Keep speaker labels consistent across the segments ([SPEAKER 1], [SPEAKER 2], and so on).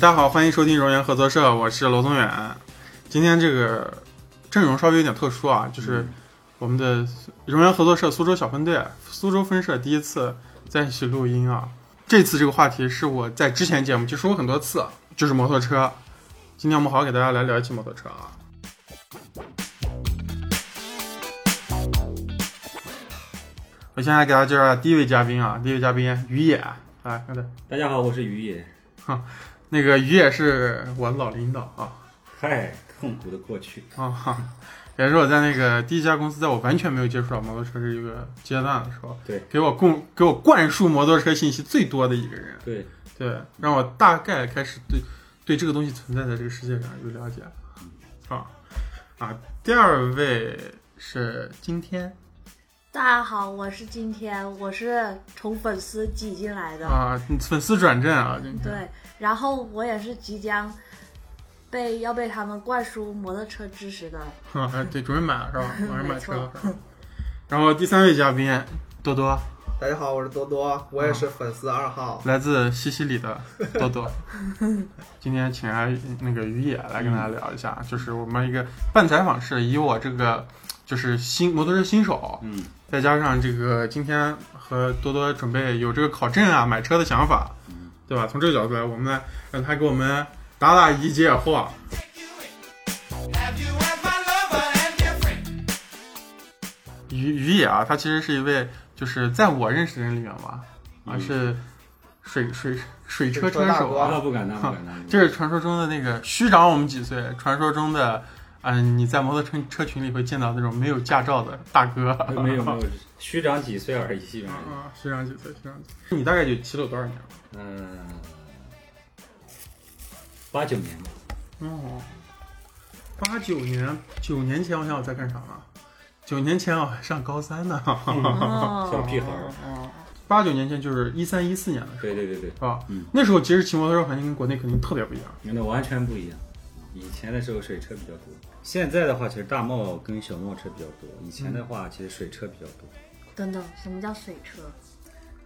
[SPEAKER 1] 大家好，欢迎收听荣源合作社，我是罗宗远。今天这个阵容稍微有点特殊啊，就是我们的荣源合作社苏州小分队、苏州分社第一次在一起录音啊。这次这个话题是我在之前节目就说过很多次，就是摩托车。今天我们好好给大家来聊一期摩托车啊。我现在给大家介绍第一位嘉宾啊，第一位嘉宾于野，来，快点。
[SPEAKER 2] 大家好，我是于野。
[SPEAKER 1] 那个于也是我老领导啊
[SPEAKER 2] 嗨，痛苦的过去。
[SPEAKER 1] 啊，哈也是我在那个第一家公司，在我完全没有接触到摩托车这个阶段的时候，
[SPEAKER 2] 对，
[SPEAKER 1] 给我供给我灌输摩托车信息最多的一个人，
[SPEAKER 2] 对，
[SPEAKER 1] 对，让我大概开始对对这个东西存在的这个世界上有了解了啊啊，第二位是今天
[SPEAKER 3] 大家好，我是今天我是从粉丝挤进来的，
[SPEAKER 1] 啊，粉丝转正啊，今天
[SPEAKER 3] 对，然后我也是即将被要被他们灌输摩托车知 识的，
[SPEAKER 1] 啊，对，准备买了是吧？马上买车了
[SPEAKER 3] 没。
[SPEAKER 1] 然后第三位嘉宾多多，
[SPEAKER 4] 大家好，我是多多，我也是粉丝二号。
[SPEAKER 1] 来自西西里的多多，今天请来那个于野来跟大家聊一下，就是我们一个半采访式，以我这个就是新摩托车新手，
[SPEAKER 2] 嗯，
[SPEAKER 1] 再加上这个今天和多多准备有这个考证啊、买车的想法
[SPEAKER 2] 嗯，
[SPEAKER 1] 对吧？从这个角度来，我们来让他给我们答答疑、解解惑。于于野啊，他其实是一位，就是在我认识的人里面吧，啊
[SPEAKER 2] 嗯
[SPEAKER 1] 是水水水车
[SPEAKER 4] 水车
[SPEAKER 1] 车
[SPEAKER 4] 大
[SPEAKER 1] 手
[SPEAKER 4] 哥
[SPEAKER 1] 啊，
[SPEAKER 2] 那不敢当，不敢当。
[SPEAKER 1] 这是传说中的那个虚长我们几岁，传说中的，嗯、你在摩托车车群里会见到那种没有驾照的大哥，
[SPEAKER 2] 没有没有，虚长几岁而已，基本上。
[SPEAKER 1] 啊，虚长几岁，虚长几岁，你大概就骑了有多少年了？
[SPEAKER 2] 嗯，八九年吧。
[SPEAKER 1] 哦，八九年，九年前我想我在干啥呢？九年前我还上高三呢，
[SPEAKER 2] 小
[SPEAKER 3] 哦，
[SPEAKER 2] 屁孩儿。
[SPEAKER 1] 哦， 八九年前就是一三一四年的时候，
[SPEAKER 2] 对对对对，
[SPEAKER 1] 是吧？
[SPEAKER 2] 嗯
[SPEAKER 1] 那时候其实骑摩托车环境跟国内肯定特别不一样。
[SPEAKER 2] 那完全不一样。以前的时候水车比较多，现在的话其实大贸跟小贸车比较多。以前的话其实水车比较多。
[SPEAKER 3] 等等，什么叫水车？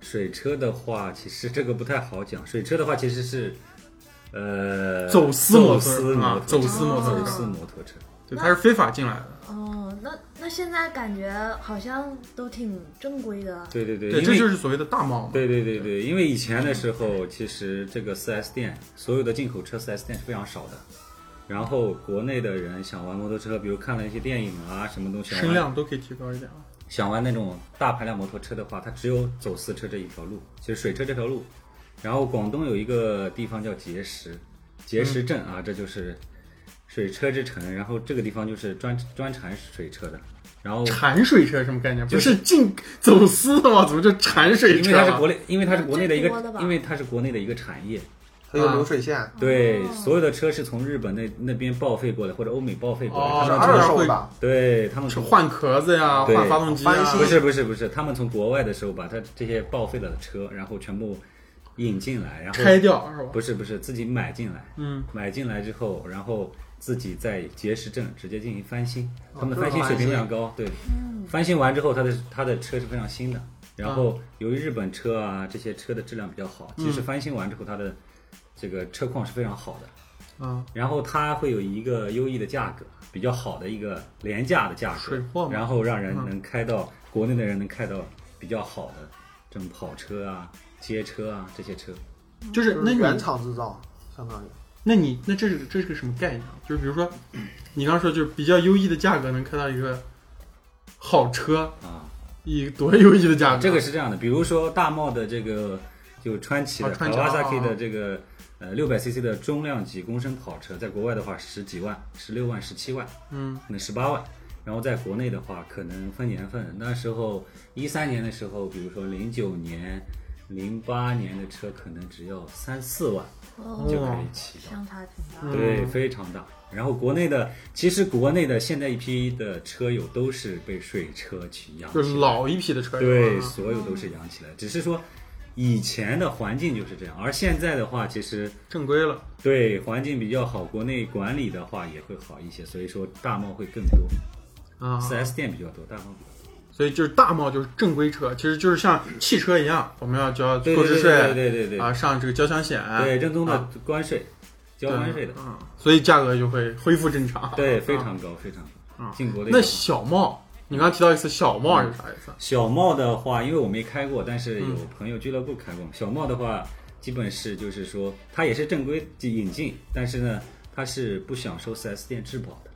[SPEAKER 2] 水车的话，其实这个不太好讲。水车的话其实是，呃，
[SPEAKER 1] 走私摩托
[SPEAKER 2] 走
[SPEAKER 1] 车啊
[SPEAKER 2] 私摩托车
[SPEAKER 1] 走私
[SPEAKER 3] 摩托车
[SPEAKER 2] 走私摩托车。
[SPEAKER 1] 对，它是非法进来的。
[SPEAKER 3] 哦，那那现在感觉好像都挺正规的，
[SPEAKER 2] 对对对，
[SPEAKER 1] 对，
[SPEAKER 2] 因
[SPEAKER 1] 这
[SPEAKER 2] 为
[SPEAKER 1] 就是所谓的大贸嘛。
[SPEAKER 2] 对对对对，因为以前的时候，其实这个 4S 店所有的进口车 4S 店是非常少的。然后国内的人想玩摩托车，比如看了一些电影啊，什么东西，想
[SPEAKER 1] 声
[SPEAKER 2] 玩
[SPEAKER 1] 量都可以提高一点啊。
[SPEAKER 2] 想玩那种大排量摩托车的话，它只有走私车这一条路，其实水车这条路。然后广东有一个地方叫碣石，碣石镇啊，
[SPEAKER 1] 嗯
[SPEAKER 2] 这就是水车之城。然后这个地方就是专专产水车的。然后
[SPEAKER 1] 产水车什么概念？不
[SPEAKER 2] 就是
[SPEAKER 1] 进走私的吗？怎么就产水
[SPEAKER 2] 因为
[SPEAKER 1] 车啊
[SPEAKER 2] 它是
[SPEAKER 1] 了？
[SPEAKER 2] 国内，因为它是国内的一
[SPEAKER 3] 最多的
[SPEAKER 2] 个
[SPEAKER 3] 吧，
[SPEAKER 2] 因为它是国内的一个产业，
[SPEAKER 4] 还有流水线，
[SPEAKER 2] 对，
[SPEAKER 3] 哦
[SPEAKER 2] 所有的车是从日本那那边报废过来，或者欧美报废过来。
[SPEAKER 1] 哦
[SPEAKER 2] 他
[SPEAKER 4] 是
[SPEAKER 2] 们
[SPEAKER 4] 二手的，
[SPEAKER 2] 对他们
[SPEAKER 1] 是
[SPEAKER 2] 从
[SPEAKER 1] 换壳子呀，
[SPEAKER 2] 对
[SPEAKER 1] 换发动机
[SPEAKER 4] 翻
[SPEAKER 1] 啊
[SPEAKER 4] 新
[SPEAKER 2] 不是不是不是，他们从国外的时候把他这些报废了的车，然后全部引进来，然后
[SPEAKER 1] 拆掉是吧？
[SPEAKER 2] 不是不是自己买进来，
[SPEAKER 1] 嗯，
[SPEAKER 2] 买进来之后，然后自己在碣石镇直接进行翻新，
[SPEAKER 4] 哦
[SPEAKER 2] 他们的翻新水平非常高，对，翻新完之后，他的他的车是非常新的。然后
[SPEAKER 1] 嗯
[SPEAKER 2] 由于日本车啊这些车的质量比较好，其实翻新完之后，它的这个车况是非常好的。
[SPEAKER 1] 啊，
[SPEAKER 2] 然后它会有一个优异的价格，比较好的一个廉价的价
[SPEAKER 1] 水
[SPEAKER 2] 格，
[SPEAKER 1] 货嘛，嗯
[SPEAKER 2] 然后让人能开到、国内的人能开到比较好的这种跑车啊、街车啊这些车。
[SPEAKER 1] 就是
[SPEAKER 4] 就是
[SPEAKER 1] 那
[SPEAKER 4] 原
[SPEAKER 1] 你
[SPEAKER 4] 厂制造，相当于。
[SPEAKER 1] 那你那这是这是个什么概念啊？就是比如说，你刚说就是比较优异的价格能开到一个好车，
[SPEAKER 2] 啊，
[SPEAKER 1] 以多优异的价格？
[SPEAKER 2] 这个是这样的，比如说大贸的这个就川崎的
[SPEAKER 1] 啊川崎啊
[SPEAKER 2] Kawasaki
[SPEAKER 1] 啊
[SPEAKER 2] 的这个呃六百 CC 的中量级公升跑车，在国外的话十几万、十六万、十七万，
[SPEAKER 1] 嗯
[SPEAKER 2] 可能十八万。然后在国内的话，可能分年份，那时候一三年的时候，比如说零九年、零八年的车，可能只要三四万
[SPEAKER 3] 哦，
[SPEAKER 2] 就可以骑到。
[SPEAKER 3] 相差挺大。
[SPEAKER 1] 嗯
[SPEAKER 2] 对，非常大。然后国内的，其实国内的现在一批的车友都是被水车去养
[SPEAKER 1] 就
[SPEAKER 2] 起来，
[SPEAKER 1] 是老一批的车友
[SPEAKER 2] 对，
[SPEAKER 1] 啊
[SPEAKER 2] 所有都是养起来。只是说以前的环境就是这样，而现在的话，其实
[SPEAKER 1] 正规了。
[SPEAKER 2] 对环境比较好，国内管理的话也会好一些，所以说大贸会更多
[SPEAKER 1] 啊，
[SPEAKER 2] ，4S 店比较多，大贸比较多。
[SPEAKER 1] 所以就是大贸就是正规车，其实就是像汽车一样，我们要交购
[SPEAKER 2] 对对
[SPEAKER 1] 置
[SPEAKER 2] 对对
[SPEAKER 1] 税
[SPEAKER 2] 对对对
[SPEAKER 1] 啊，上这个交强险，
[SPEAKER 2] 对，正宗
[SPEAKER 1] 啊
[SPEAKER 2] 的关税。交关税的，
[SPEAKER 1] 嗯，所以价格就会恢复正常。
[SPEAKER 2] 对，非
[SPEAKER 1] 嗯
[SPEAKER 2] 常高，非常高
[SPEAKER 1] 嗯。
[SPEAKER 2] 晋国的
[SPEAKER 1] 那
[SPEAKER 2] 有
[SPEAKER 1] 小帽，你刚刚提到一次小帽是啥意思？
[SPEAKER 2] 小帽的话，因为我没开过，但是有
[SPEAKER 1] 嗯
[SPEAKER 2] 朋友俱乐部开过。小帽的话，基本是就是说，它也是正规引进，但是呢，它是不享受 4S 店质保的。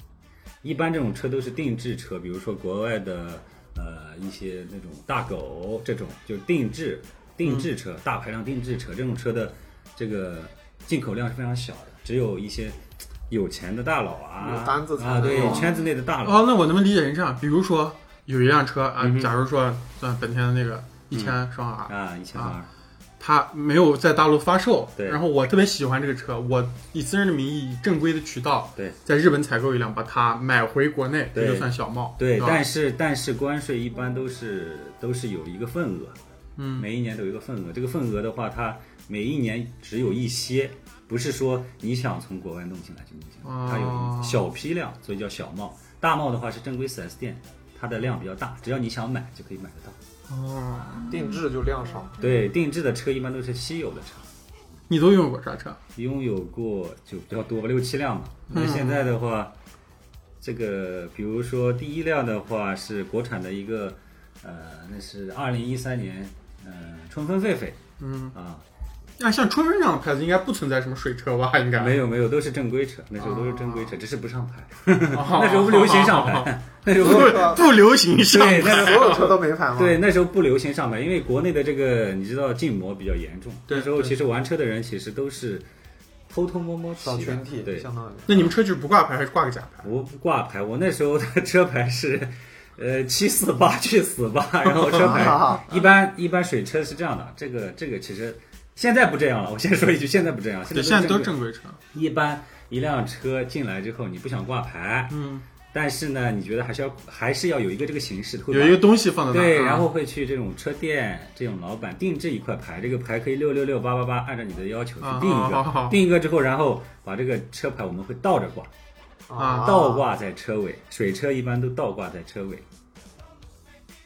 [SPEAKER 2] 一般这种车都是定制车，比如说国外的呃一些那种大狗这种，就是定制定制
[SPEAKER 4] 嗯
[SPEAKER 2] 车、大排量定制车这种车的这个进口量是非常小的，只有一些有钱的大佬啊
[SPEAKER 4] 有单子才
[SPEAKER 2] 啊，对
[SPEAKER 4] 能用
[SPEAKER 2] 圈子内的大佬，
[SPEAKER 1] 哦，那我能不能理解成这样？比如说有一辆车啊
[SPEAKER 2] 嗯，哼
[SPEAKER 1] 假如说算本田的那个一千双 R，
[SPEAKER 2] 啊，
[SPEAKER 4] 哦
[SPEAKER 2] 一千二
[SPEAKER 1] 啊它没有在大陆发售，
[SPEAKER 2] 对
[SPEAKER 1] 然后我特别喜欢这个车，我以私人的名义以正规的渠道
[SPEAKER 2] 对。
[SPEAKER 1] 在日本采购一辆，把它买回国内，
[SPEAKER 2] 对
[SPEAKER 1] 这就算小帽，
[SPEAKER 2] 对，
[SPEAKER 1] 吧
[SPEAKER 2] 但是但是关税一般都是都是有一个份额，
[SPEAKER 1] 嗯
[SPEAKER 2] 每一年都有一个份额。这个份额的话，它每一年只有一些，不是说你想从国外弄进来就弄进来，它有
[SPEAKER 1] 哦
[SPEAKER 2] 一小批量，所以叫小帽。大帽的话是正规 4S 店，它的量比较大，只要你想买就可以买得到。
[SPEAKER 1] 哦，
[SPEAKER 4] 定制就量少，
[SPEAKER 1] 嗯
[SPEAKER 2] 对，定制的车一般都是稀有的车，
[SPEAKER 1] 你都用过啥车？
[SPEAKER 2] 拥有过就比较多，六七辆嘛。
[SPEAKER 1] 嗯
[SPEAKER 2] 那现在的话，这个比如说第一辆的话是国产的一个，呃，那是二零一三年，呃，春风狒狒
[SPEAKER 1] 嗯，
[SPEAKER 2] 啊，
[SPEAKER 1] 啊，像春风这样的牌子应该不存在什么水车吧？应该
[SPEAKER 2] 没有没有，都是正规车，那时候都是正规车，只是不上牌，
[SPEAKER 1] 啊哦
[SPEAKER 2] 那时候不流行上牌， 那时候
[SPEAKER 4] 所有
[SPEAKER 1] 不
[SPEAKER 4] 车
[SPEAKER 1] 不流行上
[SPEAKER 2] 对那时
[SPEAKER 4] 所
[SPEAKER 2] 候
[SPEAKER 4] 有车都没牌吗？
[SPEAKER 2] 对，那时候不流行上牌，因为国内的这个你知道禁摩比较严重，
[SPEAKER 1] 对
[SPEAKER 2] 那时候
[SPEAKER 1] 对
[SPEAKER 2] 其实玩车的人其实都是偷偷摸摸骑
[SPEAKER 4] 小
[SPEAKER 2] 的
[SPEAKER 4] 群体
[SPEAKER 2] 对，
[SPEAKER 4] 相当于
[SPEAKER 1] 那你们车就是不挂牌还是挂个假牌？
[SPEAKER 2] 我不挂牌，我那时候的车牌是， 呃，七四八去 死吧，然后车牌一般一般水车是这样的，这个这个其实现在不这样了， 我先说一句，现在不这样，现
[SPEAKER 1] 对，
[SPEAKER 2] 在
[SPEAKER 1] 现在都
[SPEAKER 2] 是
[SPEAKER 1] 是
[SPEAKER 2] 正
[SPEAKER 1] 正规车。
[SPEAKER 2] 规。一般一辆车进来之后，你不想挂牌，
[SPEAKER 1] 嗯，
[SPEAKER 2] 但是呢，你觉得还是要还是要有一个这个形式，会把
[SPEAKER 1] 有一个东西放在那儿。
[SPEAKER 2] 对，
[SPEAKER 1] 啊
[SPEAKER 2] 然后会去这种车店这种老板定制一块牌，这个牌可以六六六八八八，按照你的要求去
[SPEAKER 1] 啊
[SPEAKER 2] 定一
[SPEAKER 1] 好好
[SPEAKER 2] 个
[SPEAKER 1] 好，
[SPEAKER 2] 定一个之后，然后把这个车牌我们会倒着挂。
[SPEAKER 1] 啊
[SPEAKER 2] 倒挂在车尾，水车一般都倒挂在车尾。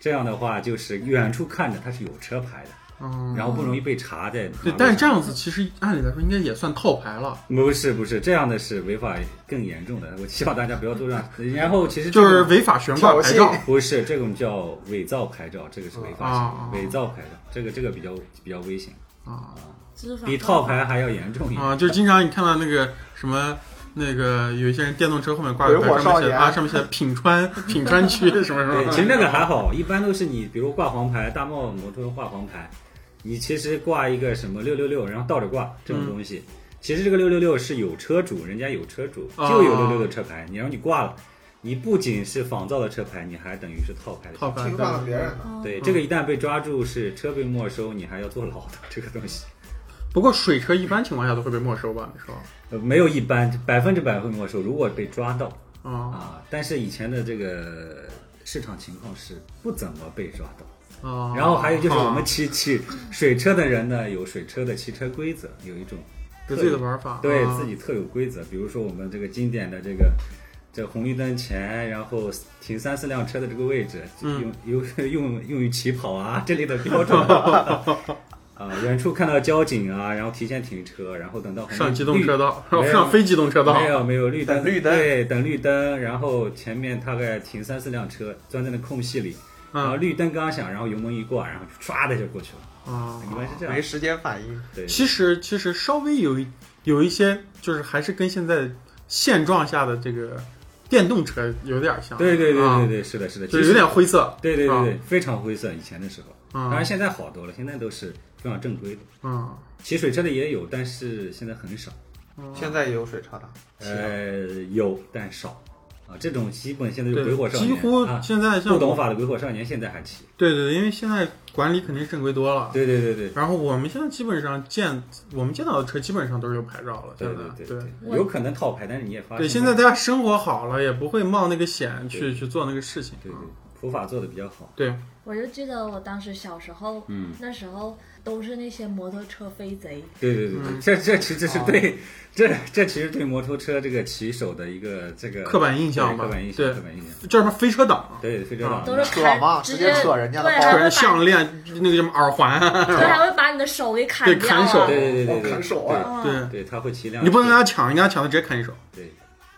[SPEAKER 2] 这样的话，就是远处看着它是有车牌的，
[SPEAKER 1] 嗯，
[SPEAKER 2] 然后不容易被查在马路上。
[SPEAKER 1] 对，但是这样子其实按理来说应该也算套牌了，
[SPEAKER 2] 不是不是这样的是违法更严重的，我希望大家不要做这样。然后其实这
[SPEAKER 1] 就
[SPEAKER 2] 个
[SPEAKER 1] 是违法悬挂
[SPEAKER 4] 挑
[SPEAKER 1] 牌照
[SPEAKER 4] 衅。
[SPEAKER 2] 不是这种叫伪造牌照，这个是违法
[SPEAKER 1] 啊啊啊
[SPEAKER 2] 行为。伪造牌照这个这个比较比较危险，
[SPEAKER 1] 啊
[SPEAKER 3] 知法
[SPEAKER 2] 比套牌还要严重一点。
[SPEAKER 1] 啊！就是经常你看到那个什么。那个有一些人电动车后面挂个
[SPEAKER 4] 鬼火
[SPEAKER 1] 牌，上面
[SPEAKER 4] 少
[SPEAKER 1] 写
[SPEAKER 4] 年
[SPEAKER 1] 啊，上面写品川品川区什么什
[SPEAKER 2] 对，其实
[SPEAKER 1] 么，
[SPEAKER 2] 那个还好，一般都是你比如挂黄牌，大贸摩托挂黄牌，你其实挂一个什么六六六，然后倒着挂这种东西。其实这个六六六是有车主，人家有车主
[SPEAKER 1] 嗯哦
[SPEAKER 2] 就有六六六车牌，你让你挂了，你不仅是仿造的车牌，你还等于是套牌的。
[SPEAKER 1] 套牌
[SPEAKER 4] 侵犯了别人的。
[SPEAKER 3] 嗯
[SPEAKER 2] 对，这个一旦被抓住，是车被没收，你还要坐牢的这个东西。
[SPEAKER 1] 不过水车一般情况下都会被没收吧？你说？
[SPEAKER 2] 呃没有一般百分之百会没收，如果被抓到
[SPEAKER 1] 啊
[SPEAKER 2] 啊，但是以前的这个市场情况是不怎么被抓到。
[SPEAKER 1] 啊！
[SPEAKER 2] 然后还有就是我们骑骑水车的人呢，有水车的骑车规则，有一种
[SPEAKER 1] 得罪的玩法，
[SPEAKER 2] 对
[SPEAKER 1] 啊
[SPEAKER 2] 自己特有规则。比如说我们这个经典的这个这红绿灯前，然后停三四辆车的这个位置，用
[SPEAKER 1] 嗯
[SPEAKER 2] 用 用用于起跑啊这类的标准。啊、 远处看到交警啊，然后提前停车，然后等到红绿
[SPEAKER 1] 上机动车道，
[SPEAKER 2] 绿没 有
[SPEAKER 1] 上非机动车道
[SPEAKER 2] 没，有没有绿灯，
[SPEAKER 4] 等绿灯
[SPEAKER 2] 对，等绿灯，然后前面大概停三四辆车，钻在那空隙里，然后
[SPEAKER 1] 嗯
[SPEAKER 2] 绿灯刚响，然后油门一挂，然后唰的就过去了，
[SPEAKER 1] 啊，
[SPEAKER 2] 一般是这样
[SPEAKER 4] 没。时间反应，
[SPEAKER 2] 对，
[SPEAKER 1] 其实其实稍微有一有一些，就是还是跟现在现状下的这个电动车有点像。
[SPEAKER 2] 对对对对
[SPEAKER 1] 啊，
[SPEAKER 2] 对，是的，是的，
[SPEAKER 1] 就
[SPEAKER 2] 其
[SPEAKER 1] 是
[SPEAKER 2] 实
[SPEAKER 1] 有点灰色。
[SPEAKER 2] 对对对
[SPEAKER 1] 啊
[SPEAKER 2] 对，非常灰色。以前的时候，
[SPEAKER 1] 嗯
[SPEAKER 2] 当然现在好多了，现在都是非常正规的。
[SPEAKER 1] 嗯，
[SPEAKER 2] 骑水车的也有，但是现在很少。
[SPEAKER 4] 现在也有水车的。
[SPEAKER 1] 啊
[SPEAKER 2] 呃，有但少啊，这种基本现在就
[SPEAKER 1] 对
[SPEAKER 2] 鬼火，少年，
[SPEAKER 1] 几乎
[SPEAKER 2] 啊
[SPEAKER 1] 现在像
[SPEAKER 2] 不懂法的鬼火少年现在还骑。
[SPEAKER 1] 对对对，因为现在管理肯定是正规多了。
[SPEAKER 2] 对对对对
[SPEAKER 1] 然后我们现在基本上见我们见到的车基本上都是有牌照了，
[SPEAKER 2] 对
[SPEAKER 1] 现在
[SPEAKER 2] 对
[SPEAKER 1] 对
[SPEAKER 2] 对，对，有可能套牌，但是你也发
[SPEAKER 1] 对
[SPEAKER 2] 现
[SPEAKER 1] 现在大家生活好了，也不会冒那个险去
[SPEAKER 2] 对
[SPEAKER 1] 去做那个事情。
[SPEAKER 2] 对对普法做的比较好。
[SPEAKER 1] 对，
[SPEAKER 3] 我就记得我当时小时候，
[SPEAKER 2] 嗯
[SPEAKER 3] 那时候都是那些摩托车飞贼。
[SPEAKER 2] 对对对，对
[SPEAKER 1] 嗯
[SPEAKER 2] 这这其实是
[SPEAKER 1] 哦
[SPEAKER 2] 对， 这这其实对摩托车这个骑手的一个这个
[SPEAKER 1] 刻板印象吧
[SPEAKER 2] 对刻板印
[SPEAKER 1] 对
[SPEAKER 2] 象，刻板印象，
[SPEAKER 1] 叫什么飞车党，
[SPEAKER 2] 对，非常
[SPEAKER 1] 啊
[SPEAKER 2] 好
[SPEAKER 3] 都是
[SPEAKER 4] 扯嘛
[SPEAKER 3] 砍，接
[SPEAKER 4] 直接扯人家的
[SPEAKER 3] 对，
[SPEAKER 4] 包
[SPEAKER 3] 还会把
[SPEAKER 1] 项，链那个什么耳环啊，
[SPEAKER 3] 对，还会把你的手给砍
[SPEAKER 1] 对
[SPEAKER 3] 掉
[SPEAKER 1] 砍手
[SPEAKER 3] 啊
[SPEAKER 2] 对对对对
[SPEAKER 4] 我
[SPEAKER 2] 对，
[SPEAKER 4] 砍手啊
[SPEAKER 3] 嗯
[SPEAKER 1] 对，
[SPEAKER 2] 对，他会骑辆，
[SPEAKER 1] 你不能跟他抢，你跟他抢他直接砍你手，
[SPEAKER 2] 对，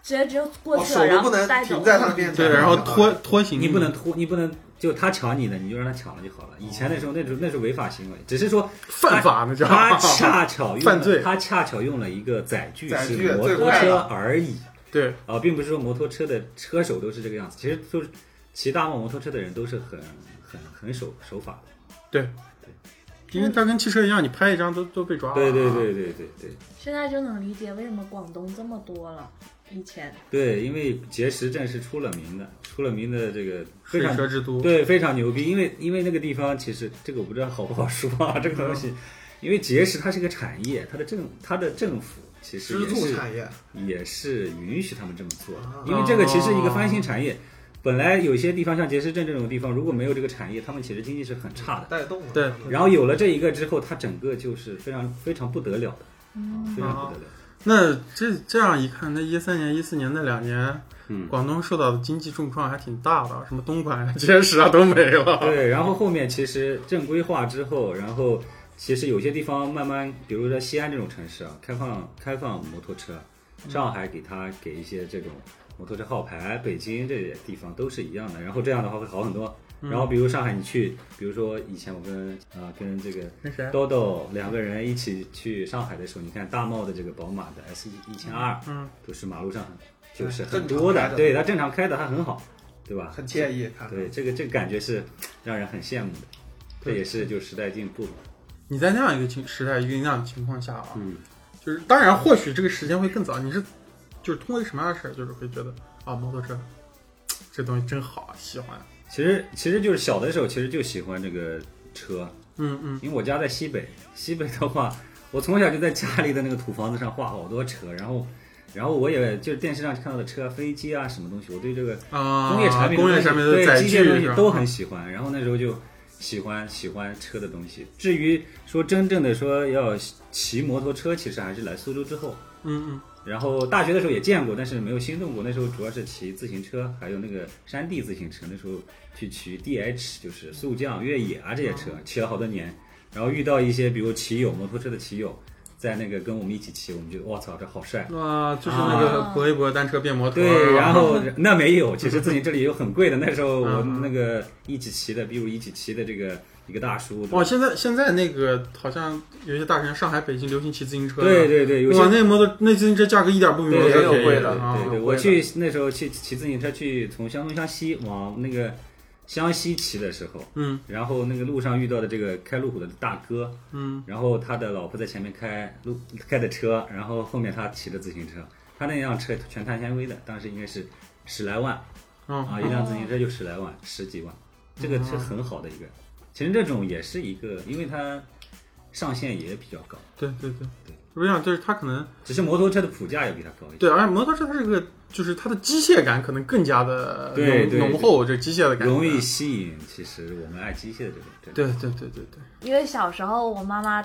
[SPEAKER 3] 直接直接过
[SPEAKER 4] 我
[SPEAKER 3] 去
[SPEAKER 4] 哦手
[SPEAKER 3] 了，
[SPEAKER 4] 都
[SPEAKER 3] 然
[SPEAKER 4] 不
[SPEAKER 3] 后
[SPEAKER 4] 能
[SPEAKER 3] 带走
[SPEAKER 4] 停。在他面前，
[SPEAKER 1] 对，然后拖拖行
[SPEAKER 2] 嗯你不能拖，你不能就他抢你的，你就让他抢了就好了。以前的时候，那时候那是违法行为，只是说
[SPEAKER 1] 哦犯法那叫
[SPEAKER 2] 他恰巧用了
[SPEAKER 1] 犯罪
[SPEAKER 2] 他恰巧用了一个载具
[SPEAKER 4] 载具
[SPEAKER 2] 是摩
[SPEAKER 4] 最
[SPEAKER 2] 托
[SPEAKER 4] 快
[SPEAKER 2] 车
[SPEAKER 4] 了
[SPEAKER 2] 而已
[SPEAKER 1] 对，
[SPEAKER 2] 啊，并不是说摩托车的车手都是这个样子，其实都是骑大贸摩托车的人都是很很很守守法的。
[SPEAKER 1] 因为他跟汽车一样，你拍一张都都被
[SPEAKER 4] 啊
[SPEAKER 1] 抓了。
[SPEAKER 2] 对对对对对对
[SPEAKER 3] 现在就能理解为什么广东这么多了，以前
[SPEAKER 2] 对，因为碣石镇是出了名的，出了名的这个非
[SPEAKER 1] 水
[SPEAKER 2] 常
[SPEAKER 1] 蛇之都，
[SPEAKER 2] 对，非常牛逼，因为因为那个地方其实这个我不知道好不好说啊，这个东
[SPEAKER 4] 嗯
[SPEAKER 2] 西，因为碣石它是一个产业，它的政它的政府其实
[SPEAKER 4] 支
[SPEAKER 2] 也
[SPEAKER 4] 柱
[SPEAKER 2] 是
[SPEAKER 4] 产业，
[SPEAKER 2] 也是允许他们这么做的
[SPEAKER 4] 啊，
[SPEAKER 2] 因为这个其实一个翻新产业，本来有些地方像碣石镇这种地方，如果没有这个产业，他们其实经济是很差的。
[SPEAKER 4] 带动了
[SPEAKER 1] 对
[SPEAKER 2] 然后有了嗯这一个之后，它整个就是非常非常不得了的，
[SPEAKER 4] 嗯
[SPEAKER 2] 非常不得了。
[SPEAKER 1] 那这这样一看，那一三年、一四年那两年，
[SPEAKER 2] 嗯
[SPEAKER 1] 广东受到的经济重创还挺大的，什么东莞、碣石啊 都没了。
[SPEAKER 2] 对，然后后面其实正规化之后，然后其实有些地方慢慢，比如说西安这种城市啊，开放开放摩托车，上海给它给一些这种摩托车号牌，北京这些地方都是一样的，然后这样的话会好很多。然后比如上海，你去，比如说以前我跟啊、跟这个
[SPEAKER 1] 那谁？
[SPEAKER 2] 豆豆两个人一起去上海的时候，你看大贸的这个宝马的 S 一千二，
[SPEAKER 1] 嗯，
[SPEAKER 2] 都是马路上
[SPEAKER 4] 对
[SPEAKER 2] 就是很
[SPEAKER 4] 正常
[SPEAKER 2] 多
[SPEAKER 4] 开
[SPEAKER 2] 的，
[SPEAKER 4] 的
[SPEAKER 2] 对它正常开的还很好，对吧？
[SPEAKER 4] 很惬意，
[SPEAKER 1] 嗯
[SPEAKER 4] 看着
[SPEAKER 2] 对，这个这个感觉是让人很羡慕的，这也是就时代进步嘛。
[SPEAKER 1] 你在那样一个情时代、一个那样的情况下啊，
[SPEAKER 2] 嗯，
[SPEAKER 1] 就是当然或许这个时间会更早，你是就是通过一个什么样的事儿，就是会觉得啊，摩托车这东西真好，啊喜欢。
[SPEAKER 2] 其实其实就是小的时候，其实就喜欢这个车，
[SPEAKER 1] 嗯嗯，
[SPEAKER 2] 因为我家在西北，西北的话，我从小就在家里的那个土房子上画好多车，然后然后我也就是电视上看到的车、飞机啊什么东西，我对这个
[SPEAKER 1] 啊，
[SPEAKER 2] 工业产品、
[SPEAKER 1] 工业产品的
[SPEAKER 2] 对
[SPEAKER 1] 载
[SPEAKER 2] 机械东
[SPEAKER 1] 具
[SPEAKER 2] 西
[SPEAKER 1] 是吧
[SPEAKER 2] 都很喜欢。然后那时候就喜欢喜欢车的东西。至于说真正的说要骑摩托车，其实还是来苏州之后。
[SPEAKER 1] 嗯
[SPEAKER 2] 然后大学的时候也见过，但是没有心动过。那时候主要是骑自行车，还有那个山地自行车。那时候去骑 DH，就是速降、越野啊这些车，骑了好多年。然后遇到一些比如骑友、摩托车的骑友，在那个跟我们一起骑，我们觉得我操，这好帅。
[SPEAKER 1] 嗯，啊，就是那个
[SPEAKER 3] 啊
[SPEAKER 1] 搏一搏单车变摩托，
[SPEAKER 2] 对，然后呃那没有，其实自行车里有很贵的。那时候我
[SPEAKER 1] 嗯
[SPEAKER 2] 那个一起骑的，比如一起骑的这个一个大叔，
[SPEAKER 1] 哇，现在现在那个好像有些大城市，上海、北京流行骑自行车，
[SPEAKER 2] 对，对对，有些
[SPEAKER 1] 哇，那摩托那自行车价格一点不比摩托
[SPEAKER 2] 对
[SPEAKER 1] 车便
[SPEAKER 4] 也有贵
[SPEAKER 1] 宜
[SPEAKER 4] 的
[SPEAKER 1] 啊
[SPEAKER 2] 对对，我去那时候去骑自行车去从湘东湘西往那个湘西骑的时候，
[SPEAKER 1] 嗯
[SPEAKER 2] 然后那个路上遇到的这个开路虎的大哥，
[SPEAKER 1] 嗯，
[SPEAKER 2] 然后他的老婆在前面开路开的车，然后后面他骑的自行车，他那辆车全碳纤维的，当时应该是十来万啊，一
[SPEAKER 1] 嗯，
[SPEAKER 2] 辆自行车就十来万，十几万，这个是很好的一个。其实这种也是一个，因为它上限也比较高，
[SPEAKER 1] 对对对对，我想就是它可能
[SPEAKER 2] 只是摩托车的普价要比它高一点。
[SPEAKER 1] 对，而且摩托车它这个就是它的机械感可能更加的
[SPEAKER 2] 对
[SPEAKER 1] 浓
[SPEAKER 2] 对
[SPEAKER 1] 浓厚，这机械的感觉
[SPEAKER 2] 容易吸引，其实我们爱机械的这个这个
[SPEAKER 1] 对对对对对，
[SPEAKER 3] 因为小时候我妈妈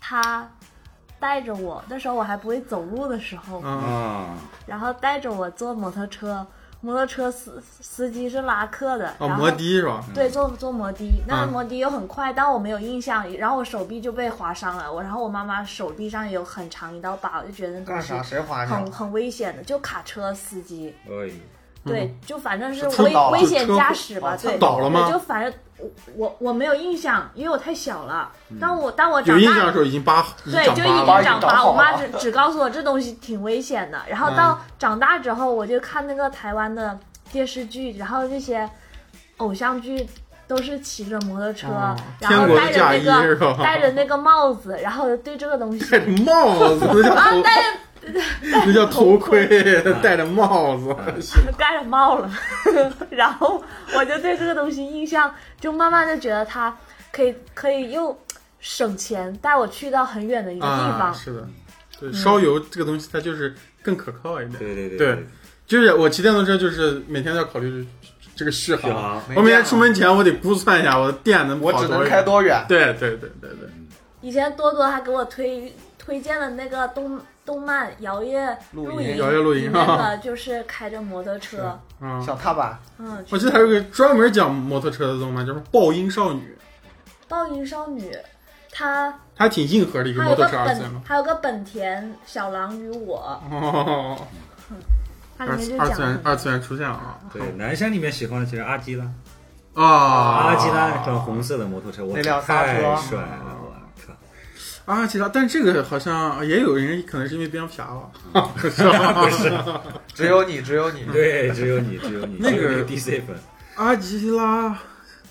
[SPEAKER 3] 她带着我，那时候我还不会走路的时候，
[SPEAKER 1] 啊
[SPEAKER 2] 啊，
[SPEAKER 3] 然后带着我坐摩托车，摩托车司司机是拉客的，
[SPEAKER 1] 哦，
[SPEAKER 3] 然后
[SPEAKER 1] 摩的是吧？
[SPEAKER 3] 对，坐坐摩的，那
[SPEAKER 1] 嗯
[SPEAKER 3] 摩的又很快，但我没有印象，然后我手臂就被划伤了，我然后我妈妈手臂上也有很长一道疤，我就觉得那
[SPEAKER 4] 干
[SPEAKER 3] 东西
[SPEAKER 4] 啥谁划你啊
[SPEAKER 3] 很？很危险的，就卡车司机，
[SPEAKER 2] 哎，
[SPEAKER 1] 嗯
[SPEAKER 3] 对，就反正是
[SPEAKER 4] 蹭
[SPEAKER 3] 危
[SPEAKER 4] 到了
[SPEAKER 3] 危
[SPEAKER 1] 就
[SPEAKER 3] 险
[SPEAKER 1] 车
[SPEAKER 3] 驾
[SPEAKER 1] 祸
[SPEAKER 3] 驶吧，
[SPEAKER 4] 哦
[SPEAKER 3] 对，
[SPEAKER 4] 蹭
[SPEAKER 1] 倒了吗
[SPEAKER 3] 对就反正我我我没有印象，因为我太小了，
[SPEAKER 4] 嗯
[SPEAKER 3] 但我当我长
[SPEAKER 1] 有印象
[SPEAKER 3] 大
[SPEAKER 1] 的时候已经八，已经
[SPEAKER 3] 对，
[SPEAKER 1] 长
[SPEAKER 3] 就
[SPEAKER 1] 八了嗯
[SPEAKER 3] 一直长
[SPEAKER 4] 长
[SPEAKER 3] 疤。
[SPEAKER 4] 好
[SPEAKER 3] 我妈
[SPEAKER 4] 了
[SPEAKER 3] 只只告诉我这东西挺危险的。然后到长大之后，我就看那个台湾的电视剧，然后这些偶像剧都是骑着摩托车，
[SPEAKER 1] 哦
[SPEAKER 3] 然
[SPEAKER 1] 天
[SPEAKER 3] 后
[SPEAKER 1] 国的
[SPEAKER 3] 戴
[SPEAKER 1] 嫁
[SPEAKER 3] 着
[SPEAKER 1] 衣
[SPEAKER 3] 那
[SPEAKER 1] 是吧
[SPEAKER 3] 个戴着那个帽子，然后对这个东西
[SPEAKER 1] 戴着帽子，那叫
[SPEAKER 3] 啊
[SPEAKER 1] 头，
[SPEAKER 3] 戴着
[SPEAKER 1] 那叫头盔，戴着帽子，
[SPEAKER 3] 盖了帽了，然后我就对这个东西印象，就慢慢的觉得它可以可以又省钱，带我去到很远的一个地
[SPEAKER 1] 啊，
[SPEAKER 3] 方。嗯
[SPEAKER 1] 是的，对，烧油这个东西它就是更可靠一点。
[SPEAKER 2] 对对对
[SPEAKER 1] 对就是我骑电动车，就是每天都要考虑这这个续
[SPEAKER 2] 续
[SPEAKER 1] 航。
[SPEAKER 2] 航。
[SPEAKER 4] 没
[SPEAKER 1] 我每天
[SPEAKER 4] 电
[SPEAKER 1] 出门前我得估算一下我的电能
[SPEAKER 4] 我
[SPEAKER 1] 跑
[SPEAKER 4] 只
[SPEAKER 1] 多
[SPEAKER 4] 能
[SPEAKER 1] 远
[SPEAKER 4] 开。多远？
[SPEAKER 1] 对对对对对，
[SPEAKER 3] 以前多多还给我推推荐了那个动动漫《摇曳
[SPEAKER 4] 露营
[SPEAKER 3] 营》，
[SPEAKER 1] 摇曳啊露营
[SPEAKER 3] 那个就是 开着摩托车，
[SPEAKER 1] 嗯，
[SPEAKER 4] 小踏板，
[SPEAKER 3] 嗯，
[SPEAKER 1] 我记得还有个专门讲摩托车的动漫，叫《爆音少女》，
[SPEAKER 3] 暴饮少女，她
[SPEAKER 1] 它还挺硬核的一个
[SPEAKER 3] 还
[SPEAKER 1] 摩
[SPEAKER 3] 有
[SPEAKER 1] 托
[SPEAKER 3] 个
[SPEAKER 1] 车二次元
[SPEAKER 3] 本
[SPEAKER 1] 嘛。
[SPEAKER 3] 还有个本田小狼与我，
[SPEAKER 1] 哦，
[SPEAKER 3] 它
[SPEAKER 1] 二
[SPEAKER 3] 里
[SPEAKER 1] 次
[SPEAKER 3] 面就
[SPEAKER 1] 二
[SPEAKER 3] 讲
[SPEAKER 1] 次元
[SPEAKER 3] 了
[SPEAKER 1] 二次元出现了啊
[SPEAKER 2] 对，男生里面喜欢的其实阿基拉，
[SPEAKER 1] 啊！
[SPEAKER 2] 阿基拉那款红色的摩托车，我
[SPEAKER 4] 那辆刹
[SPEAKER 2] 太
[SPEAKER 4] 车
[SPEAKER 2] 帅了，我靠！
[SPEAKER 1] 阿基拉，但这个好像也有人可能是因为蝙蝠侠了， 是吧？
[SPEAKER 4] 只有你，只有你。
[SPEAKER 2] 对，只有你，只有你，
[SPEAKER 1] 那个啊
[SPEAKER 2] 只有你 DC 粉
[SPEAKER 1] 阿基拉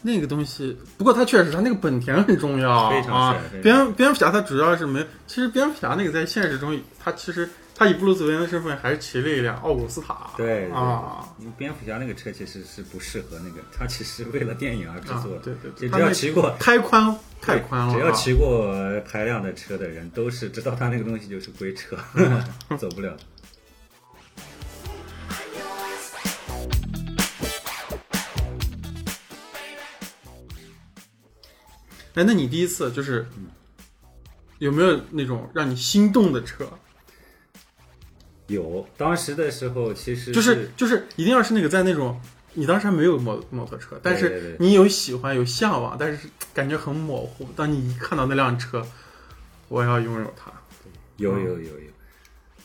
[SPEAKER 1] 那个东西，不过它确实它那个本田很重要
[SPEAKER 2] 非常帅
[SPEAKER 1] 啊
[SPEAKER 2] 非常。
[SPEAKER 1] 蝙蝙蝠侠它主要是没，其实蝙蝠侠那个在现实中，它其实它以布鲁斯韦恩的身份还是骑了一辆奥古斯塔。
[SPEAKER 2] 对对
[SPEAKER 1] 啊，
[SPEAKER 2] 因为蝙蝠侠那个车其实是不适合那个，它其实为了电影而制
[SPEAKER 1] 啊
[SPEAKER 2] 作的。
[SPEAKER 1] 对对对，
[SPEAKER 2] 就
[SPEAKER 1] 它
[SPEAKER 2] 只要
[SPEAKER 1] 那啊
[SPEAKER 2] 骑过，
[SPEAKER 1] 开宽太宽了，啊
[SPEAKER 2] 只要骑过排量的车的人，都是知道它那个东西就是龟 车，走不了。
[SPEAKER 1] 哎，那你第一次就是
[SPEAKER 2] 嗯
[SPEAKER 1] 有没有那种让你心动的车？
[SPEAKER 2] 有，当时的时候其实
[SPEAKER 1] 就是就是一定要是那个在那种你当时还没有摩摩托车，但
[SPEAKER 2] 对
[SPEAKER 1] 是
[SPEAKER 2] 对
[SPEAKER 1] 你有喜欢有向往，但是感觉很模糊。当你一看到那辆车，我要拥有它。
[SPEAKER 2] 有
[SPEAKER 1] 嗯
[SPEAKER 2] 有有有，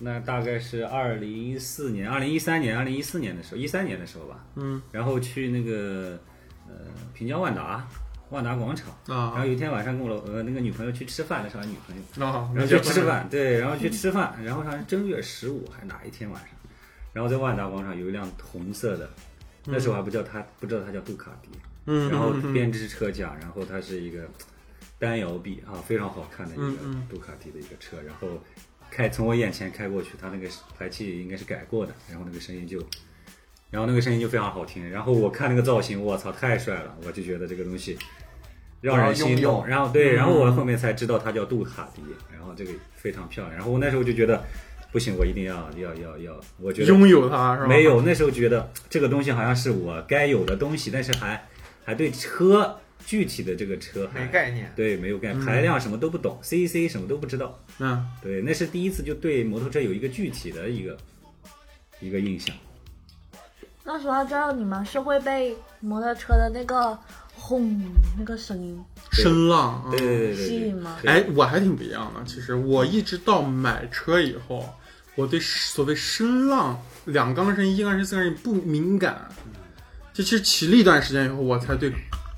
[SPEAKER 2] 那大概是二零一四年、二零一三年、二零一四年的时候，一三年的时候吧，
[SPEAKER 1] 嗯
[SPEAKER 2] 然后去那个呃平江万达万达广场，然
[SPEAKER 1] 啊
[SPEAKER 2] 后有一天晚上跟我老呃那个女朋友去吃饭，那时候还女朋友，
[SPEAKER 1] 啊，
[SPEAKER 2] 然后去吃饭，对，然后去吃饭，然后好像正月十五还哪一天晚上，然后在万达广场有一辆红色的，那时候还不叫它，不知道它叫杜卡迪，
[SPEAKER 1] 嗯，
[SPEAKER 2] 然后
[SPEAKER 1] 嗯嗯
[SPEAKER 2] 编织车架，然后它是一个单摇臂啊，非常好看的一个
[SPEAKER 1] 嗯嗯
[SPEAKER 2] 杜卡迪的一个车，然后开从我眼前开过去，它那个排气应该是改过的，然后那个声音就，然后那个声音就非常好听，然后我看那个造型，我操，太帅了，我就觉得这个东西让人心
[SPEAKER 4] 然后拥
[SPEAKER 2] 动，
[SPEAKER 1] 哦
[SPEAKER 4] 有
[SPEAKER 2] 然后
[SPEAKER 1] 嗯
[SPEAKER 2] 对，然后我后面才知道它叫杜卡迪，然后这个非常漂亮，然后我那时候就觉得不行，我一定要要要要，我觉得
[SPEAKER 1] 拥有它是吧？
[SPEAKER 2] 没有，那时候觉得这个东西好像是我该有的东西，但是还还对车具体的这个车还
[SPEAKER 4] 没概念，
[SPEAKER 2] 对没有概念，
[SPEAKER 1] 嗯
[SPEAKER 2] 排量什么都不懂，CC 什么都不知道。
[SPEAKER 1] 嗯，
[SPEAKER 2] 对，那是第一次就对摩托车有一个具体的一个一个印象。
[SPEAKER 3] 那时候知道你们是会被摩托车的那个轰那个声音，
[SPEAKER 1] 声浪。嗯
[SPEAKER 2] 对对对对
[SPEAKER 3] 吸
[SPEAKER 2] 对
[SPEAKER 3] 引吗
[SPEAKER 2] 对。
[SPEAKER 1] 哎，我还挺不一样的。其实我一直到买车以后，我对所谓声浪、两缸声、一缸声、四缸声不敏感。就其实骑了一段时间以后，我才对，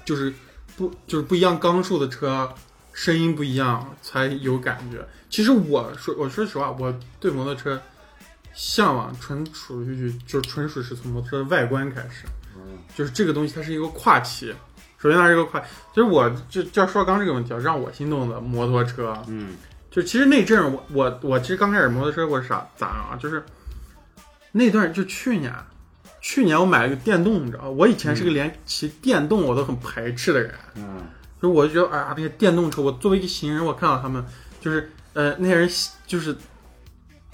[SPEAKER 1] 就是不就是不一样缸数的车声音不一样才有感觉。其实我说我说实话，我对摩托车向往纯属于就纯属是从摩托车的外观开始。
[SPEAKER 2] 嗯
[SPEAKER 1] 就是这个东西它是一个跨期。首先它是一个跨，其实我就就要说刚这个问题啊，让我心动的摩托车，
[SPEAKER 2] 嗯，
[SPEAKER 1] 就其实那阵儿我我我其实刚开始摩托车我是啥咋样啊，就是那段就去年，去年我买了个电动，你知道吗，我以前是个连骑电动我都很排斥的人，
[SPEAKER 2] 嗯
[SPEAKER 1] 就是我就觉得啊那个电动车，我作为一个行人，我看到他们就是呃那些人就是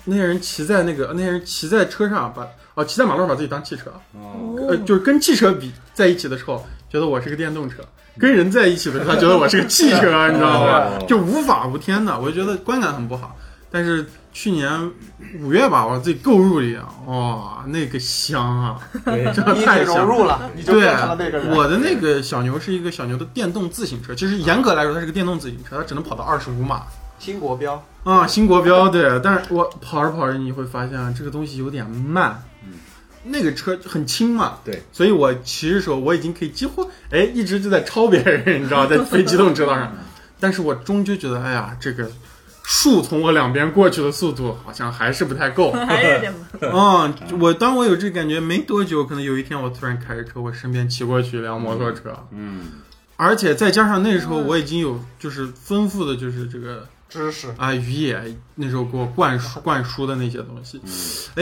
[SPEAKER 1] 那些人骑在那个那些人骑在车上把哦骑在马路上把自己当汽车，
[SPEAKER 2] 哦，
[SPEAKER 1] 呃，就是跟汽车比在一起的时候，觉得我是个电动车；跟人在一起的时候，他觉得我是个汽车，你知道吗？
[SPEAKER 2] 哦
[SPEAKER 1] 就无法无天的，我就觉得观感很不好。但是去年五月吧，我自己购入了一辆，哇、那个香啊！
[SPEAKER 2] 对，
[SPEAKER 4] 你已经融入了，你就
[SPEAKER 1] 对
[SPEAKER 4] 变成了那个，人。
[SPEAKER 1] 我的那个小牛是一个小牛的电动自行车，其实严格来说它是个电动自行车，它只能跑到二十五码。
[SPEAKER 4] 新国标，
[SPEAKER 1] 啊，新国标对，但是我跑着跑着你会发现这个东西有点慢，
[SPEAKER 2] 嗯
[SPEAKER 1] 那个车很轻嘛，
[SPEAKER 2] 对，
[SPEAKER 1] 所以我骑的时候我已经可以几乎哎一直就在超别人，你知 道，在非机动车道上，但是我终究觉得哎呀，这个树从我两边过去的速度好像还是不太 够
[SPEAKER 3] 还有点
[SPEAKER 1] 啊、我当我有这感觉没多久，可能有一天我突然开着车，我身边骑过去一辆摩托车，
[SPEAKER 2] 嗯，
[SPEAKER 1] 而且再加上那时候
[SPEAKER 3] 嗯
[SPEAKER 1] 我已经有就是丰富的就是这个。
[SPEAKER 4] 知识，
[SPEAKER 1] 啊，于野那时候给我灌输灌输的那些东西
[SPEAKER 2] 嗯，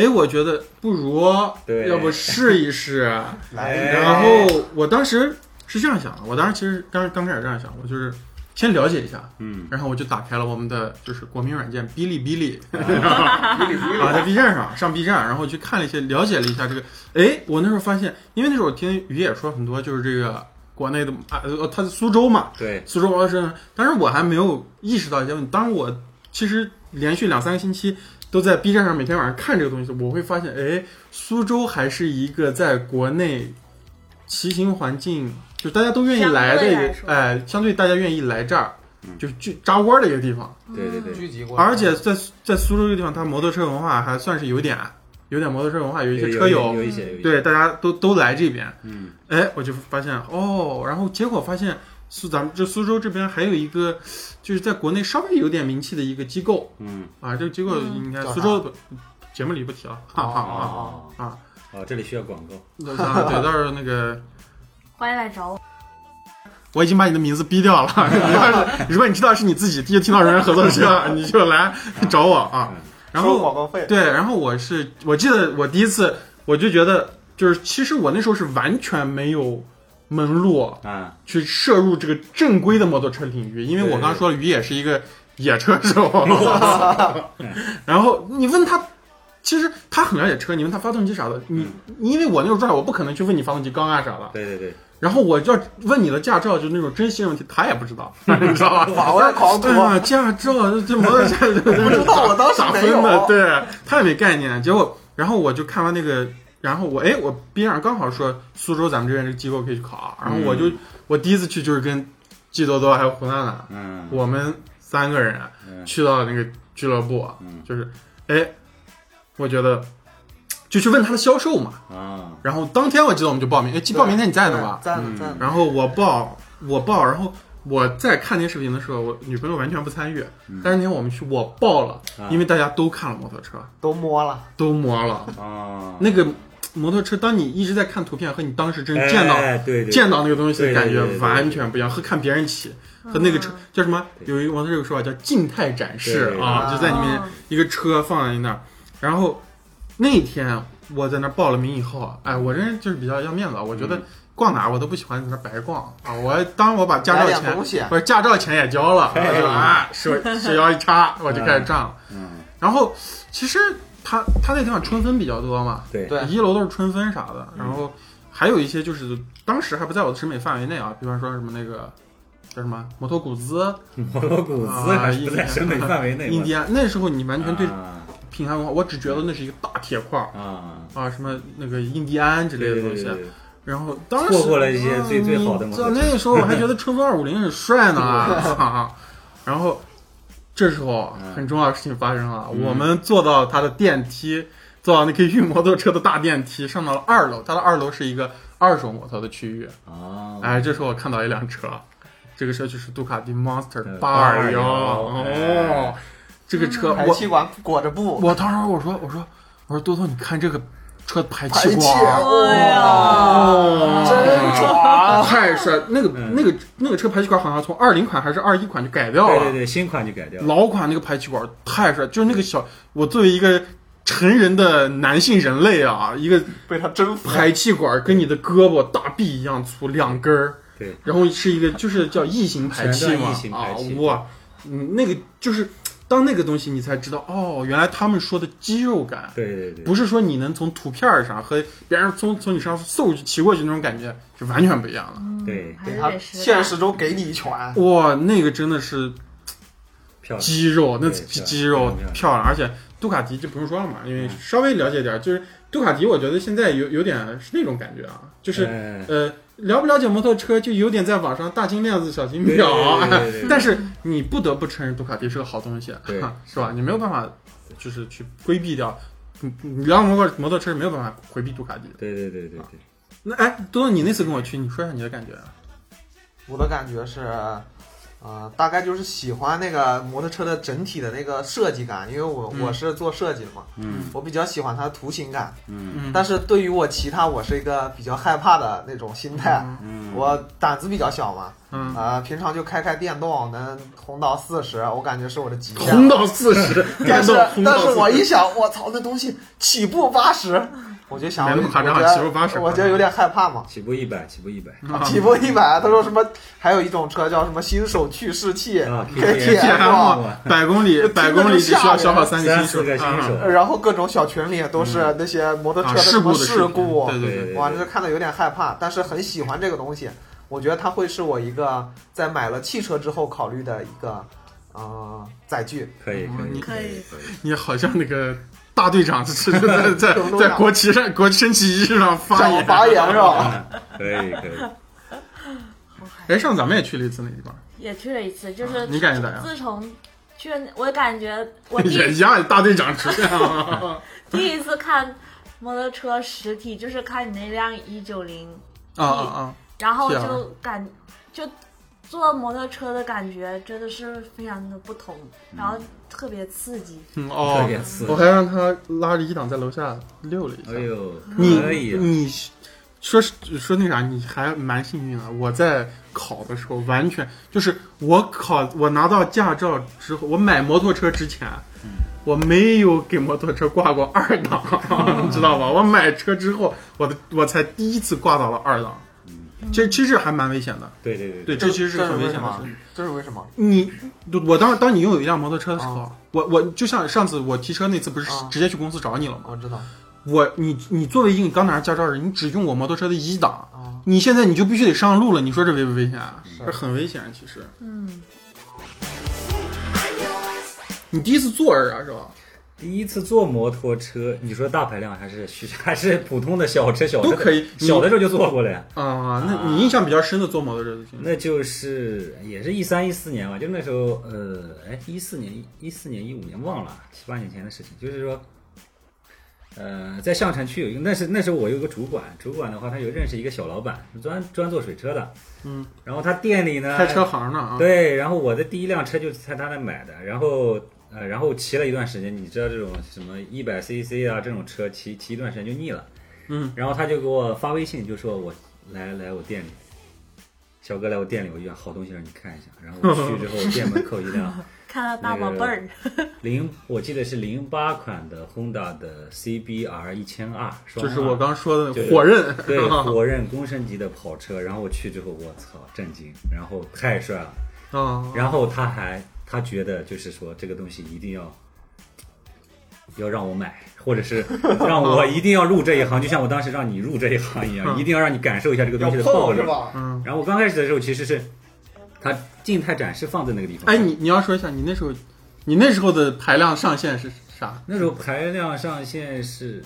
[SPEAKER 1] 哎，我觉得不如
[SPEAKER 2] 对
[SPEAKER 1] 要不试一试。啊
[SPEAKER 4] 来，
[SPEAKER 2] 哎
[SPEAKER 1] 然后我当时是这样想的，我当时其实刚刚开始这样想，我就是先了解一下，
[SPEAKER 2] 嗯，
[SPEAKER 1] 然后我就打开了我们的就是国民软件哔哩哔哩，
[SPEAKER 4] 哔哩哔
[SPEAKER 1] 啊，
[SPEAKER 4] 哩
[SPEAKER 1] 在 B 站上上 B 站，然后去看了一些，了解了一下这个。哎，我那时候发现，因为那时候我听于也说很多，就是这个国内的啊，呃，他是苏州嘛，
[SPEAKER 2] 对，
[SPEAKER 1] 苏州王是，但是我还没有意识到一些问题。当我其实连续两三个星期都在 B 站上每天晚上看这个东西的时候，我会发现，哎，苏州还是一个在国内骑行环境就大家都愿意来的一
[SPEAKER 3] 相对来
[SPEAKER 1] 个，
[SPEAKER 3] 说
[SPEAKER 1] 哎，相对大家愿意来这儿
[SPEAKER 2] 嗯，
[SPEAKER 1] 就就扎窝的一个地方。
[SPEAKER 2] 对对对
[SPEAKER 4] 聚集过来，
[SPEAKER 1] 而且在在苏州这个地方，它摩托车文化还算是有点有点摩托车文化，有一些
[SPEAKER 2] 有
[SPEAKER 1] 车
[SPEAKER 2] 有
[SPEAKER 1] 友，
[SPEAKER 2] 有一些有一些，
[SPEAKER 1] 对，大家都都来这边。
[SPEAKER 2] 嗯，
[SPEAKER 1] 哎，我就发现哦，然后结果发现苏咱们这苏州这边还有一个，就是在国内稍微有点名气的一个机构
[SPEAKER 2] 嗯，
[SPEAKER 1] 啊，这个机构
[SPEAKER 3] 嗯
[SPEAKER 1] 应该
[SPEAKER 4] 叫啥
[SPEAKER 1] 苏州的节目里不提了，哈哈啊
[SPEAKER 2] 哦
[SPEAKER 1] 啊，
[SPEAKER 2] 哦，这里需要广告，
[SPEAKER 1] 那那对，到时候那个
[SPEAKER 3] 欢迎来找我。
[SPEAKER 1] 我已经把你的名字逼掉了，你要是如果你知道是你自己第一听到人人合作社，你就来找我啊
[SPEAKER 2] 嗯，
[SPEAKER 1] 然
[SPEAKER 4] 收
[SPEAKER 1] 后
[SPEAKER 4] 广告费，
[SPEAKER 1] 对，然后我是我记得我第一次我就觉得，就是其实我那时候是完全没有门路
[SPEAKER 2] 啊，
[SPEAKER 1] 去摄入这个正规的摩托车领域，因为我刚刚说了，于也是一个野车手。 然后你问他，其实他很了解车，你问他发动机啥的，你、你因为我那种状态，我不可能去问你发动机缸啊啥的。
[SPEAKER 2] 对对对，
[SPEAKER 1] 然后我要问你的驾照，就那种真心问题，他也不知道，你知道吧？
[SPEAKER 4] 哇，我要狂吐
[SPEAKER 1] 对，啊，驾照这这摩托车不
[SPEAKER 4] 知道我当时
[SPEAKER 1] 咋
[SPEAKER 4] 没
[SPEAKER 1] 分
[SPEAKER 4] 有啊
[SPEAKER 1] 的，对，太没概念。结果，然后我就看完那个，然后我哎，我边上刚好说苏州咱们这边这个机构可以去考，啊然后我就、我第一次去就是跟季多多还有胡娜娜，
[SPEAKER 2] 嗯，
[SPEAKER 1] 我们三个人啊
[SPEAKER 2] 嗯
[SPEAKER 1] 去到那个俱乐部，啊
[SPEAKER 2] 嗯
[SPEAKER 1] 就是哎，我觉得就去问他的销售嘛。
[SPEAKER 2] 啊，
[SPEAKER 1] 然后当天我记得我们就报名，哎，记报名那天你在呢吧？
[SPEAKER 4] 在呢
[SPEAKER 2] 嗯
[SPEAKER 4] 在呢，
[SPEAKER 1] 然后我报，我报，然后我在看那些视频的时候，我女朋友完全不参与。但是那天我们去，我报了，
[SPEAKER 2] 嗯啊
[SPEAKER 1] 因为大家都看了摩托车，
[SPEAKER 4] 都摸了，
[SPEAKER 1] 都摸了
[SPEAKER 2] 啊，
[SPEAKER 1] 那个摩托车。当你一直在看图片和你当时真见到、
[SPEAKER 2] 哎对对对
[SPEAKER 1] 见到那个东西的感
[SPEAKER 2] 对
[SPEAKER 1] 觉
[SPEAKER 2] 对对对
[SPEAKER 1] 完全不一样，和看别人骑。和那个
[SPEAKER 4] 嗯
[SPEAKER 1] 车叫什么？有一个摩托车有个说法叫静态展示
[SPEAKER 2] 对
[SPEAKER 1] 啊，
[SPEAKER 4] 啊
[SPEAKER 1] 就在你面前一个车放在那儿，然后那天我在那儿报了名以后，哎，我这人就是比较要面子，啊我觉得
[SPEAKER 2] 嗯
[SPEAKER 1] 逛哪儿我都不喜欢在那儿白逛啊。我当我把驾
[SPEAKER 4] 买
[SPEAKER 1] 照
[SPEAKER 4] 点
[SPEAKER 1] 钱
[SPEAKER 4] 东西，啊
[SPEAKER 1] 不是驾照钱也交了，我
[SPEAKER 2] 哎
[SPEAKER 1] 就啊手手摇一插，我就开始站了。
[SPEAKER 2] 嗯，
[SPEAKER 1] 然后其实他他那地方春分比较多嘛，
[SPEAKER 2] 对
[SPEAKER 4] 对
[SPEAKER 1] 一楼都是春分啥的，然后还有一些就是当时还不在我的审美范围内啊，比方说什么那个叫什么摩托古兹、
[SPEAKER 2] 摩洛骨子还是不在审美范围内，
[SPEAKER 1] 啊印第安，那时候你
[SPEAKER 2] 我
[SPEAKER 1] 完全对
[SPEAKER 2] 啊
[SPEAKER 1] 品牌文化，我只觉得那是一个大铁块儿
[SPEAKER 2] 啊
[SPEAKER 1] 啊，什么那个印第安之类的东西。
[SPEAKER 2] 对对对对
[SPEAKER 1] 然后当时
[SPEAKER 2] 错过了一些最最好的摩
[SPEAKER 1] 在
[SPEAKER 2] 托车，
[SPEAKER 1] 那时候我还觉得春风二五零是帅呢， 啊然后这时候
[SPEAKER 2] 嗯
[SPEAKER 1] 很重要的事情发生了，
[SPEAKER 2] 嗯
[SPEAKER 1] 我们坐到他的电梯，坐到那个运摩托车的大电梯，上到了二楼，他的二楼是一个二手摩托的区域。
[SPEAKER 2] 啊，
[SPEAKER 1] 哎，这时候我看到一辆车，这个车就是杜卡迪 Monster
[SPEAKER 2] 嗯
[SPEAKER 1] 八二
[SPEAKER 2] 820
[SPEAKER 1] 幺哦，这个车
[SPEAKER 2] 嗯
[SPEAKER 4] 排
[SPEAKER 1] 我
[SPEAKER 4] 气管裹着布，
[SPEAKER 1] 我当时我说我说我说多多，你看这个车排
[SPEAKER 4] 排
[SPEAKER 1] 气
[SPEAKER 4] 气，
[SPEAKER 1] 管儿。
[SPEAKER 4] 哇，真爽，
[SPEAKER 1] 太帅！那个、
[SPEAKER 2] 嗯
[SPEAKER 1] 那个那个车排气管好像从二零款还是二一款就改掉了，
[SPEAKER 2] 对对对，新款就改掉了，
[SPEAKER 1] 老款那个排气管太帅，就是那个小，我作为一个成人的男性人类啊，一个
[SPEAKER 4] 被他征服，
[SPEAKER 1] 排气管跟你的胳膊大臂一样粗，两根儿，
[SPEAKER 2] 对，
[SPEAKER 1] 然后是一个就是叫异形排气
[SPEAKER 2] 全
[SPEAKER 1] 嘛
[SPEAKER 2] 段异，形
[SPEAKER 1] 啊
[SPEAKER 2] 排气
[SPEAKER 1] 哇，嗯，那个就是当那个东西你才知道哦，原来他们说的肌肉感，
[SPEAKER 2] 对对对，
[SPEAKER 1] 不是说你能从图片儿上和别人从从你身上嗖就骑过去那种感觉是完全不一样的。
[SPEAKER 2] 对，
[SPEAKER 3] 还
[SPEAKER 4] 给
[SPEAKER 3] 是
[SPEAKER 4] 他
[SPEAKER 3] 得实干
[SPEAKER 4] 现实中给你一拳，
[SPEAKER 1] 哇，那个真的是
[SPEAKER 2] 漂亮，
[SPEAKER 1] 肌肉，那
[SPEAKER 2] 对
[SPEAKER 1] 肌
[SPEAKER 2] 对嗯
[SPEAKER 1] 肌肉
[SPEAKER 2] 漂亮
[SPEAKER 1] 漂亮，而且杜卡迪就不用说了嘛，因为稍微了解点儿，就是杜卡迪，我觉得现在有有点是那种感觉啊，就是
[SPEAKER 2] 哎
[SPEAKER 1] 呃，了不了解摩托车，就有点在网上大金链子小金
[SPEAKER 2] 对
[SPEAKER 1] 表，啊
[SPEAKER 2] 对对对对
[SPEAKER 1] 但是你不得不承认杜卡迪是个好东西，啊
[SPEAKER 2] 对
[SPEAKER 1] 是吧？你没有办法就是去规避掉，你你聊摩托摩托车是没有办法回避杜卡迪的。
[SPEAKER 2] 对对对对对，
[SPEAKER 1] 那哎，多多，你那次跟我去，你说一下你的感觉啊。
[SPEAKER 4] 我的感觉是，呃，大概就是喜欢那个摩托车的整体的那个设计感，因为我、
[SPEAKER 1] 嗯
[SPEAKER 4] 我是做设计的嘛，
[SPEAKER 2] 嗯
[SPEAKER 4] 我比较喜欢它的图形感。
[SPEAKER 2] 嗯
[SPEAKER 1] 嗯，
[SPEAKER 4] 但是对于我骑它，我是一个比较害怕的那种心态，
[SPEAKER 2] 嗯，
[SPEAKER 4] 我胆子比较小嘛，
[SPEAKER 1] 嗯，
[SPEAKER 4] 呃，平常就开开电动，能红到四十，我感觉是我的极限。
[SPEAKER 1] 红到四十，
[SPEAKER 4] 但
[SPEAKER 1] 感
[SPEAKER 4] 是
[SPEAKER 1] 动红到
[SPEAKER 4] 但
[SPEAKER 1] 40
[SPEAKER 4] 是我一想，我操，那东西起步八十，我就想，
[SPEAKER 1] 没
[SPEAKER 4] 我
[SPEAKER 1] 那么夸张
[SPEAKER 4] 觉得
[SPEAKER 1] 起步80
[SPEAKER 4] 我觉得有点害怕嘛。
[SPEAKER 2] 起步一百，起步一百
[SPEAKER 1] 啊
[SPEAKER 4] 起步一百，他说什么？还有一种车叫什么新手去世器，
[SPEAKER 2] 啊
[SPEAKER 4] 给
[SPEAKER 2] TM
[SPEAKER 4] 舔过，
[SPEAKER 1] TM 百公里，百公里只需要消耗三个
[SPEAKER 2] 三
[SPEAKER 1] 新
[SPEAKER 2] 四
[SPEAKER 1] 手，
[SPEAKER 2] 个新手
[SPEAKER 1] 嗯，
[SPEAKER 4] 然后各种小群里都是那些摩托车
[SPEAKER 1] 啊，
[SPEAKER 4] 的什
[SPEAKER 1] 故
[SPEAKER 4] 么
[SPEAKER 1] 的
[SPEAKER 4] 事故，
[SPEAKER 1] 对对对，
[SPEAKER 2] 对
[SPEAKER 4] 哇，这看的有点害怕，但是很喜欢这个东西。我觉得它会是我一个在买了汽车之后考虑的一个呃载具。
[SPEAKER 2] 可以可以
[SPEAKER 1] 嗯
[SPEAKER 3] 可以
[SPEAKER 2] 可以，
[SPEAKER 1] 你好像那个大队长 是是在在
[SPEAKER 4] 总队
[SPEAKER 1] 在
[SPEAKER 4] 长
[SPEAKER 1] 国旗上国升旗仪式上发
[SPEAKER 4] 找
[SPEAKER 1] 言
[SPEAKER 4] 发言是吧？
[SPEAKER 2] 可以可以，
[SPEAKER 1] 哦
[SPEAKER 3] 好嗨
[SPEAKER 1] 哎，上次咱们也去了一次那地方，
[SPEAKER 3] 也去了一次，就是
[SPEAKER 1] 你感觉咋样
[SPEAKER 3] 自从去了那，我感觉我 第
[SPEAKER 1] 哎也一样，大队长出现了
[SPEAKER 3] 第一次看摩托车实体，就是看你那辆一九零，
[SPEAKER 1] 啊啊啊！
[SPEAKER 3] 然后
[SPEAKER 1] 是啊
[SPEAKER 3] 就感就坐摩托车的感觉真的是非常的不同，然后特别刺激。
[SPEAKER 1] 嗯
[SPEAKER 2] 特
[SPEAKER 1] 哦
[SPEAKER 2] 别，刺
[SPEAKER 1] 我还让他拉着一档在楼下溜了一下
[SPEAKER 2] 哎。呦，
[SPEAKER 1] 你
[SPEAKER 2] 可以啊，
[SPEAKER 1] 你说是说那啥，你还蛮幸运的。啊我在考的时候，完全就是我考我拿到驾照之后，我买摩托车之前，我没有给摩托车挂过二 档，你知道吧？我买车之后，我的我才第一次挂到了二档。这其实还蛮危险的，
[SPEAKER 2] 对对对
[SPEAKER 1] 嗯对，
[SPEAKER 4] 这
[SPEAKER 1] 这其实是
[SPEAKER 4] 这是
[SPEAKER 1] 很危
[SPEAKER 4] 为
[SPEAKER 1] 险
[SPEAKER 4] 什
[SPEAKER 1] 的
[SPEAKER 4] 么
[SPEAKER 1] 事。？
[SPEAKER 4] 这是为什么？
[SPEAKER 1] 你我当当你拥有一辆摩托车的时候，
[SPEAKER 4] 啊
[SPEAKER 1] 我我就像上次我提车那次，不是
[SPEAKER 4] 啊
[SPEAKER 1] 直接去公司找你了吗？
[SPEAKER 4] 我知道
[SPEAKER 1] 我你你作为一个刚拿着驾照的人，你只用我摩托车的一档，
[SPEAKER 4] 啊，
[SPEAKER 1] 你现在你就必须得上路了，你说这危不危险啊？
[SPEAKER 4] 是
[SPEAKER 1] 这很危险，其实。
[SPEAKER 3] 嗯，
[SPEAKER 1] 你第一次坐着啊，是吧？
[SPEAKER 2] 第一次坐摩托车，你说大排量还是虚还是普通的小车小车
[SPEAKER 1] 都可以你
[SPEAKER 2] 小的时候就坐过了呀。
[SPEAKER 1] 啊，那你印象比较深的坐摩托车的经历？
[SPEAKER 2] 那就是也是一三一四年吧，就那时候，呃，哎，一四年、一四年、一五年忘了，啊七八年前的事情。就是说，呃，在相城区有一个，那是那时候我有个主管，主管的话他有认识一个小老板，专专做水车的，
[SPEAKER 1] 嗯，
[SPEAKER 2] 然后他店里呢
[SPEAKER 1] 开车行呢啊，
[SPEAKER 2] 对，然后我的第一辆车就是在他那买的，然后呃，然后骑了一段时间，你知道这种什么一百 CC 啊这种车骑骑一段时间就腻了，
[SPEAKER 1] 嗯，
[SPEAKER 2] 然后他就给我发微信，就说我来来我店里，小哥来我店里，我一辆好东西让你看一下，然后我去之 后店门口一辆
[SPEAKER 3] 看到大
[SPEAKER 2] 那
[SPEAKER 3] 宝
[SPEAKER 2] 个
[SPEAKER 3] 贝儿，
[SPEAKER 2] 零，我记得是零八款的 Honda 的 CBR 一千二，
[SPEAKER 1] 就是我刚说的
[SPEAKER 2] 对
[SPEAKER 1] 火刃，
[SPEAKER 2] 对
[SPEAKER 1] 啊
[SPEAKER 2] 火刃工升级的跑车，然后我去之后我操震惊，然后太帅了。
[SPEAKER 1] 啊，
[SPEAKER 2] 然后他还他觉得就是说这个东西一定要要让我买，或者是 让我一定要入这一行，就像我当时让你入这一行一样，
[SPEAKER 1] 嗯
[SPEAKER 2] 一定要让你感受一下这个
[SPEAKER 4] 要
[SPEAKER 2] 东西的暴
[SPEAKER 4] 碰
[SPEAKER 2] 力
[SPEAKER 4] 是。吧？
[SPEAKER 1] 嗯，
[SPEAKER 2] 然后我刚开始的时候其实是他静态展示放在那个地方，
[SPEAKER 1] 哎，你你要说一下，你那时候，你那时候的排量上限是啥？
[SPEAKER 2] 那时候排量上限是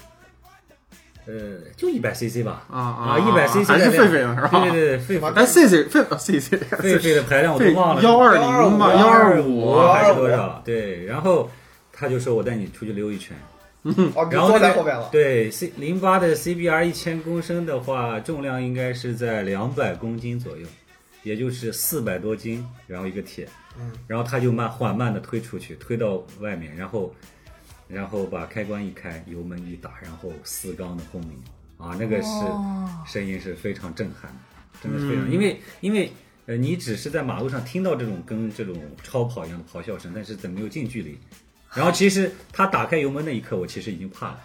[SPEAKER 2] 呃就一百 CC 吧。
[SPEAKER 1] 啊啊
[SPEAKER 2] 啊，一百 CC
[SPEAKER 1] 还是
[SPEAKER 2] 的
[SPEAKER 1] 狒狒呢，
[SPEAKER 2] 量
[SPEAKER 1] 是吧？
[SPEAKER 2] 对对对，狒狒
[SPEAKER 1] 哎，C C 狒狒 C C
[SPEAKER 2] 狒狒的排量我都忘了，
[SPEAKER 1] 幺二零吧，幺二五，啊
[SPEAKER 2] 还是多少？对，然后他就说我带你出去溜一圈，
[SPEAKER 4] 哦，你
[SPEAKER 2] 然后那
[SPEAKER 4] 坐在
[SPEAKER 2] 个
[SPEAKER 4] 后边了。
[SPEAKER 2] 对，C 零八的 CBR 一千公升的话，重量应该是在两百公斤左右，也就是四百多斤，然后一个铁，
[SPEAKER 4] 嗯，
[SPEAKER 2] 然后它就慢缓慢的推出去，推到外面，然后，然后把开关一开，油门一打，然后四缸的轰鸣啊，那个是、
[SPEAKER 3] 哦
[SPEAKER 2] 声音是非常震撼的，真的是非
[SPEAKER 4] 嗯
[SPEAKER 2] 常，因为因为。呃，你只是在马路上听到这种跟这种超跑一样的咆哮声，但是怎么没有近距离？然后其实他打开油门那一刻，我其实已经怕了。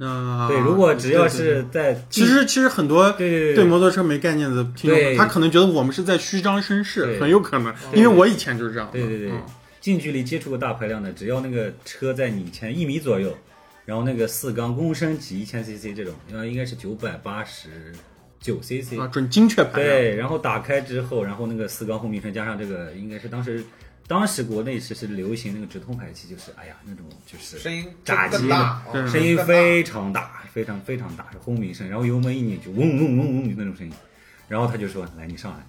[SPEAKER 1] 嗯，
[SPEAKER 2] 对，如果只
[SPEAKER 1] 对
[SPEAKER 2] 要
[SPEAKER 1] 对对
[SPEAKER 2] 是在
[SPEAKER 1] 其实其实很多
[SPEAKER 2] 嗯对对
[SPEAKER 1] 对摩托车没概念的听众，
[SPEAKER 2] 对
[SPEAKER 1] 他可能觉得我们是在虚张声势，
[SPEAKER 2] 对
[SPEAKER 1] 很有可能，因为我以前就是这样的。
[SPEAKER 2] 对对对
[SPEAKER 1] 嗯
[SPEAKER 2] 近距离接触过大排量的，只要那个车在你前一米左右，然后那个四缸公升级一千 CC 这种，呃，应该是九百八十九 CC，
[SPEAKER 1] 啊，准精确排量。
[SPEAKER 2] 对，然后打开之后，然后那个四缸后鸣圈加上这个，应该是当时当时国内是是流行那个直通排气，就是哎呀那种就是
[SPEAKER 4] 声音
[SPEAKER 2] 炸
[SPEAKER 4] 更
[SPEAKER 2] 机
[SPEAKER 4] 大，
[SPEAKER 1] 对
[SPEAKER 4] 哦
[SPEAKER 2] 声音
[SPEAKER 4] 更大
[SPEAKER 2] 非常大，非常非常大，是轰鸣声，然后油门一拧就嗡嗡嗡嗡那种声音，然后他就说来你上来，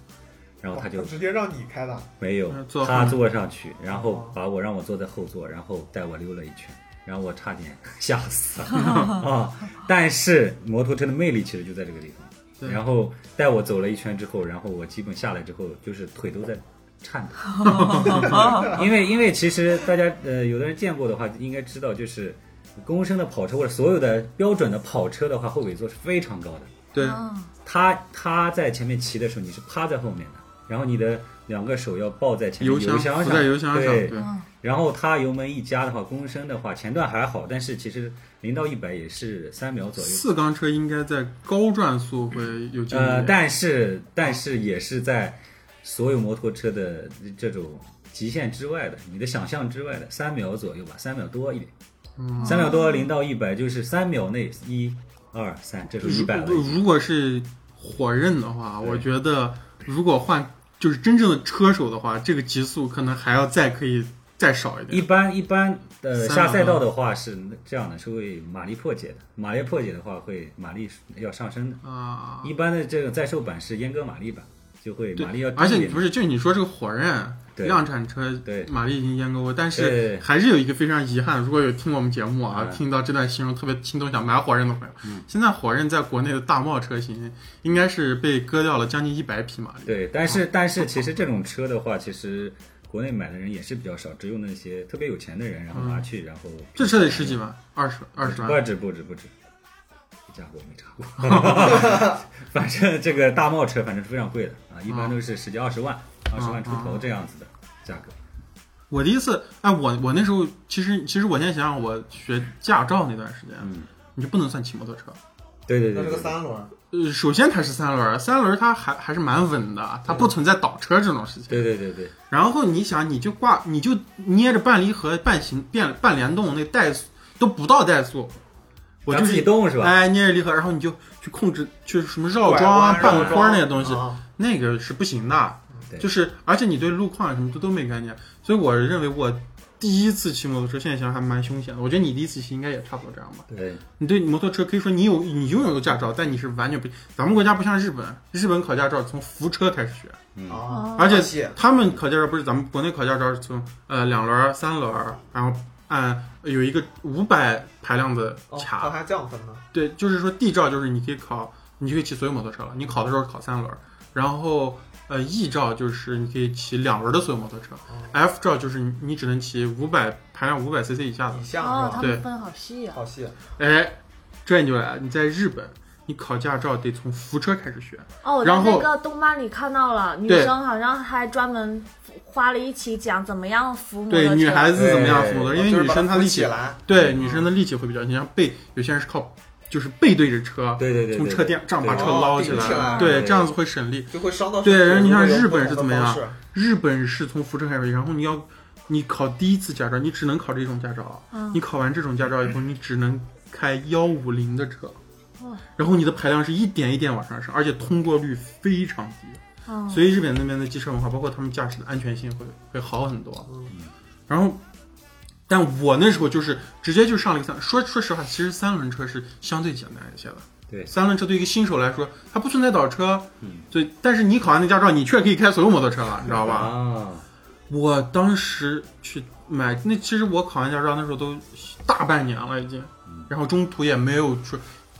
[SPEAKER 2] 然后他就
[SPEAKER 4] 哦直接让你开了，
[SPEAKER 2] 没有
[SPEAKER 1] 嗯坐，后
[SPEAKER 2] 他
[SPEAKER 1] 面哦
[SPEAKER 2] 坐上去，然后把我让我坐在后座，然后带我溜了一圈，然后我差点 吓死了 啊！但是摩托车的魅力其实就在这个地方。
[SPEAKER 1] 对
[SPEAKER 2] 然后带我走了一圈之后，然后我基本下来之后，就是腿都在颤抖，
[SPEAKER 1] 哦
[SPEAKER 2] 因为因为其实大家呃有的人见过的话，应该知道就是。公升的跑车或者所有的标准的跑车的话，后尾座是非常高的，
[SPEAKER 1] 对
[SPEAKER 3] 嗯
[SPEAKER 2] 他他在前面骑的时候，你是趴在后面的，然后你的两个手要抱在前面
[SPEAKER 1] 油箱
[SPEAKER 2] 箱
[SPEAKER 1] 浮在油
[SPEAKER 2] 上，
[SPEAKER 1] 箱上，
[SPEAKER 2] 对
[SPEAKER 1] 对，
[SPEAKER 3] 嗯
[SPEAKER 2] 然后它油门一加的话，公升的话，前段还好，但是其实零到一百也是三秒左右。
[SPEAKER 1] 四缸车应该在高转速会有竞争
[SPEAKER 2] 呃，
[SPEAKER 1] 力。
[SPEAKER 2] 但是但是也是在所有摩托车的这种极限之外的，你的想象之外的，三秒左右吧，三秒多一点，
[SPEAKER 1] 嗯
[SPEAKER 2] 三秒多零到一百就是三秒内一二三，这是一百了
[SPEAKER 1] 如
[SPEAKER 2] 已经。
[SPEAKER 1] 如果是火刃的话，
[SPEAKER 2] 对
[SPEAKER 1] 我觉得如果换就是真正的车手的话，这个极速可能还要再可以再少一
[SPEAKER 2] 一
[SPEAKER 1] 点。
[SPEAKER 2] 般一般呃
[SPEAKER 1] 三秒
[SPEAKER 2] 下赛道的话是这样的，是会马力破解的，马力破解的话会马力要上升的。
[SPEAKER 1] 啊，
[SPEAKER 2] 一般的这种在售版是阉割马力版，就会
[SPEAKER 1] 对
[SPEAKER 2] 马力要低
[SPEAKER 1] 而且
[SPEAKER 2] 一
[SPEAKER 1] 你
[SPEAKER 2] 点
[SPEAKER 1] 不是，就你说这个火刃
[SPEAKER 2] 对
[SPEAKER 1] 量产车
[SPEAKER 2] 对
[SPEAKER 1] 马力已经阉割过，但
[SPEAKER 2] 对
[SPEAKER 1] 是还是有一个非常遗憾，如果有听我们节目啊，
[SPEAKER 2] 嗯
[SPEAKER 1] 听到这段形容特别心动想买火刃的朋友，现在火刃在国内的大贸车型应该是被割掉了将近一百匹马力。
[SPEAKER 2] 对，但是但是其实这种车的话，其实国内买的人也是比较少，只有那些特别有钱的人，然后拿去，然后
[SPEAKER 1] 这车得十几万，二十二十万，
[SPEAKER 2] 不止不止不止，没查过没查过， 反正这个大贸车反正是非常贵的啊，一般都是十几二十万，二十万出
[SPEAKER 1] 哦
[SPEAKER 2] 头这样子的价格。
[SPEAKER 1] 我第一次，哎，我我那时候其实其实我现在想想，我学驾照那段时间，
[SPEAKER 2] 嗯，
[SPEAKER 1] 你就不能算骑摩托车。
[SPEAKER 2] 对对
[SPEAKER 4] 那
[SPEAKER 2] 对
[SPEAKER 4] 是
[SPEAKER 2] 对对，
[SPEAKER 4] 个三轮，
[SPEAKER 1] 呃，首先它是三轮儿，三轮儿它还还是蛮稳的，它不
[SPEAKER 2] 嗯
[SPEAKER 1] 存在倒车这种事情。
[SPEAKER 2] 对对对对，
[SPEAKER 1] 然后你想，你就挂，你就捏着半离合、半行、变半联动，那怠速都不到怠速，我
[SPEAKER 2] 咱
[SPEAKER 1] 就
[SPEAKER 2] 自己
[SPEAKER 1] 是
[SPEAKER 2] 动是吧？
[SPEAKER 1] 哎捏着离合，然后你就去控制，去什么绕
[SPEAKER 4] 拐
[SPEAKER 1] 桩啊、
[SPEAKER 4] 弯绕
[SPEAKER 1] 半坡儿那些东西，
[SPEAKER 4] 啊
[SPEAKER 1] 那个是不行的
[SPEAKER 2] 对，
[SPEAKER 1] 就是而且你对路况什么的都没概念，所以我认为我第一次骑摩托车，现在想还蛮凶险的。我觉得你第一次骑应该也差不多这样吧。
[SPEAKER 2] 对，
[SPEAKER 1] 你对摩托车可以说你有你拥有的驾照，但你是完全不，咱们国家不像日本，日本考驾照从扶车开始学，
[SPEAKER 2] 嗯，
[SPEAKER 4] 啊，
[SPEAKER 3] 哦
[SPEAKER 1] 而且
[SPEAKER 4] 且
[SPEAKER 1] 他们考驾照不是咱们国内考驾照是从呃两轮儿、三轮儿，然后按有一个五百排量的
[SPEAKER 4] 哦，
[SPEAKER 1] 卡，
[SPEAKER 4] 它还这样分呢，
[SPEAKER 1] 对，就是说地照就是你可以考，你就可以骑所有摩托车了。你考的时候考三轮儿，然后呃 E 照就是你可以骑两轮儿的所有摩托车、
[SPEAKER 4] 哦
[SPEAKER 1] f 照就是你你只能骑五百排量五百 CC 以下的
[SPEAKER 4] 以。下
[SPEAKER 3] 哦，
[SPEAKER 4] 是吧
[SPEAKER 3] 他
[SPEAKER 1] 对
[SPEAKER 3] 们分好细啊。
[SPEAKER 4] 好细，
[SPEAKER 1] 哎，这你就来了，你在日本。你考驾照得从扶车开始学，
[SPEAKER 3] 哦，我在
[SPEAKER 1] 然后
[SPEAKER 3] 那个动漫里看到了，女
[SPEAKER 1] 对
[SPEAKER 3] 生好像还专门花了一期讲怎么样扶摩托
[SPEAKER 1] 对
[SPEAKER 3] 车。
[SPEAKER 1] 女孩子怎么样扶摩托车，因
[SPEAKER 4] 就
[SPEAKER 1] 为
[SPEAKER 4] 是
[SPEAKER 1] 女
[SPEAKER 4] 把
[SPEAKER 1] 生她
[SPEAKER 4] 它扶
[SPEAKER 1] 力
[SPEAKER 4] 起
[SPEAKER 1] 气，
[SPEAKER 4] 来，
[SPEAKER 1] 对女生的力气会比较，你像背，有些人是靠就是背对着车，
[SPEAKER 2] 对对对对
[SPEAKER 1] 从车垫这样把
[SPEAKER 2] 对
[SPEAKER 1] 车
[SPEAKER 4] 哦
[SPEAKER 1] 捞
[SPEAKER 4] 顶起
[SPEAKER 1] 来，
[SPEAKER 4] 来
[SPEAKER 1] 对，
[SPEAKER 2] 对
[SPEAKER 1] 这样子会省力。
[SPEAKER 4] 就会伤到
[SPEAKER 1] 对
[SPEAKER 4] 手
[SPEAKER 1] 人你像
[SPEAKER 4] 如果有
[SPEAKER 1] 日本是
[SPEAKER 4] 不
[SPEAKER 1] 怎
[SPEAKER 4] 同
[SPEAKER 1] 么
[SPEAKER 4] 的
[SPEAKER 1] 样
[SPEAKER 4] 方式
[SPEAKER 1] 日本是从扶车开始，然后你要你考第一次驾照，你只能考这种驾照。
[SPEAKER 3] 嗯
[SPEAKER 1] 你考完这种驾照以后，你只能开幺五零的车
[SPEAKER 3] 哇，
[SPEAKER 1] 然后你的排量是一点一点往上升，而且通过率非常低。
[SPEAKER 3] 嗯，
[SPEAKER 1] 所以日本那边的机车文化，包括他们驾驶的安全性会会好很多
[SPEAKER 4] 嗯。
[SPEAKER 1] 然后，但我那时候就是直接就上了一个三，说说实话，其实三轮车是相对简单一些的。
[SPEAKER 2] 对
[SPEAKER 1] 三轮车对一个新手来说，它不存在倒车，
[SPEAKER 2] 嗯，
[SPEAKER 1] 对。但是你考完那驾照，你却可以开所有摩托车了，你知道吧？
[SPEAKER 2] 啊，
[SPEAKER 1] 我当时去买，那其实我考完驾照那时候都大半年了已经
[SPEAKER 2] 嗯，
[SPEAKER 1] 然后中途也没有去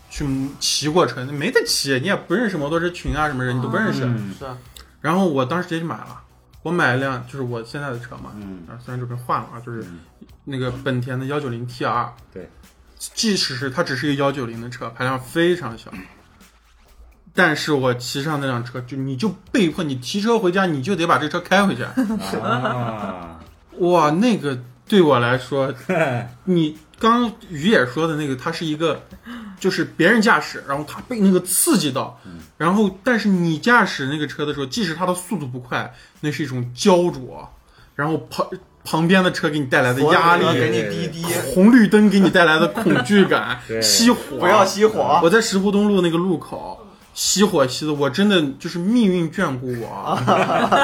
[SPEAKER 1] 去骑过车，没得骑，你也不认识摩托车群啊什么人，你都不认识。
[SPEAKER 2] 嗯
[SPEAKER 4] 是啊，
[SPEAKER 1] 然后我当时直接就买了，我买了辆就是我现在的车嘛，
[SPEAKER 2] 嗯，
[SPEAKER 1] 啊虽然准备换了啊，就是
[SPEAKER 2] 嗯
[SPEAKER 1] 那个本田的幺九零 T R，
[SPEAKER 2] 对，
[SPEAKER 1] 即使是它只是一个幺九零的车，排量非常小，但是我骑上那辆车，就你就被迫你提车回家，你就得把这车开 回去。
[SPEAKER 2] 啊，
[SPEAKER 1] 哇，那个对我来说，你刚于也说的那个，它是一个，就是别人驾驶，然后他被那个刺激到，然后但是你驾驶那个车的时候，即使它的速度不快，那是一种焦灼，然后旁旁边的车给你带来的压
[SPEAKER 4] 所有
[SPEAKER 1] 力，
[SPEAKER 4] 人给你滴滴，
[SPEAKER 1] 红绿灯给你带来的恐惧 感
[SPEAKER 2] 对，
[SPEAKER 1] 熄火，
[SPEAKER 4] 不要熄火，
[SPEAKER 1] 我在石湖东路那个路口熄火熄的，我真的就是命运眷顾 我。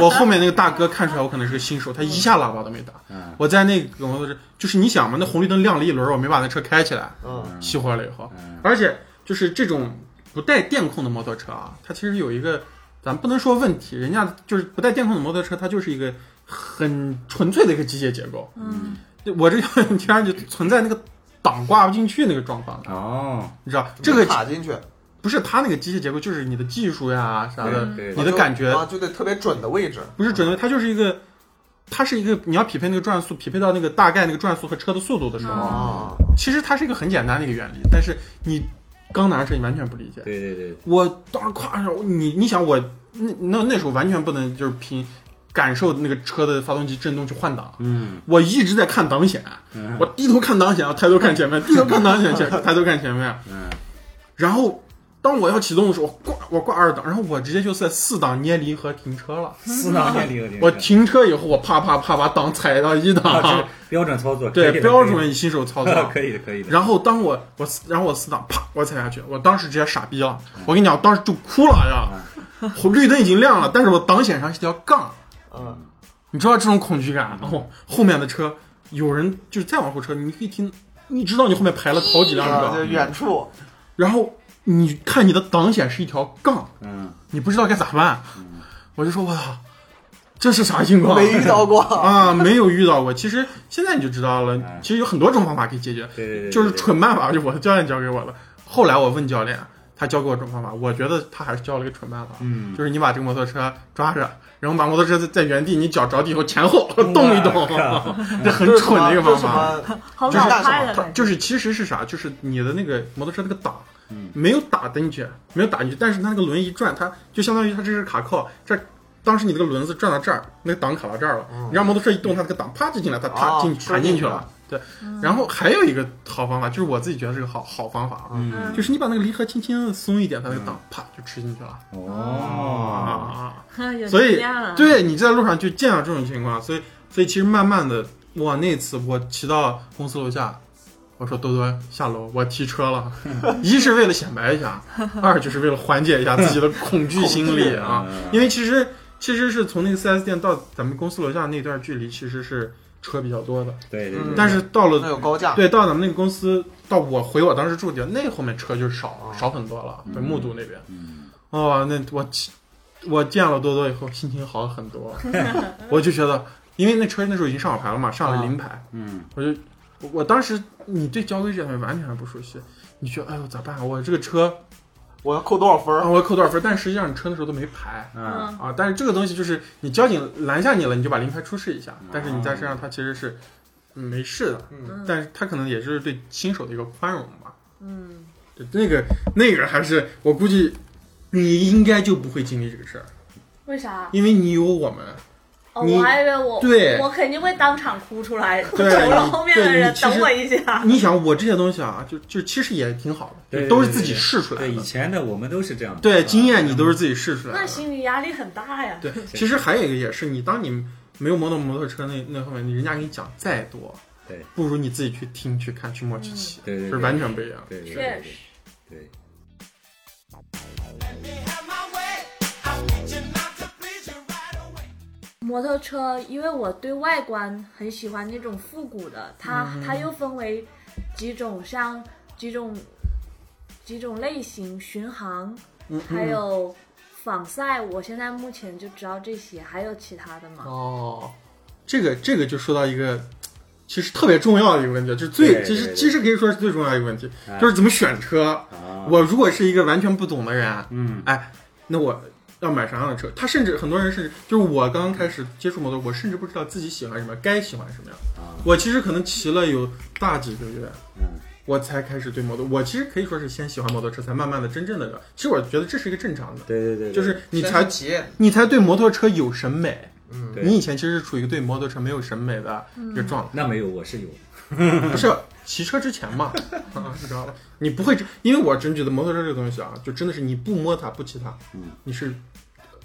[SPEAKER 1] 我后面那个大哥看出来我可能是个新手，他一下喇叭都没打。
[SPEAKER 2] 嗯
[SPEAKER 1] 我在那个摩托车，就是你想嘛，那红绿灯亮了一轮，我没把那车开起来，
[SPEAKER 4] 嗯，
[SPEAKER 1] 熄火了以后，
[SPEAKER 2] 嗯
[SPEAKER 1] 而且就是这种不带电控的摩托车啊，它其实有一个，咱不能说问题，人家就是不带电控的摩托车，它就是一个很纯粹的一个机械结构。
[SPEAKER 3] 嗯，
[SPEAKER 1] 我这个天然就存在那个档挂不进去那个状况的，
[SPEAKER 2] 哦，
[SPEAKER 1] 你知道这个
[SPEAKER 4] 卡进去，
[SPEAKER 1] 不是它那个机械结构，就是你的技术呀啥的，
[SPEAKER 2] 对对
[SPEAKER 1] 你的感觉
[SPEAKER 4] 啊，就得特别准的位置，
[SPEAKER 1] 不是准的，它就是一个，它是一个你要匹配那个转速，匹配到那个大概那个转速和车的速度的时候，
[SPEAKER 4] 啊，
[SPEAKER 1] 其实它是一个很简单的一个原理，但是你刚拿上车你完全不理解。
[SPEAKER 2] 对对对，
[SPEAKER 1] 我当时夸上你，你想我那那那时候完全不能就是凭感受那个车的发动机震动去换挡。
[SPEAKER 2] 嗯，
[SPEAKER 1] 我一直在看挡显，
[SPEAKER 2] 嗯
[SPEAKER 1] 我低头看挡显，抬头看 前面，低头看挡显，前 抬头看前面。
[SPEAKER 2] 嗯，
[SPEAKER 1] 然后当我要启动的时候，我挂我挂二档，然后我直接就在四档捏离合停车了。
[SPEAKER 2] 四档电离合停车
[SPEAKER 1] 我停车以后，我啪啪啪把档踩到一
[SPEAKER 2] 啊，这是
[SPEAKER 1] 档，
[SPEAKER 2] 标准操作，
[SPEAKER 1] 对
[SPEAKER 2] 可以的
[SPEAKER 1] 标准新手操作。
[SPEAKER 2] 可以的，可以的，
[SPEAKER 1] 然后当我我然后我四档啪我踩下去，我当时直接傻逼了，我跟你讲，我当时就哭了 呀，我绿灯已经亮了，但是我挡显上是条杠，
[SPEAKER 4] 嗯，
[SPEAKER 1] 你知道这种恐惧感，然后后面的车有人就是再往后车，你可以听，你知道你后面排了好几辆
[SPEAKER 4] 啊
[SPEAKER 1] 车，
[SPEAKER 4] 就远处，
[SPEAKER 1] 然后你看你的挡显是一条杠，
[SPEAKER 2] 嗯，
[SPEAKER 1] 你不知道该咋办，我就说我操，这是啥情况？
[SPEAKER 4] 没遇到过，
[SPEAKER 1] 啊，没有遇到过。其实现在你就知道了
[SPEAKER 2] 哎，
[SPEAKER 1] 其实有很多种方法可以解决。
[SPEAKER 2] 对对对，
[SPEAKER 1] 就是
[SPEAKER 2] 对
[SPEAKER 1] 蠢办法，就我的教练教给我了。后来我问教练，他教给我这种方法，我觉得他还是教了个蠢办法，
[SPEAKER 2] 嗯，
[SPEAKER 1] 就是你把这个摩托车抓着，然后把摩托车在在原地，你脚着地以后前后动一动， 这很
[SPEAKER 4] 这是什
[SPEAKER 1] 蠢
[SPEAKER 4] 么
[SPEAKER 1] 的一个
[SPEAKER 4] 这
[SPEAKER 1] 方
[SPEAKER 4] 是
[SPEAKER 1] 法。
[SPEAKER 4] 什么
[SPEAKER 3] 好
[SPEAKER 4] 就
[SPEAKER 3] 老
[SPEAKER 4] 是干什
[SPEAKER 3] 派
[SPEAKER 4] 么
[SPEAKER 3] 的
[SPEAKER 1] 它
[SPEAKER 3] 感觉。
[SPEAKER 1] 就是其实是啥？就是你的那个摩托车那个档
[SPEAKER 2] 嗯
[SPEAKER 1] 没有打进去，没有打进去，但是它那个轮一转，它就相当于它这是卡扣这。当时你这个轮子转到这儿，那个档卡到这儿了，
[SPEAKER 4] 嗯
[SPEAKER 1] 你让摩托车一动，它这个档啪就进来，它
[SPEAKER 4] 哦
[SPEAKER 1] 弹进
[SPEAKER 4] 出
[SPEAKER 1] 弹进
[SPEAKER 4] 进
[SPEAKER 1] 去
[SPEAKER 4] 去
[SPEAKER 1] 了
[SPEAKER 4] 了。
[SPEAKER 1] 对，然后还有一个好方法，就是我自己觉得是个好好方法啊，
[SPEAKER 2] 嗯，
[SPEAKER 1] 就是你把那个离合轻轻的松一点，它那个档啪就吃进去了
[SPEAKER 3] 嗯
[SPEAKER 2] 哦，
[SPEAKER 1] 啊！
[SPEAKER 3] 有
[SPEAKER 1] 所以
[SPEAKER 3] 经验了，
[SPEAKER 1] 对你在路上就见到这种情况，所以所以其实慢慢的，我那次我骑到公司楼下，我说多多下楼，我提车了，一是为了显摆一下，二就是为了缓解一下自己的恐惧心理啊，因为其实其实是从那个 4S 店到咱们公司楼下那段距离其实是车比较多的，
[SPEAKER 2] 对对
[SPEAKER 4] 嗯
[SPEAKER 2] 对，
[SPEAKER 1] 但是到了
[SPEAKER 4] 那有高架，
[SPEAKER 1] 对，到咱们那个公司，到我回我当时住的地方，那后面车就少
[SPEAKER 4] 哦
[SPEAKER 1] 少很多了，对，
[SPEAKER 2] 嗯
[SPEAKER 1] 木渎那边。
[SPEAKER 2] 嗯
[SPEAKER 1] 哦，那我骑我见了多多以后，心情好很多，我就觉得，因为那车那时候已经上好牌了嘛，上了临牌，
[SPEAKER 2] 嗯
[SPEAKER 1] 我就我我当时你对交规这些完全不熟悉，你觉得哎呦咋办？我这个车
[SPEAKER 4] 我要扣多少分
[SPEAKER 1] 啊
[SPEAKER 4] 儿？
[SPEAKER 1] 我要扣多少分？但实际上你车那时候都没牌。
[SPEAKER 2] 啊
[SPEAKER 3] 嗯，
[SPEAKER 1] 啊，但是这个东西就是你交警拦下你了，你就把临牌出示一下，但是你在车上它其实是嗯没事的，
[SPEAKER 4] 嗯，
[SPEAKER 3] 嗯
[SPEAKER 1] 但是它可能也是对新手的一个宽容吧。
[SPEAKER 3] 嗯，
[SPEAKER 1] 对那个那个还是我估计，你应该就不会经历这个事儿，
[SPEAKER 3] 为啥？
[SPEAKER 1] 因为你有我们，
[SPEAKER 3] 哦，
[SPEAKER 1] 你
[SPEAKER 3] 我还以为我
[SPEAKER 1] 对
[SPEAKER 3] 我肯定会当场哭出来，求
[SPEAKER 1] 对
[SPEAKER 3] 了
[SPEAKER 1] 你
[SPEAKER 3] 后面的
[SPEAKER 1] 对
[SPEAKER 3] 人
[SPEAKER 1] 你其实
[SPEAKER 3] 等我一下。
[SPEAKER 1] 你想我这些东西啊，就就其实也挺好的，就
[SPEAKER 2] 对对
[SPEAKER 1] 都是
[SPEAKER 2] 对
[SPEAKER 1] 自己
[SPEAKER 2] 对
[SPEAKER 1] 试出来
[SPEAKER 2] 对，以
[SPEAKER 1] 的。
[SPEAKER 2] 前的我们都是这样的，
[SPEAKER 1] 对，
[SPEAKER 2] 啊
[SPEAKER 1] 经验你都是自己试出来
[SPEAKER 3] 那
[SPEAKER 1] 的。
[SPEAKER 3] 心理压力很大呀。
[SPEAKER 1] 对，其实还有一个也是，你当你没有摩托摩托车那那后面，人家给你讲再多，
[SPEAKER 2] 对，
[SPEAKER 1] 不如你自己去听、去看、去摸、去骑，
[SPEAKER 2] 对对
[SPEAKER 1] 是
[SPEAKER 2] 对
[SPEAKER 1] 完全不一样的。
[SPEAKER 2] 对对
[SPEAKER 3] 确
[SPEAKER 2] 对
[SPEAKER 3] 实，
[SPEAKER 2] 对，
[SPEAKER 5] Let me have my way. I'm reaching out to please you right away.
[SPEAKER 3] 摩托车，因为我对外观很喜欢那种复古的，
[SPEAKER 4] 嗯
[SPEAKER 3] 它、它又分为几种，像几种几种类型，巡航，
[SPEAKER 4] 嗯
[SPEAKER 3] 还有仿赛。我现在目前就知道这些，还有其他的吗？
[SPEAKER 1] 哦，这个这个就说到一个其实特别重要的一个问题，就是最
[SPEAKER 2] 对对
[SPEAKER 1] 其实
[SPEAKER 2] 对
[SPEAKER 1] 其实可以说是最重要的一个问题，
[SPEAKER 2] 哎
[SPEAKER 1] 就是怎么选车。
[SPEAKER 2] 啊，
[SPEAKER 1] 我如果是一个完全不懂的人，
[SPEAKER 2] 嗯
[SPEAKER 1] 哎，那我要买啥样的车？他甚至很多人甚至就是我刚开始接触摩托，我甚至不知道自己喜欢什么，该喜欢什么样。
[SPEAKER 2] 啊
[SPEAKER 1] 我其实可能骑了有大几个月，
[SPEAKER 2] 嗯
[SPEAKER 1] 我才开始对摩托。我其实可以说是先喜欢摩托车，才慢慢的真正的。其实我觉得这是一个正常的，
[SPEAKER 2] 对对对，对
[SPEAKER 1] 就是你
[SPEAKER 4] 先
[SPEAKER 1] 才
[SPEAKER 4] 骑，
[SPEAKER 1] 你才对摩托车有审美。
[SPEAKER 4] 嗯，
[SPEAKER 2] 对
[SPEAKER 1] 你以前其实是处于一个对摩托车没有审美的
[SPEAKER 2] 嗯
[SPEAKER 1] 一个状态，
[SPEAKER 2] 那没有，我是有，
[SPEAKER 1] 不是骑车之前嘛， 啊，你知道吧？你不会，因为我真觉得摩托车这个东西啊，就真的是你不摸它不骑它，
[SPEAKER 2] 嗯
[SPEAKER 1] 你是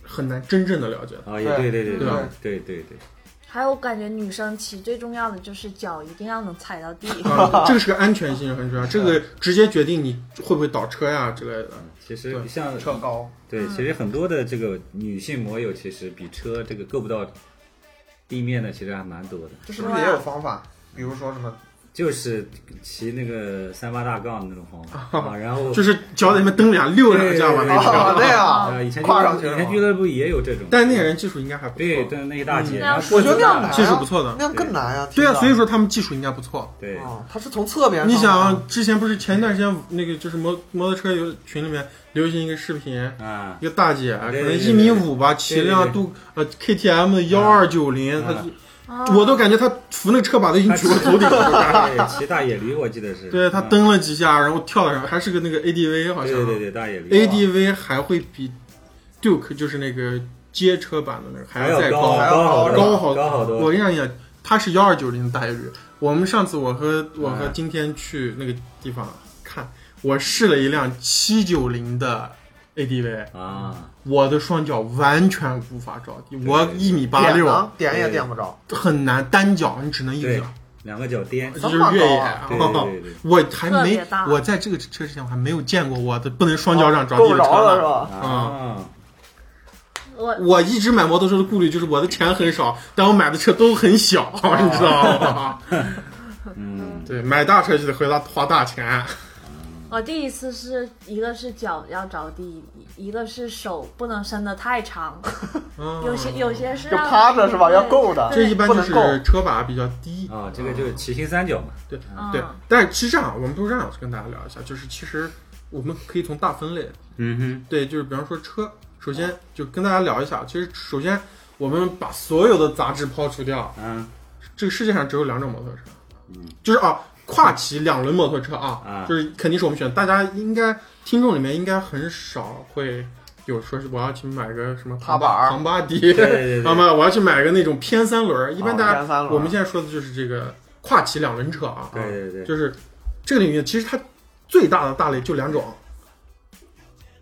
[SPEAKER 1] 很难真正的了解它。
[SPEAKER 2] 啊，也对对对
[SPEAKER 1] 对吧
[SPEAKER 2] 对对对，
[SPEAKER 3] 还有，我感觉女生骑最重要的就是脚一定要能踩到地。
[SPEAKER 4] 嗯
[SPEAKER 2] 嗯
[SPEAKER 1] 啊，这个是个安全性 很重要，这个直接决定你会不会倒车呀之类的。
[SPEAKER 2] 其实
[SPEAKER 1] 对
[SPEAKER 2] 像
[SPEAKER 4] 车高，
[SPEAKER 2] 对，其实很多的这个女性摩友，其实比车这个够不到地面的，其实还蛮多的。
[SPEAKER 4] 这是不是也有方法？比如说什么？
[SPEAKER 2] 就是骑那个三八大杠的那种方法，啊、然后
[SPEAKER 1] 就是脚在那边蹬两溜两下往那啊
[SPEAKER 2] 对
[SPEAKER 1] 一
[SPEAKER 4] 哦，
[SPEAKER 1] 跳，
[SPEAKER 4] 那样，
[SPEAKER 2] 呃，以前俱乐
[SPEAKER 4] 跨上
[SPEAKER 2] 部
[SPEAKER 4] 去
[SPEAKER 2] 以
[SPEAKER 4] 了
[SPEAKER 2] 前俱乐部也有这种，
[SPEAKER 1] 但是那个人技术应该还不错，
[SPEAKER 2] 对，但是那一大姐，
[SPEAKER 3] 嗯
[SPEAKER 2] 然后过去
[SPEAKER 3] 我觉得
[SPEAKER 2] 了
[SPEAKER 4] 那
[SPEAKER 1] 技术不错的。
[SPEAKER 4] 那样更难呀。
[SPEAKER 1] 对啊，所以
[SPEAKER 4] 说，
[SPEAKER 1] 说他们技术应该不错。
[SPEAKER 2] 对，
[SPEAKER 4] 哦，他是从侧面上的，啊
[SPEAKER 1] 你想，啊之前不是前一段时间那个就是摩摩托车有群里面流行一个视频，
[SPEAKER 2] 啊，
[SPEAKER 1] 一个大姐，可
[SPEAKER 2] 对
[SPEAKER 1] 能
[SPEAKER 2] 对
[SPEAKER 1] 一
[SPEAKER 2] 对
[SPEAKER 1] 米五吧，骑
[SPEAKER 2] 对对
[SPEAKER 1] 辆
[SPEAKER 2] 对
[SPEAKER 1] 杜呃 KTM 幺二九零，她
[SPEAKER 2] 啊
[SPEAKER 1] 就
[SPEAKER 3] 啊
[SPEAKER 1] 我都感觉她扶那车把都已经
[SPEAKER 2] 她
[SPEAKER 1] 举过头顶了。
[SPEAKER 2] 对，骑大野驴，我记得是，
[SPEAKER 1] 对她
[SPEAKER 2] 啊
[SPEAKER 1] 蹬了几下，然后跳了上，还是个那个 ADV 好
[SPEAKER 2] 对对
[SPEAKER 1] 像啊
[SPEAKER 2] 对对，大野驴
[SPEAKER 1] ，ADV 还会比 Duke 就是那个街车版的那个还
[SPEAKER 2] 要
[SPEAKER 1] 要再
[SPEAKER 2] 高，
[SPEAKER 1] 高
[SPEAKER 4] 还要
[SPEAKER 2] 好
[SPEAKER 1] 高
[SPEAKER 2] 好
[SPEAKER 1] 好
[SPEAKER 2] 高好
[SPEAKER 1] 我
[SPEAKER 2] 多。
[SPEAKER 1] 跟你讲，也它是幺二九零的待遇。我们上次我和我和
[SPEAKER 2] 嗯
[SPEAKER 1] 今天去那个地方看，我试了一辆七九零的 ADV，
[SPEAKER 2] 啊，
[SPEAKER 1] 我的双脚完全无法着地，
[SPEAKER 2] 对
[SPEAKER 1] 我一米八
[SPEAKER 4] 点
[SPEAKER 1] 六啊
[SPEAKER 4] 呢点也
[SPEAKER 2] 对
[SPEAKER 4] 点不着，
[SPEAKER 1] 很难单脚，你只能一个
[SPEAKER 2] 对
[SPEAKER 1] 脚，，
[SPEAKER 2] 两个脚颠，
[SPEAKER 1] 就是
[SPEAKER 4] 这么
[SPEAKER 1] 越野。
[SPEAKER 4] 高啊
[SPEAKER 2] 对对对对
[SPEAKER 1] 我还
[SPEAKER 3] 特
[SPEAKER 1] 没
[SPEAKER 3] 别大，
[SPEAKER 1] 我在这个车之前我还没有见过我的不能双脚让着地
[SPEAKER 4] 啊够
[SPEAKER 1] 的
[SPEAKER 4] 着
[SPEAKER 1] 车
[SPEAKER 4] 了是
[SPEAKER 1] 呢。
[SPEAKER 4] 吧？
[SPEAKER 2] 啊，
[SPEAKER 3] 我
[SPEAKER 1] 我一直买摩托车的顾虑就是我的钱很少， 但我买的车都很小，你知道 吗？
[SPEAKER 2] 嗯，
[SPEAKER 1] 对，买大车就得花大花大钱。
[SPEAKER 3] 我第一次是一个是脚要着地，一个是手不能伸得太长，有些有些是
[SPEAKER 4] 嗯就
[SPEAKER 3] 让
[SPEAKER 4] 趴着是吧？
[SPEAKER 3] 对
[SPEAKER 4] 要够着。
[SPEAKER 1] 嗯这一般就
[SPEAKER 4] 不能
[SPEAKER 1] 是车把比较低。
[SPEAKER 4] 嗯
[SPEAKER 2] 啊，这个就是骑行三角嘛，
[SPEAKER 1] 对
[SPEAKER 3] 嗯
[SPEAKER 1] 对，但是其实这啊样，我们不是这样跟大家聊一下，就是其实我们可以从大分类，
[SPEAKER 2] 嗯
[SPEAKER 1] 对，就是比方说车，首先就跟大家聊一下，其实首先我们把所有的杂质抛除掉，
[SPEAKER 2] 哼，啊
[SPEAKER 1] 这个世界上只有两种摩托车，就是啊，跨骑两轮摩托车啊，
[SPEAKER 2] 嗯啊
[SPEAKER 1] 就是肯定是我们选，大家应该听众里面应该很少会有说是我要去买个什么
[SPEAKER 4] 踏板儿
[SPEAKER 1] 庞 巴迪，
[SPEAKER 2] 对对对
[SPEAKER 1] 啊不，我要去买个那种偏三轮儿，一般
[SPEAKER 4] 哦
[SPEAKER 1] 大
[SPEAKER 4] 偏
[SPEAKER 1] 家、
[SPEAKER 4] 三轮儿
[SPEAKER 1] 我们现在说的就是这个跨骑两轮车啊，
[SPEAKER 2] 对对对，
[SPEAKER 1] 就是这个领域其实它最大的大类就两种，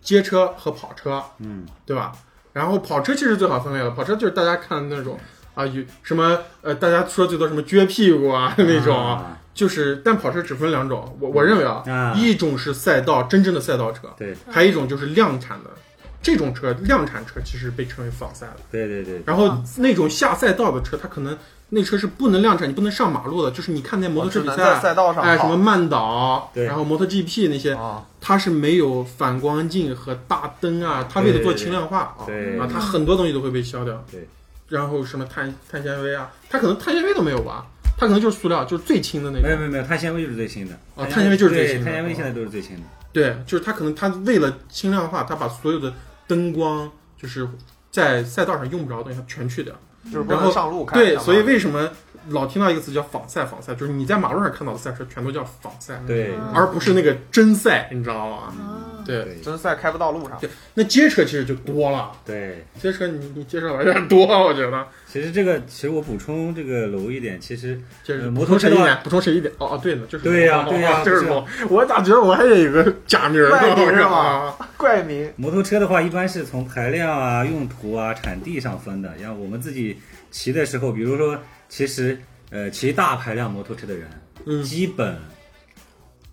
[SPEAKER 1] 街车和跑车，
[SPEAKER 2] 嗯，
[SPEAKER 1] 对吧？然后跑车其实最好分类了，跑车就是大家看的那种啊，有什么呃，大家说最多什么撅屁股啊那种，
[SPEAKER 2] 啊
[SPEAKER 1] 就是但跑车只分两种，我我认为啊，
[SPEAKER 4] 嗯
[SPEAKER 2] 啊
[SPEAKER 1] 一种是赛道真正的赛道车，
[SPEAKER 2] 对
[SPEAKER 1] 还有一种就是量产的，这种车量产车其实被称为仿赛的，
[SPEAKER 2] 对对对，
[SPEAKER 1] 然
[SPEAKER 4] 啊
[SPEAKER 1] 后那种下赛道的车，它可能那车是不能量产，你不能上马路的，就是你看那摩托车
[SPEAKER 4] 哦只
[SPEAKER 1] 比
[SPEAKER 4] 能在赛道上
[SPEAKER 1] 哎，什么
[SPEAKER 4] 跑
[SPEAKER 1] 曼岛，
[SPEAKER 2] 对
[SPEAKER 1] 然后摩托 GP 那些，
[SPEAKER 4] 啊，
[SPEAKER 1] 它是没有反光镜和大灯啊，它为了做轻量化啊，
[SPEAKER 2] 对
[SPEAKER 1] 啊，它很多东西都会被削掉。
[SPEAKER 2] 对，
[SPEAKER 1] 然后什么碳碳纤维啊，它可能碳纤维都没有吧，它可能就是塑料，就是最轻的那
[SPEAKER 2] 没有
[SPEAKER 1] 种。
[SPEAKER 2] 没有没有，碳纤维就是最新的，
[SPEAKER 1] 哦碳纤维就是最
[SPEAKER 2] 对
[SPEAKER 1] 新的
[SPEAKER 2] 碳纤维现在都是最新的，
[SPEAKER 1] 对，就是它可能它为了轻量化，它把所有的灯光就是在赛道上用不着的东西，它全去掉。
[SPEAKER 4] 就是不
[SPEAKER 1] 然
[SPEAKER 4] 能
[SPEAKER 1] 后
[SPEAKER 4] 上路看。
[SPEAKER 1] 对，
[SPEAKER 4] 相
[SPEAKER 1] 所以
[SPEAKER 4] 当于
[SPEAKER 1] 为什么老听到一个词叫仿赛？仿赛就是你在马路上看到的赛车全都叫仿赛，，
[SPEAKER 2] 对
[SPEAKER 3] 嗯
[SPEAKER 1] 而不是那个真赛，你知道吗？
[SPEAKER 3] 啊
[SPEAKER 1] 对，
[SPEAKER 2] 对
[SPEAKER 4] 真赛开不到路上。
[SPEAKER 1] 那街车其实就多了，
[SPEAKER 2] 对。
[SPEAKER 1] 街车你你介绍的有点多，我觉得。
[SPEAKER 2] 其实这个，其实我补充这个楼一点，其实
[SPEAKER 1] 就是
[SPEAKER 2] 呃摩托车
[SPEAKER 1] 补充谁一
[SPEAKER 2] 的
[SPEAKER 1] 点，补充谁一点？哦哦，对了，就是
[SPEAKER 2] 对呀
[SPEAKER 1] 我
[SPEAKER 2] 对呀
[SPEAKER 1] 哦 就是
[SPEAKER 2] 不是
[SPEAKER 1] 我，我咋觉得我还得有个假名儿呢？
[SPEAKER 4] 外 地
[SPEAKER 1] 我
[SPEAKER 4] 是
[SPEAKER 2] 啊
[SPEAKER 1] 是
[SPEAKER 4] 吗
[SPEAKER 1] 吧？
[SPEAKER 4] 怪名
[SPEAKER 2] 摩托车的话，一般是从排量啊、用途啊、产地上分的。像我们自己骑的时候，比如说，其实呃，骑大排量摩托车的人，
[SPEAKER 1] 嗯
[SPEAKER 2] 基本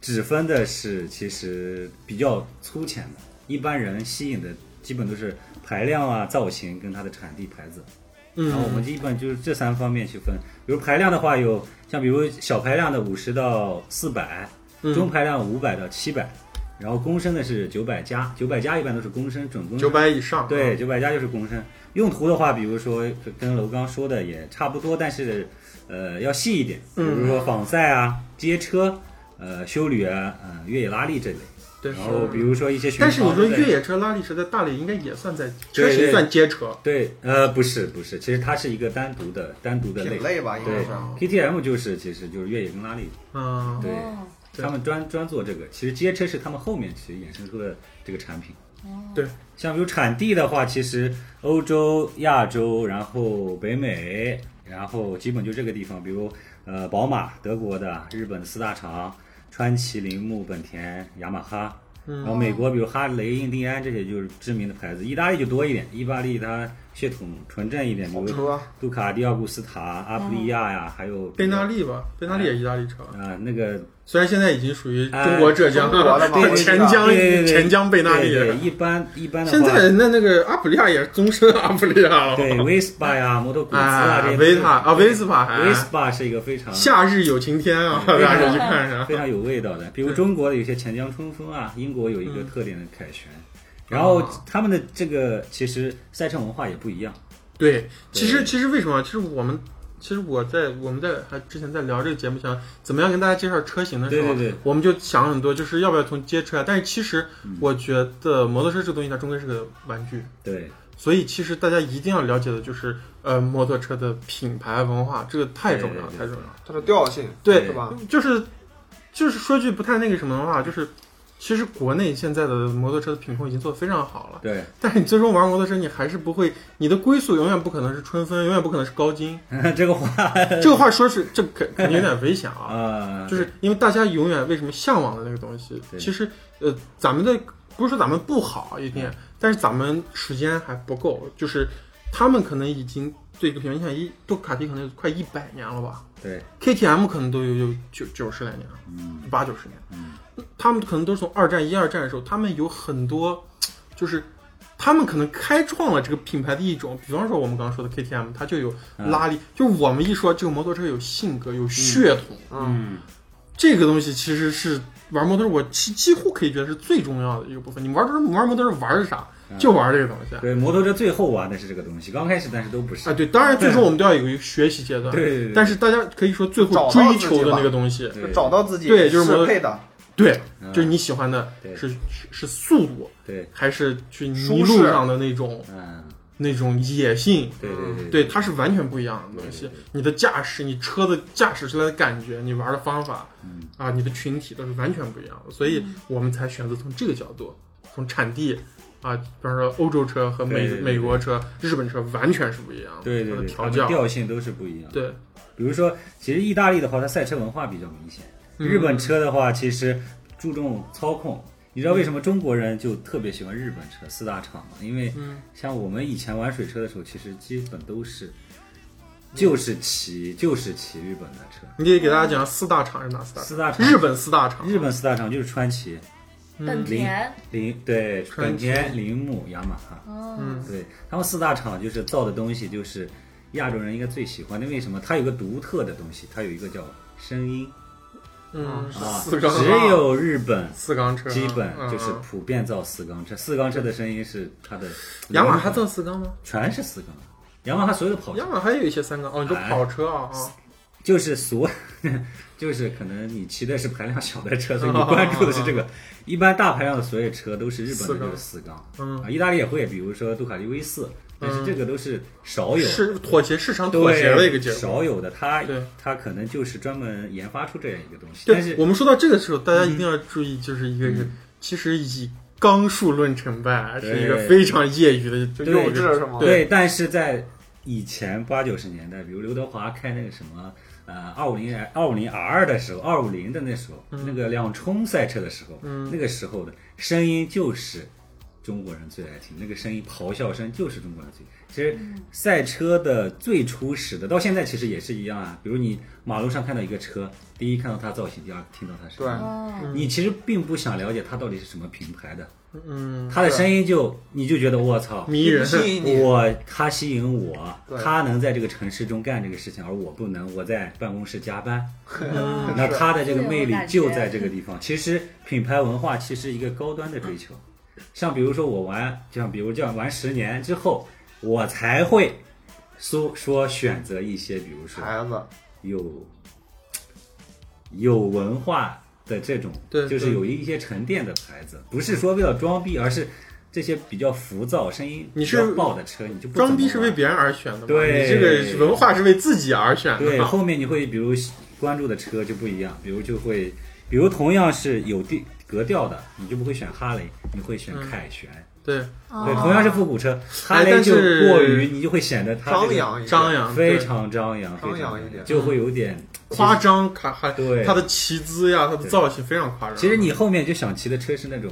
[SPEAKER 2] 只分的是其实比较粗浅的，一般人吸引的基本都是排量啊、造型跟它的产地、牌子。然后我
[SPEAKER 1] 嗯，
[SPEAKER 2] 们基本就是这三方面去分。比如排量的话，有像比如小排量的五十到四百，
[SPEAKER 1] 嗯
[SPEAKER 2] 中排量五百到七百，然后公升的是九百加，九百加一般都是公升，准公
[SPEAKER 1] 九
[SPEAKER 2] 升。
[SPEAKER 1] 百以上，啊
[SPEAKER 2] 对，，九百加就是公升。用途的话，比如说跟楼刚说的也差不多，但是呃要细一点，比
[SPEAKER 1] 嗯
[SPEAKER 2] 如说仿赛啊、街车、呃修旅啊、呃越野拉力这类。
[SPEAKER 1] 对。
[SPEAKER 2] 然
[SPEAKER 1] 是
[SPEAKER 2] 后比如说一些巡
[SPEAKER 1] 但是你
[SPEAKER 2] 航
[SPEAKER 1] 说
[SPEAKER 2] 之类的
[SPEAKER 1] 越野车、拉力车在大理应该也算在，
[SPEAKER 2] 对
[SPEAKER 1] 确
[SPEAKER 2] 对
[SPEAKER 1] 实算街车。
[SPEAKER 2] 对，呃，不是不是，其实它是一个单独的单独的类
[SPEAKER 4] 品类吧，应该
[SPEAKER 2] 对
[SPEAKER 4] 是。
[SPEAKER 2] ，KTM 就是其实就是越野跟拉力，
[SPEAKER 1] 嗯，
[SPEAKER 2] 对
[SPEAKER 3] 哦
[SPEAKER 1] 对
[SPEAKER 2] 他们专专做这个。其实街车是他们后面其实衍生出的这个产品。
[SPEAKER 1] 对，
[SPEAKER 2] 像比如产地的话，其实欧洲、亚洲，然后北美，然后基本就这个地方，比如呃宝马德国的，日本的四大厂，川崎、铃木、本田、雅马哈。
[SPEAKER 1] 嗯
[SPEAKER 2] 然后美国比如哈雷、印第安这些就是知名的牌子，意大利就多一点，意大利它血统纯正一点，比
[SPEAKER 4] 好
[SPEAKER 2] 如
[SPEAKER 1] 啊
[SPEAKER 4] 车
[SPEAKER 2] 杜卡迪、奥古斯塔、阿普利亚呀，还有
[SPEAKER 1] 贝纳利吧，贝纳利也意大利车，
[SPEAKER 2] 啊，那个
[SPEAKER 1] 虽然现在已经属于
[SPEAKER 2] 哎
[SPEAKER 1] 中国浙江
[SPEAKER 4] 中国 了嘛
[SPEAKER 1] 了，钱江
[SPEAKER 2] 对对对
[SPEAKER 1] 钱江贝纳利。
[SPEAKER 2] 对对一般一般的话，
[SPEAKER 1] 现在那那个阿普利亚也是终身阿普利亚了，
[SPEAKER 2] 对 Vespa 呀、摩托古兹啊
[SPEAKER 1] 啊
[SPEAKER 2] 这些，
[SPEAKER 1] 维塔啊维斯帕还
[SPEAKER 2] Vespa 是一个非常
[SPEAKER 1] 夏日有晴天啊，大
[SPEAKER 2] 对
[SPEAKER 1] 家可以去看一 下。
[SPEAKER 2] 非常有味道的，比如中国的有些钱江春风啊，英国有一
[SPEAKER 1] 嗯
[SPEAKER 2] 个特点的凯旋，然后
[SPEAKER 1] 哦
[SPEAKER 2] 他们的这个其实赛车文化也不一样，
[SPEAKER 1] 对，其实其实为什么？其实我们其实我在我们在还之前在聊这个节目前，怎么样跟大家介绍车型的时候，
[SPEAKER 2] 对对对
[SPEAKER 1] 我们就想了很多，就是要不要从街车啊？但是其实
[SPEAKER 2] 嗯
[SPEAKER 1] 我觉得摩托车这东西它终归是个玩具，
[SPEAKER 2] 对
[SPEAKER 1] 所以其实大家一定要了解的就是呃摩托车的品牌文化，这个太重要
[SPEAKER 2] 对对对
[SPEAKER 1] 太重要了。
[SPEAKER 4] 它的调性
[SPEAKER 1] 对
[SPEAKER 4] 是吧？
[SPEAKER 1] 就是就是说句不太那个什么的话，就是其实国内现在的摩托车的品控已经做得非常好了，
[SPEAKER 2] 对，
[SPEAKER 1] 但是你最终玩摩托车，你还是不会，你的归宿永远不可能是春分，永 远不可能是高精。
[SPEAKER 2] 这个话
[SPEAKER 1] 这个话说是这肯肯定有点危险啊，
[SPEAKER 2] 啊，
[SPEAKER 1] 就是因为大家永远为什么向往的那个东西，
[SPEAKER 2] 对
[SPEAKER 1] 其实呃，咱们的不是说咱们不好一
[SPEAKER 2] 嗯
[SPEAKER 1] 定，但是咱们时间还不够，就是他们可能已经对这个品牌影响一杜卡迪可能有快一百年了吧
[SPEAKER 2] 对，
[SPEAKER 1] ，KTM 可能都有有九九十来年了，
[SPEAKER 2] 嗯
[SPEAKER 1] 八九十年。
[SPEAKER 2] 嗯，
[SPEAKER 1] 他们可能都是从二战、一二战的时候，他们有很多，就是他们可能开创了这个品牌的一种，比方说我们刚刚说的 KTM，它就有
[SPEAKER 2] 嗯
[SPEAKER 1] 拉力，就是我们一说这个摩托车有性格、有血统，
[SPEAKER 4] 嗯，
[SPEAKER 1] 这个东西其实是玩摩托车，我几几乎可以觉得是最重要的一个部分。你玩车玩摩托车玩啥，
[SPEAKER 2] 嗯
[SPEAKER 1] 就玩这个东西。
[SPEAKER 2] 对，摩托车最后玩的是这个东西，刚开始但是都不是
[SPEAKER 1] 啊，，对，当然最终我们都要有一个学习阶段，
[SPEAKER 2] 对对对
[SPEAKER 1] 但是大家可以说最后追求的那个东西，
[SPEAKER 2] 对
[SPEAKER 4] 找到自己
[SPEAKER 1] 对就是
[SPEAKER 4] 适
[SPEAKER 1] 摩
[SPEAKER 4] 配的，
[SPEAKER 1] 对，
[SPEAKER 2] 嗯
[SPEAKER 1] 就是你喜欢的
[SPEAKER 2] 对
[SPEAKER 1] 是是是速度，
[SPEAKER 2] 对，
[SPEAKER 1] 还是去
[SPEAKER 4] 舒
[SPEAKER 1] 泥路
[SPEAKER 4] 适
[SPEAKER 1] 上的那种
[SPEAKER 2] 嗯，
[SPEAKER 1] 那种野性，嗯
[SPEAKER 2] 对对
[SPEAKER 1] 对，
[SPEAKER 2] 对，
[SPEAKER 1] 它是完全不一样的东西
[SPEAKER 2] 对对对。
[SPEAKER 1] 你的驾驶，你车的驾驶出来的感觉，你玩的方法
[SPEAKER 2] 嗯
[SPEAKER 1] 啊，你的群体都是完全不一样的，所以我们才选择从这个角度，从产地啊，比方说欧洲车和美
[SPEAKER 2] 对对对
[SPEAKER 1] 美国车、日本车完全是不一样的，
[SPEAKER 2] 对对
[SPEAKER 1] 它的
[SPEAKER 2] 对，
[SPEAKER 1] 调
[SPEAKER 2] 调
[SPEAKER 1] 教，
[SPEAKER 2] 调性都是不一样。，
[SPEAKER 1] 对，
[SPEAKER 2] 比如说，其实意大利的话，它赛车文化比较明显。
[SPEAKER 1] 嗯
[SPEAKER 2] 日本车的话，其实注重操控。你知道为什么中国人就特别喜欢日本车四大厂吗？因为
[SPEAKER 1] 嗯
[SPEAKER 2] 像我们以前玩水车的时候，其实基本都是就是骑就是骑日本的车。
[SPEAKER 1] 你得给大家讲四大厂是哪四大厂？
[SPEAKER 2] 四大厂，
[SPEAKER 1] 日本四大厂，
[SPEAKER 2] 日本四大厂就是川崎、
[SPEAKER 1] 嗯
[SPEAKER 3] 本田，
[SPEAKER 2] 铃对
[SPEAKER 1] 川
[SPEAKER 2] 本
[SPEAKER 1] 崎
[SPEAKER 2] 田、铃木、雅马哈。
[SPEAKER 3] 嗯，
[SPEAKER 1] 嗯，
[SPEAKER 2] 对他们四大厂就是造的东西，就是亚洲人应该最喜欢的。为什么？它有个独特的东西，它有一个叫声音
[SPEAKER 1] 嗯，
[SPEAKER 2] 啊，
[SPEAKER 1] 四缸
[SPEAKER 2] 只有日本
[SPEAKER 1] 四缸车，啊
[SPEAKER 2] 基本就是
[SPEAKER 1] 嗯
[SPEAKER 2] 普遍造四缸车，四缸车的声音是它的
[SPEAKER 1] 雅马哈
[SPEAKER 2] 轮
[SPEAKER 1] 造四缸吗？
[SPEAKER 2] 毂全是四缸，雅马哈所有的跑
[SPEAKER 1] 雅
[SPEAKER 2] 车
[SPEAKER 1] 马哈也有一些三缸哦，你说
[SPEAKER 2] 嗯哎
[SPEAKER 1] 跑车啊啊，
[SPEAKER 2] 就是所就是可能你骑的是排量小的车，所以你关注的是这个。 一般大排量的所有车都是日
[SPEAKER 1] 哦四
[SPEAKER 2] 本的
[SPEAKER 1] 缸
[SPEAKER 2] 就是四缸，
[SPEAKER 1] 嗯
[SPEAKER 2] 啊，意大利也会，比如说杜卡迪 V 四，但是
[SPEAKER 1] 嗯
[SPEAKER 2] 这个都是少有。
[SPEAKER 1] 是妥协市场
[SPEAKER 2] 对
[SPEAKER 1] 妥协的一个结果。
[SPEAKER 2] 少有的，他
[SPEAKER 1] 对
[SPEAKER 2] 他可能就是专门研发出这样一个东西，但
[SPEAKER 1] 对，
[SPEAKER 2] 是
[SPEAKER 1] 我们说到这个时候，大家一定要注意，就是一个是，
[SPEAKER 2] 嗯
[SPEAKER 1] 其实以缸数论成败
[SPEAKER 2] 对
[SPEAKER 1] 是一个非常业余的，就
[SPEAKER 2] 对
[SPEAKER 1] 又
[SPEAKER 4] 幼
[SPEAKER 1] 一
[SPEAKER 4] 稚
[SPEAKER 1] 个
[SPEAKER 4] 是吗？
[SPEAKER 1] 对
[SPEAKER 2] 但是在以前八九十年代，比如刘德华开那个什么呃二五零二五零 R 的时候，二五零的那时候，
[SPEAKER 1] 嗯
[SPEAKER 2] 那个两冲赛车的时候，那个时候的声音就是中国人最爱听，那个声音咆哮声就是中国人最。其实
[SPEAKER 1] 嗯
[SPEAKER 2] 赛车的最初始的到现在其实也是一样啊，比如你马路上看到一个车，第一看到它造型，第二听到它声音。
[SPEAKER 1] 嗯
[SPEAKER 4] 对
[SPEAKER 3] 哦，
[SPEAKER 2] 你其实并不想了解它到底是什么品牌的，
[SPEAKER 1] 嗯
[SPEAKER 2] 它的声音就你就觉得我操，
[SPEAKER 1] 迷人。
[SPEAKER 4] 吸引你，
[SPEAKER 2] 我他吸引我
[SPEAKER 4] 对，
[SPEAKER 2] 他能在这个城市中干这个事情，而我不能，我在办公室加 班。那
[SPEAKER 4] 是
[SPEAKER 2] 他的这个魅力就在这个地方。其实品牌文化其实一个高端的追求，像比如说我玩，就像比如这样玩十年之后，我才会说说选择一些，比如说
[SPEAKER 4] 孩子，
[SPEAKER 2] 有有文化的这种，
[SPEAKER 1] 对
[SPEAKER 2] 就是有一些沉淀的牌子，不是说为了装逼，而是这些比较浮躁、声音
[SPEAKER 1] 你
[SPEAKER 2] 比
[SPEAKER 1] 是
[SPEAKER 2] 较爆的车，你就不怎么
[SPEAKER 1] 装逼是为
[SPEAKER 2] 玩
[SPEAKER 1] 别人而选的嘛？
[SPEAKER 2] 对
[SPEAKER 1] 你这个文化是为自己而选的
[SPEAKER 2] 对，
[SPEAKER 1] 嘛。
[SPEAKER 2] 后面你会比如关注的车就不一样，比如就会，比如同样是有地格调的，你就不会选哈雷，你会选凯旋。
[SPEAKER 1] 对，
[SPEAKER 2] 对，
[SPEAKER 3] 哦
[SPEAKER 2] 同样是复古车，哈雷
[SPEAKER 1] 嗯哎但
[SPEAKER 2] 就是过于你就会显得它这
[SPEAKER 4] 张
[SPEAKER 2] 个
[SPEAKER 4] 扬一下，
[SPEAKER 1] 张扬
[SPEAKER 2] 非
[SPEAKER 1] 对
[SPEAKER 2] 常张扬，非
[SPEAKER 4] 张扬
[SPEAKER 2] 常
[SPEAKER 4] 一点
[SPEAKER 2] 就会有点
[SPEAKER 1] 嗯夸张，卡哈
[SPEAKER 2] 对
[SPEAKER 1] 它的骑姿呀，它的
[SPEAKER 2] 对
[SPEAKER 1] 造型非常夸张。
[SPEAKER 2] 其实你后面就想骑的车是那种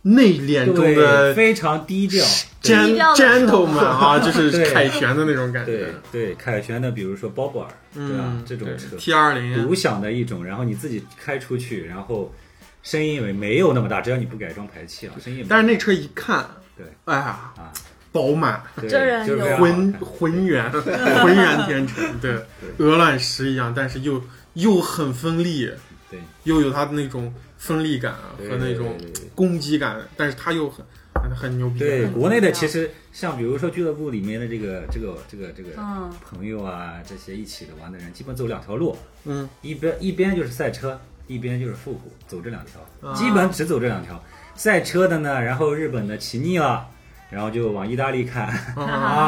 [SPEAKER 1] 内敛中
[SPEAKER 2] 对
[SPEAKER 1] 的
[SPEAKER 2] 非常低调，
[SPEAKER 3] 低
[SPEAKER 1] gen
[SPEAKER 3] 调的
[SPEAKER 1] gentleman 啊，就是
[SPEAKER 2] 对
[SPEAKER 1] 凯旋的那种感
[SPEAKER 2] 对
[SPEAKER 1] 觉。
[SPEAKER 2] 对，凯旋的比如说鲍勃尔，对吧
[SPEAKER 1] 嗯？，
[SPEAKER 2] 这种车
[SPEAKER 1] T 二零啊
[SPEAKER 2] 独享的一种，然后你自己开出去，然后声音也没有那么大，只要你不改装排气啊，声音也没有
[SPEAKER 1] 但是那车一看，
[SPEAKER 2] 对，
[SPEAKER 1] 哎呀
[SPEAKER 2] 啊，
[SPEAKER 1] 饱满，
[SPEAKER 2] 对
[SPEAKER 3] 这人
[SPEAKER 2] 就是
[SPEAKER 3] 有
[SPEAKER 2] 非常好
[SPEAKER 1] 浑
[SPEAKER 2] 看
[SPEAKER 1] 浑 圆，浑圆天成，对，鹅卵石一样，但是又又很锋利，
[SPEAKER 2] 对
[SPEAKER 1] 又有它的那种锋利感啊
[SPEAKER 2] 对
[SPEAKER 1] 和那种
[SPEAKER 2] 对对对
[SPEAKER 1] 攻击感，但是它又很很很牛逼，
[SPEAKER 2] 对国内的其实像比如说俱乐部里面的这个这个这个这个
[SPEAKER 3] 嗯
[SPEAKER 2] 朋友啊，这些一起的玩的人，基本走两条路，
[SPEAKER 1] 嗯，
[SPEAKER 2] 一边一边就是赛车，一边就是复古，走这两条，
[SPEAKER 1] 啊
[SPEAKER 2] 基本只走这两条。赛车的呢，然后日本的骑腻了，然后就往意大利看。
[SPEAKER 1] 啊，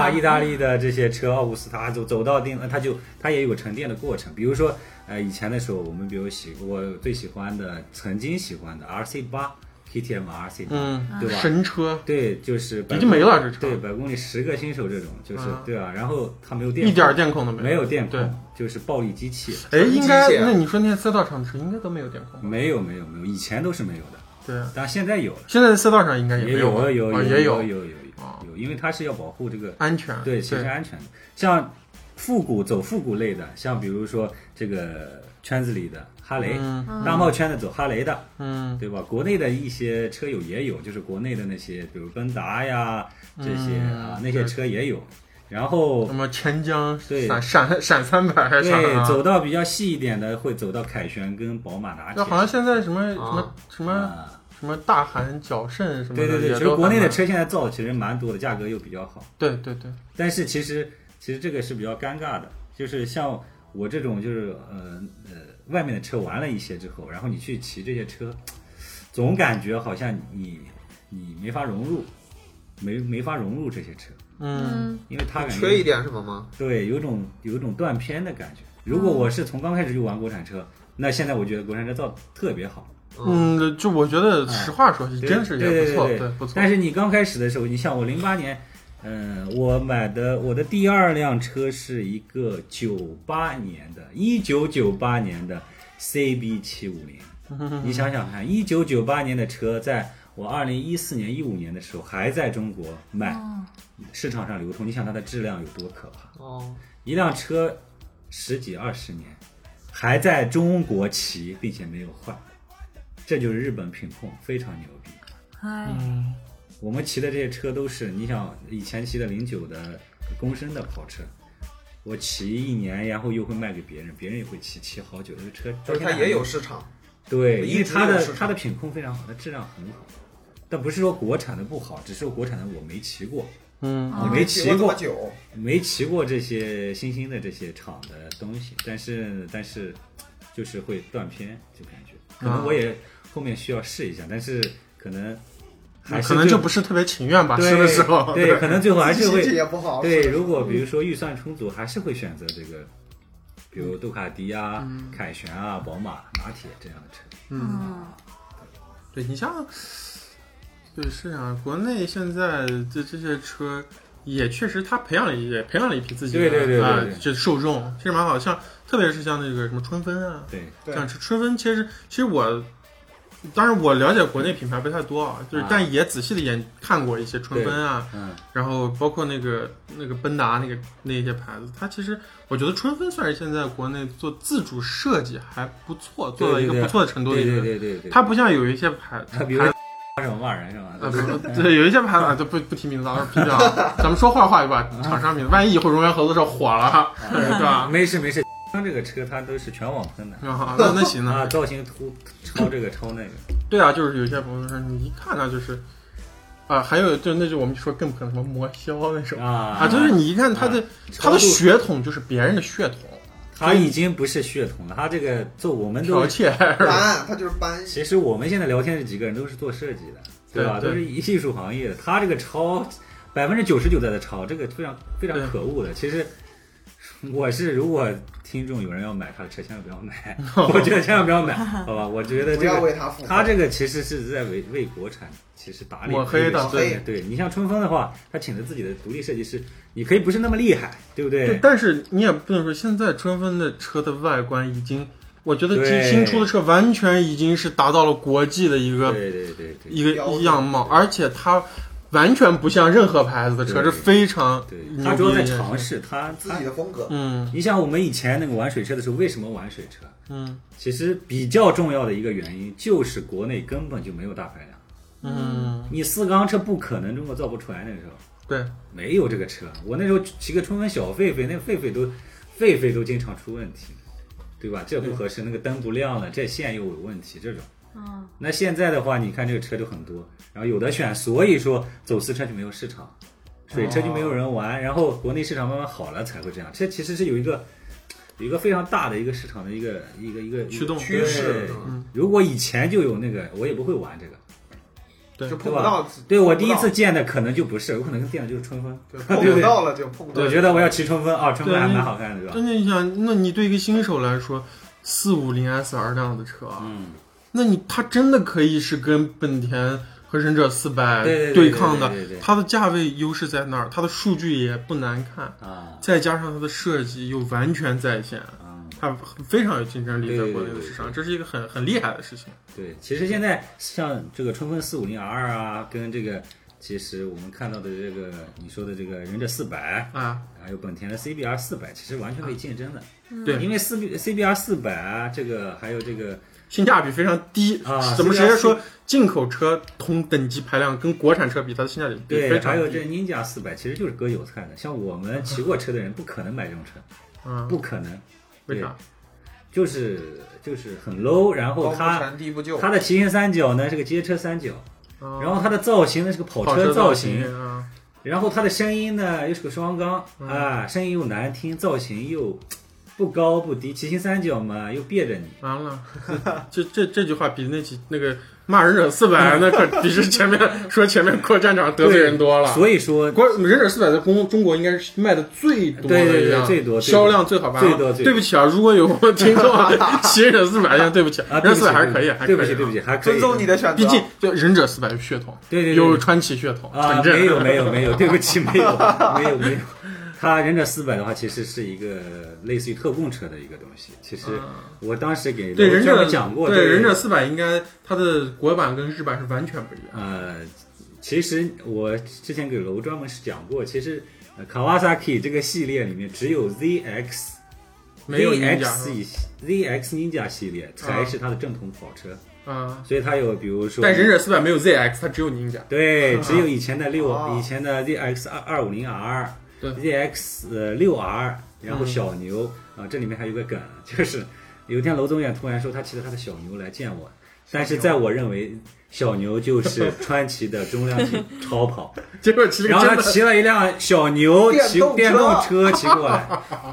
[SPEAKER 2] 啊，意大利的这些车，奥古斯塔走走到定，呃它就它也有个沉淀的过程。比如说，呃，以前的时候，我们比如喜我最喜欢的，曾经喜欢的 RC 八 KTM RC 八、
[SPEAKER 1] 嗯，
[SPEAKER 2] 对吧？
[SPEAKER 1] 神车
[SPEAKER 2] 对，就是百
[SPEAKER 1] 已经没了这车
[SPEAKER 2] 对，百公里十个新手这种，就是、
[SPEAKER 1] 嗯
[SPEAKER 2] 对啊。然后它没有电控，
[SPEAKER 1] 一点电控都
[SPEAKER 2] 没有电
[SPEAKER 1] 对
[SPEAKER 2] 控，，就是暴力机啊器，
[SPEAKER 1] 哎，应该
[SPEAKER 4] 机械
[SPEAKER 1] 那你说那些赛道上的车应该都没有电控吧，
[SPEAKER 2] 没有没有没有，以前都是没有的，
[SPEAKER 1] 对，啊
[SPEAKER 2] 但现在有了，
[SPEAKER 1] 现在赛道上应该没
[SPEAKER 2] 也有
[SPEAKER 1] 啊
[SPEAKER 2] 啊有
[SPEAKER 1] 啊
[SPEAKER 2] 有
[SPEAKER 1] 也
[SPEAKER 2] 有
[SPEAKER 1] 有
[SPEAKER 2] 有有
[SPEAKER 1] 哦
[SPEAKER 2] 有，因为它是要保护这个
[SPEAKER 1] 安全，
[SPEAKER 2] 对行车安全的。像复古走复古类的，像比如说这个圈子里的哈雷，
[SPEAKER 1] 嗯
[SPEAKER 2] 大贸圈的走哈雷的，
[SPEAKER 1] 嗯，
[SPEAKER 2] 对吧？国内的一些车友也有，就是国内的那些，比如奔达呀这些、
[SPEAKER 1] 嗯
[SPEAKER 2] 啊，那些
[SPEAKER 1] 对
[SPEAKER 2] 车也有。然后
[SPEAKER 1] 什么钱江
[SPEAKER 2] 对
[SPEAKER 1] 闪闪闪三百还是啥
[SPEAKER 2] 对
[SPEAKER 1] 的
[SPEAKER 2] 走
[SPEAKER 1] 啊？
[SPEAKER 2] 到比较细一点的，会走到凯旋跟宝马拿铁
[SPEAKER 1] 那。好像现在什么什么
[SPEAKER 4] 啊
[SPEAKER 1] 什么
[SPEAKER 2] 啊
[SPEAKER 1] 什么大韩角胜什么的，
[SPEAKER 2] 对对对，
[SPEAKER 1] 也
[SPEAKER 2] 其实
[SPEAKER 1] 都
[SPEAKER 2] 国内的
[SPEAKER 1] 很
[SPEAKER 2] 车现在造的其实蛮多的，价格又比较好。
[SPEAKER 1] 对对对，
[SPEAKER 2] 但是其实其实这个是比较尴尬的，就是像我这种就是呃呃外面的车玩了一些之后，然后你去骑这些车，总感觉好像你你没法融入，没没法融入这些车，
[SPEAKER 1] 嗯，
[SPEAKER 2] 因为它感觉
[SPEAKER 4] 缺一点什么吗？
[SPEAKER 2] 对有种有一种断片的感觉。如果我是从刚开始就玩国产车，那现在我觉得国产车造得特别好，
[SPEAKER 1] 嗯，就我觉得，实话说，
[SPEAKER 2] 对
[SPEAKER 1] 真是也
[SPEAKER 2] 对
[SPEAKER 1] 不错，
[SPEAKER 2] 嗯对对
[SPEAKER 1] 不错。
[SPEAKER 2] 但是你刚开始的时候，你像我零八年，嗯、我买的我的第二辆车是一个九八年的，一九九八年的 CB 七五零。你想想看，一九九八年的车，在我二零一四年、一五年的时候还在中国卖，市场上流通，你想它的质量有多可怕？
[SPEAKER 4] 哦，
[SPEAKER 2] 一辆车十几二十年，还在中国骑，并且没有坏，这就是日本品控非常牛逼。
[SPEAKER 6] 哎，
[SPEAKER 1] 嗯，
[SPEAKER 2] 我们骑的这些车都是，你想以前骑的零九的公升的跑车，我骑一年，然后又会卖给别人，别人也会骑，骑好久。这个车
[SPEAKER 4] 就是它也有市场，
[SPEAKER 2] 对，
[SPEAKER 4] 一
[SPEAKER 2] 因为
[SPEAKER 4] 直
[SPEAKER 2] 它
[SPEAKER 4] 有
[SPEAKER 2] 的
[SPEAKER 4] 市场
[SPEAKER 2] 它的品控非常好，它质量很好。但不是说国产的不好，只是国产的我没骑过，
[SPEAKER 1] 嗯，
[SPEAKER 2] 我没骑
[SPEAKER 4] 骑这
[SPEAKER 2] 过
[SPEAKER 4] 么，久，
[SPEAKER 2] 没骑过这些新兴的这些厂的东西。但是但是就是会断片，就感觉可
[SPEAKER 1] 啊
[SPEAKER 2] 能我也后面需要试一下，但是可能还是
[SPEAKER 1] 可能
[SPEAKER 2] 就
[SPEAKER 1] 就 不是特别情愿吧，
[SPEAKER 2] 对
[SPEAKER 1] 吃的时候，
[SPEAKER 2] 对，可能最后还是
[SPEAKER 4] 机器
[SPEAKER 2] 会
[SPEAKER 4] 也不好。
[SPEAKER 2] 对。
[SPEAKER 4] 是
[SPEAKER 2] 如果比如说预算充足，还是会选择这个，比如杜卡迪啊、
[SPEAKER 4] 嗯
[SPEAKER 2] 凯旋啊、宝马、拿铁这样的车。
[SPEAKER 1] 嗯，对你像，对是啊，国内现在这这些车也确实，他培养了一也培养了一批自己的
[SPEAKER 2] 对对对对
[SPEAKER 1] 啊
[SPEAKER 2] 对，
[SPEAKER 1] 这受众其实蛮好，像特别是像那个什么春风啊，
[SPEAKER 2] 对，
[SPEAKER 4] 对
[SPEAKER 1] 像春风，其实其实我。当然，我了解国内品牌不太多啊，就是、
[SPEAKER 2] 啊
[SPEAKER 1] 但也仔细的研看过一些春风啊，
[SPEAKER 2] 嗯，
[SPEAKER 1] 然后包括那个那个奔达那个那一些牌子，它其实我觉得春风算是现在国内做自主设计还不错，做到一个不错的程度的一
[SPEAKER 2] 对
[SPEAKER 1] 个
[SPEAKER 2] 对
[SPEAKER 1] 人。
[SPEAKER 2] 对对对，
[SPEAKER 1] 它不像有一些牌牌
[SPEAKER 2] 他比如
[SPEAKER 1] 子，
[SPEAKER 2] 骂人骂人是吧？
[SPEAKER 1] 呃，不，对，有一些牌子啊，就不不提名字了，批掉了。咱们说坏话对吧？厂商名字，万一以后荣源合作社火了，对吧？
[SPEAKER 2] 没事没事，这个车它都是全网喷的
[SPEAKER 1] 啊，那那行
[SPEAKER 2] 啊，
[SPEAKER 1] 呢？
[SPEAKER 2] 造型突超这个超那个，
[SPEAKER 1] 对啊，就是有些朋友说，你一看它就是，啊，还有就那就我们说更喷什么魔枭那种
[SPEAKER 2] 啊
[SPEAKER 1] 啊，就是你一看它的它的
[SPEAKER 2] 超度
[SPEAKER 1] 血统就是别人的血统，
[SPEAKER 2] 它已经不是血统了，它这个做我们都
[SPEAKER 1] 剽窃。
[SPEAKER 4] 搬，它就是搬。
[SPEAKER 2] 其实我们现在聊天的几个人都是做设计的，
[SPEAKER 1] 对
[SPEAKER 2] 吧？
[SPEAKER 1] 对
[SPEAKER 2] 都是艺术行业的。他这个抄百分之九十九在的抄，这个非常非常
[SPEAKER 1] 对
[SPEAKER 2] 可恶的。其实我是，如果听众有人要买他的车，千万不 要买，我觉得千万不要买，好吧？我觉得
[SPEAKER 4] 不
[SPEAKER 2] 这
[SPEAKER 4] 要
[SPEAKER 2] 个
[SPEAKER 4] 为它负责。
[SPEAKER 2] 他这个其实是在为为国产其实打脸
[SPEAKER 1] 抹黑的
[SPEAKER 2] 这个
[SPEAKER 4] 对
[SPEAKER 2] 事情对你像春风的话，他请了自己的独立设计师，你可以不是那么厉害，对不
[SPEAKER 1] 对
[SPEAKER 2] 对？
[SPEAKER 1] 但是你也不能说现在春风的车的外观已经，我觉得
[SPEAKER 2] 对
[SPEAKER 1] 新出的车完全已经是达到了国际的一个
[SPEAKER 2] 对对对对。
[SPEAKER 1] 一个
[SPEAKER 4] 标准
[SPEAKER 1] 样貌，而且它完全不像任何牌子的车，
[SPEAKER 2] 对
[SPEAKER 1] 这非常
[SPEAKER 2] 对，
[SPEAKER 1] 牛
[SPEAKER 2] 他主
[SPEAKER 1] 逼
[SPEAKER 2] 要
[SPEAKER 1] 的
[SPEAKER 2] 在
[SPEAKER 1] 一件事
[SPEAKER 2] 尝。试，他
[SPEAKER 4] 自己的风格，
[SPEAKER 1] 嗯
[SPEAKER 2] 你像我们以前那个玩水车的时候，为什么玩水车？
[SPEAKER 1] 嗯
[SPEAKER 2] 其实比较重要的一个原因就是国内根本就没有大排量，
[SPEAKER 1] 嗯，
[SPEAKER 2] 你四缸车不可能中国造不出来。那个时候
[SPEAKER 1] 对，
[SPEAKER 2] 没有这个车，我那时候骑个春风小狒狒，那狒狒都狒狒都经常出问题，对吧？这不合适，那个灯不亮了，这线又有问题，这种。
[SPEAKER 3] 嗯
[SPEAKER 2] 那现在的话，你看这个车就很多，然后有的选，所以说走私车就没有市场，水车就没有人玩，然后国内市场慢慢好了才会这样。这其实是有一个有一个非常大的一个市场的一个一个一个
[SPEAKER 1] 驱动
[SPEAKER 2] 对
[SPEAKER 4] 趋势
[SPEAKER 1] 嗯
[SPEAKER 2] 如果以前就有那个，我也不会玩这个。
[SPEAKER 1] 对
[SPEAKER 4] 就碰不到。
[SPEAKER 2] 对我第一次见的可能就不是，我可能见的就是春风。
[SPEAKER 4] 就 碰不到了，就碰不到
[SPEAKER 2] 我
[SPEAKER 4] 了。
[SPEAKER 2] 觉得我要骑春风啊，春风
[SPEAKER 1] 对
[SPEAKER 2] 还
[SPEAKER 1] 那
[SPEAKER 2] 蛮好看的，对吧？
[SPEAKER 1] 真的，你想，那你对一个新手来说，四五零 S R 这样的车，啊
[SPEAKER 2] 嗯，
[SPEAKER 1] 那你它真的可以是跟本田和忍者四百
[SPEAKER 2] 对对
[SPEAKER 1] 抗的
[SPEAKER 2] 对对对，
[SPEAKER 1] 它的价位优势在那儿，它的数据也不难看，
[SPEAKER 2] 啊，
[SPEAKER 1] 再加上它的设计又完全在线，
[SPEAKER 2] 嗯，
[SPEAKER 1] 它非常有竞争力，
[SPEAKER 2] 对
[SPEAKER 1] 在
[SPEAKER 2] 对
[SPEAKER 1] 国内
[SPEAKER 2] 对
[SPEAKER 1] 的
[SPEAKER 2] 对
[SPEAKER 1] 市场，这是一个很很厉害的事情。
[SPEAKER 2] 对，其实现在像这个春风四五零 R 啊，跟这个其实我们看到的这个你说的这个忍者四百，
[SPEAKER 1] 啊，
[SPEAKER 2] 还有本田的 CBR 四百，其实完全可以竞争的。
[SPEAKER 1] 对
[SPEAKER 2] 因为四 B CBR 四百啊，这个还有这个
[SPEAKER 1] 性价比非常低
[SPEAKER 2] 啊
[SPEAKER 1] 怎么直
[SPEAKER 2] 虽
[SPEAKER 1] 接
[SPEAKER 2] 然是
[SPEAKER 1] 说进口车同等级排量跟国产车比，它的性价比
[SPEAKER 2] 对，
[SPEAKER 1] 非
[SPEAKER 2] 还
[SPEAKER 1] 常
[SPEAKER 2] 有这
[SPEAKER 1] 低。
[SPEAKER 2] 宁甲四百，其实就是割韭菜的。像我们骑过车的人，不可能买这种车，
[SPEAKER 1] 嗯，
[SPEAKER 2] 不可能，
[SPEAKER 1] 为啥？
[SPEAKER 2] 就是就是很 low。然
[SPEAKER 4] 高
[SPEAKER 2] 后
[SPEAKER 4] 不
[SPEAKER 2] 它
[SPEAKER 4] 成低不就。
[SPEAKER 2] 它的骑行三角呢是个街车三角，
[SPEAKER 1] 然
[SPEAKER 2] 然后它的造型呢是个跑
[SPEAKER 1] 哦跑
[SPEAKER 2] 车
[SPEAKER 1] 造
[SPEAKER 2] 型，
[SPEAKER 1] 啊，
[SPEAKER 2] 然后它的声音呢又是个双缸
[SPEAKER 1] 嗯
[SPEAKER 2] 啊，声音又难听，造型又不高不低，骑行三角嘛又别着你。
[SPEAKER 1] 完 了，这这这句话比那几那个骂忍者四百那 可比是前面说前面扩战场得罪人多了。
[SPEAKER 2] 所以说
[SPEAKER 1] 国忍者四百在中中国应该是卖的最多的
[SPEAKER 2] 对
[SPEAKER 1] 一辆，
[SPEAKER 2] 对对最多
[SPEAKER 1] 销量最好吧？
[SPEAKER 2] 最多最多
[SPEAKER 1] 对不起啊，如果有听众 啊骑忍者四百，先对不起，
[SPEAKER 2] 啊，
[SPEAKER 1] 忍者
[SPEAKER 2] 对不起
[SPEAKER 1] 四百还是可以，还
[SPEAKER 2] 对
[SPEAKER 1] 是可
[SPEAKER 2] 不
[SPEAKER 1] 以
[SPEAKER 2] 起，
[SPEAKER 1] 啊
[SPEAKER 2] 对不起，，还可以
[SPEAKER 4] 尊重你的选择，
[SPEAKER 1] 毕竟就忍者四百有血统，
[SPEAKER 2] 对对对
[SPEAKER 1] 有川崎血统，
[SPEAKER 2] 啊，
[SPEAKER 1] 城镇
[SPEAKER 2] 没有没有没有，对不 起，没有没有没有。它忍者四百的话，其实是一个类似于特供车的一个东西。其实我当时给
[SPEAKER 1] 嗯对
[SPEAKER 2] 我
[SPEAKER 1] 忍
[SPEAKER 2] 专
[SPEAKER 1] 者
[SPEAKER 2] 门讲过，
[SPEAKER 1] 对忍者四百应该它的国版跟日版是完全不一样。
[SPEAKER 2] 呃，其实我之前给楼专门是讲过，其实呃 Kawasaki 这个系列里面只有 ZX
[SPEAKER 1] 没有银甲
[SPEAKER 2] ZX 以 ZX Ninja 系列才是它的正统跑车，
[SPEAKER 1] 啊，
[SPEAKER 2] 所以它有比如说
[SPEAKER 1] 但啊忍者四百没有 ZX，它只有银甲。
[SPEAKER 2] 对，只有以前的六、
[SPEAKER 4] 哦
[SPEAKER 2] 以前的 ZX 二二五零 R、
[SPEAKER 1] 啊对
[SPEAKER 2] ZX 呃六 R，然后小牛啊、这里面还有个梗， 就是有一天楼总远突然说他骑着他的小牛来见我，但是在我认为小牛就是川崎的中量级超跑，
[SPEAKER 1] 结果骑了
[SPEAKER 2] 然
[SPEAKER 1] 个
[SPEAKER 2] 后
[SPEAKER 1] 真
[SPEAKER 2] 他
[SPEAKER 1] 的
[SPEAKER 2] 骑了一辆小牛
[SPEAKER 4] 电
[SPEAKER 2] 骑
[SPEAKER 4] 动车
[SPEAKER 2] 电动车骑过来，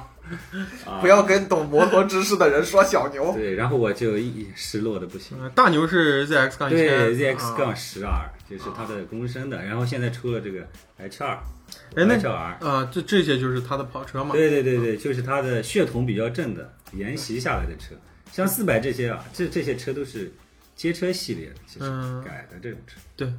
[SPEAKER 4] 不要跟懂摩托知识的人说小牛。
[SPEAKER 2] 对，然后我就一失落的不行。
[SPEAKER 1] 呃大牛是 ZX 嗯杠一千
[SPEAKER 2] 对，ZX 杠
[SPEAKER 1] 啊
[SPEAKER 2] 十 R 就是它的公升的，然后现在出了这个 H 二
[SPEAKER 1] 哎那
[SPEAKER 2] ，H 2
[SPEAKER 1] 啊，这这些就是它的跑车嘛。
[SPEAKER 2] 对对对对，就是它的血统比较正的沿袭下来的车，像四百这些啊，这这些车都是街车系列的，其实
[SPEAKER 1] 嗯
[SPEAKER 2] 改的这种车。
[SPEAKER 1] 对，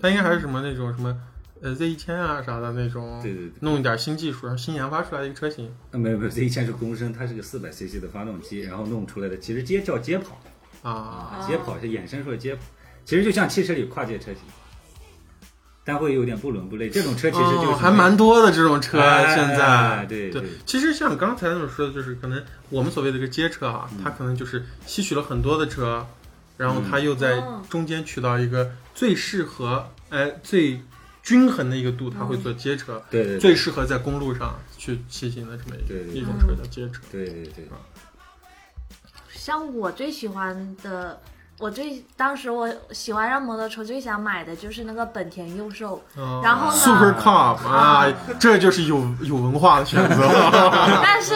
[SPEAKER 1] 它应该还是什么那种什么呃 Z 一千啊啥的那种，
[SPEAKER 2] 对对对
[SPEAKER 1] 弄一点新技术，然后新研发出来的一个车型
[SPEAKER 2] 啊，没有没有，这以前是公升，它是个四百 CC 的发动机，然后弄出来的，其实街叫街跑
[SPEAKER 1] 啊。
[SPEAKER 2] 街跑是衍生出来街跑，其实就像汽车里有跨界车型，但会有点不伦不类。这种车其实就是、
[SPEAKER 1] 哦、还蛮多的这种车，
[SPEAKER 2] 哎
[SPEAKER 1] 现在、
[SPEAKER 2] 哎对
[SPEAKER 1] 对
[SPEAKER 2] 对，
[SPEAKER 1] 其实像刚才所说的，就是可能我们所谓的这个街车啊，
[SPEAKER 2] 嗯
[SPEAKER 1] 它可能就是吸取了很多的车，然后它又在
[SPEAKER 3] 哦
[SPEAKER 1] 中间取到一个最适合，哎，最均衡的一个度，它会
[SPEAKER 3] 嗯
[SPEAKER 1] 做街车，
[SPEAKER 2] 对对对
[SPEAKER 1] 最适合在公路上去骑行的这么一
[SPEAKER 2] 对对对
[SPEAKER 1] 一种车叫街车。
[SPEAKER 2] 对对对，
[SPEAKER 1] 嗯
[SPEAKER 3] 像我最喜欢的，我最当时我喜欢上摩托车，最想买的就是那个本田佑兽。
[SPEAKER 1] 哦
[SPEAKER 3] 然后呢
[SPEAKER 1] Super Cup 啊，这就是有有文化的选 择。
[SPEAKER 2] 啊
[SPEAKER 3] 但是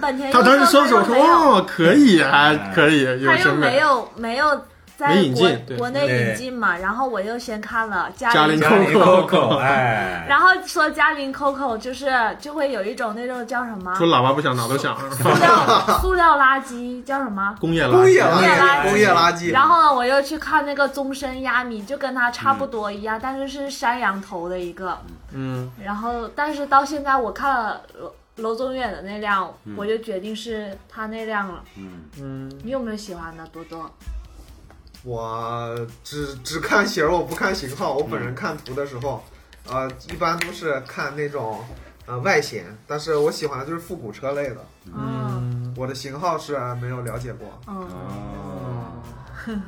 [SPEAKER 3] 本田
[SPEAKER 1] 他
[SPEAKER 3] 佑
[SPEAKER 1] 当时
[SPEAKER 3] 兽
[SPEAKER 1] 说的时候
[SPEAKER 3] 它
[SPEAKER 1] 说
[SPEAKER 3] 又没有，
[SPEAKER 1] 哦，可以，
[SPEAKER 2] 嗯
[SPEAKER 1] 还可以，有
[SPEAKER 3] 它又
[SPEAKER 1] 审
[SPEAKER 3] 没
[SPEAKER 1] 美。
[SPEAKER 3] 有没有在
[SPEAKER 1] 没引
[SPEAKER 3] 国
[SPEAKER 1] 进对
[SPEAKER 3] 国内
[SPEAKER 2] 对
[SPEAKER 3] 引进嘛，然后我又先看了
[SPEAKER 1] 嘉
[SPEAKER 3] 嘉
[SPEAKER 1] 陵
[SPEAKER 3] 陵
[SPEAKER 2] 嘉陵
[SPEAKER 1] Coco
[SPEAKER 2] Coco 哎，
[SPEAKER 3] 然后说嘉陵 COCO 就是就会有一种那种叫什么
[SPEAKER 1] 除了喇叭不响，哪都 响。
[SPEAKER 3] 塑料塑料垃圾叫什么？
[SPEAKER 1] 工业垃圾
[SPEAKER 4] 工业垃
[SPEAKER 3] 工业垃圾
[SPEAKER 4] 圾，工业垃圾。
[SPEAKER 3] 然后呢，我又去看那个终身压米，就跟它差不多一样，但是是山羊头的一个。
[SPEAKER 1] 嗯，
[SPEAKER 3] 然后，但是到现在我看了楼楼宗远的那辆，我就决定是他那辆了。
[SPEAKER 2] 嗯，
[SPEAKER 1] 嗯，
[SPEAKER 3] 你有没有喜欢的多多？
[SPEAKER 4] 我只只看型儿，我不看型号。我本
[SPEAKER 1] 嗯
[SPEAKER 4] 人看图的时候，呃，一般都是看那种呃外形，但是我喜欢的就是复古车类的。
[SPEAKER 3] 嗯
[SPEAKER 4] 我的型号是没有了解过。
[SPEAKER 3] 嗯，
[SPEAKER 2] 哦，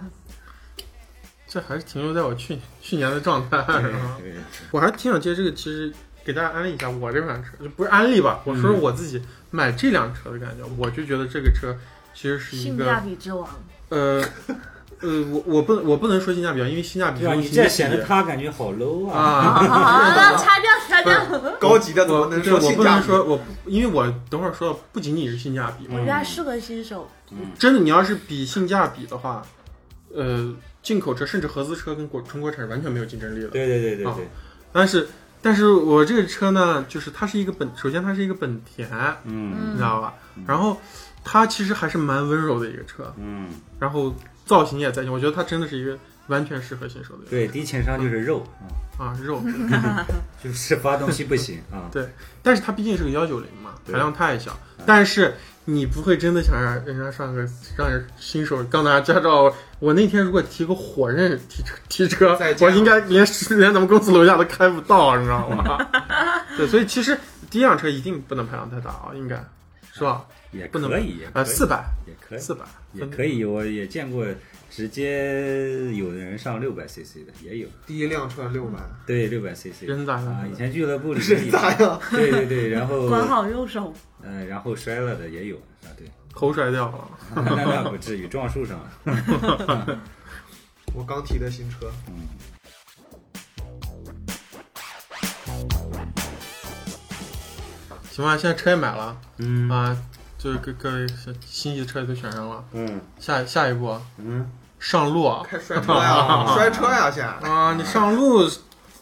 [SPEAKER 1] 这还是停留在我去去年的状态。
[SPEAKER 2] 对
[SPEAKER 1] 是吧
[SPEAKER 2] 对对
[SPEAKER 1] 我还挺想借这个，其实给大家安利一下我这款车，就不是安利吧，我说说我自己买这辆车的感觉，我就觉得这个车其实是一
[SPEAKER 3] 性
[SPEAKER 1] 个
[SPEAKER 3] 价比之王。
[SPEAKER 1] 呃，呃，我我不我不能说性价比，因为性价比
[SPEAKER 2] 对啊，
[SPEAKER 1] 东
[SPEAKER 2] 你
[SPEAKER 1] 西
[SPEAKER 2] 这
[SPEAKER 1] 也
[SPEAKER 2] 显得他感觉好 low 啊，
[SPEAKER 1] 啊，
[SPEAKER 3] 啊，拆掉，拆掉！
[SPEAKER 4] 高级的怎么
[SPEAKER 1] 我
[SPEAKER 4] 能
[SPEAKER 1] 对
[SPEAKER 4] 说
[SPEAKER 1] 我
[SPEAKER 4] 性
[SPEAKER 1] 不
[SPEAKER 4] 价
[SPEAKER 1] 能
[SPEAKER 4] 比？
[SPEAKER 1] 说我，因为我等会儿说的不仅仅是性价比
[SPEAKER 3] 我
[SPEAKER 1] 嘛，
[SPEAKER 3] 觉得还适合新手。
[SPEAKER 1] 真的你要是比性价比的话，呃，进口车甚至合资车跟国中国产是完全没有竞争力的。
[SPEAKER 2] 对对对对
[SPEAKER 1] 啊
[SPEAKER 2] 对，
[SPEAKER 1] 但是但是我这个车呢，就是它是一个本，首先它是一个本田，
[SPEAKER 2] 嗯
[SPEAKER 1] 你
[SPEAKER 3] 嗯
[SPEAKER 1] 知道吧？然后它其实还是蛮温柔的一个车，
[SPEAKER 2] 嗯，
[SPEAKER 1] 然后造型也在线，我觉得它真的是一个完全适合新手的
[SPEAKER 2] 对，第一情商就是肉啊，
[SPEAKER 1] 啊肉，
[SPEAKER 2] 就是发东西不行啊，
[SPEAKER 1] 但是它毕竟是个幺九零嘛，
[SPEAKER 2] 对
[SPEAKER 1] 排量太小，但是你不会真的想让人家上个让人新手刚拿驾照，我那天如果提个火刃提车 提车
[SPEAKER 4] 再，见
[SPEAKER 1] 我应该连 连咱们公司楼下都开不到，你知道吗？ 对，所以其实第一辆车一定不能排量太大啊，应该是吧？
[SPEAKER 2] 也
[SPEAKER 1] 不能
[SPEAKER 2] 可以，也可
[SPEAKER 1] 啊，
[SPEAKER 2] 以
[SPEAKER 1] 四百
[SPEAKER 2] 也可以，
[SPEAKER 1] 四百
[SPEAKER 2] 也可以，我也见过直接有的人上六百 CC 的也有，
[SPEAKER 4] 第一辆车六
[SPEAKER 1] 嗯
[SPEAKER 4] 万，
[SPEAKER 2] 对，六百 CC
[SPEAKER 1] 人咋
[SPEAKER 2] 啊，以
[SPEAKER 1] 样？
[SPEAKER 2] 前俱乐部里面
[SPEAKER 4] 是
[SPEAKER 2] 有，
[SPEAKER 4] 咋样？
[SPEAKER 2] 对对对，然后
[SPEAKER 6] 管好右手，
[SPEAKER 2] 嗯，然后摔了的也有啊，对，
[SPEAKER 1] 头摔掉了。
[SPEAKER 2] 那那不至于撞树上了，
[SPEAKER 4] 我刚提的新车，
[SPEAKER 2] 嗯，
[SPEAKER 1] 行吧，现在车也买了
[SPEAKER 2] 嗯
[SPEAKER 1] 啊，就是各各位心仪的车也都选上了，
[SPEAKER 2] 嗯
[SPEAKER 1] 下下一步啊
[SPEAKER 2] 嗯，
[SPEAKER 1] 上路啊
[SPEAKER 4] 开摔车呀， 摔车呀，先。
[SPEAKER 1] 啊，你上路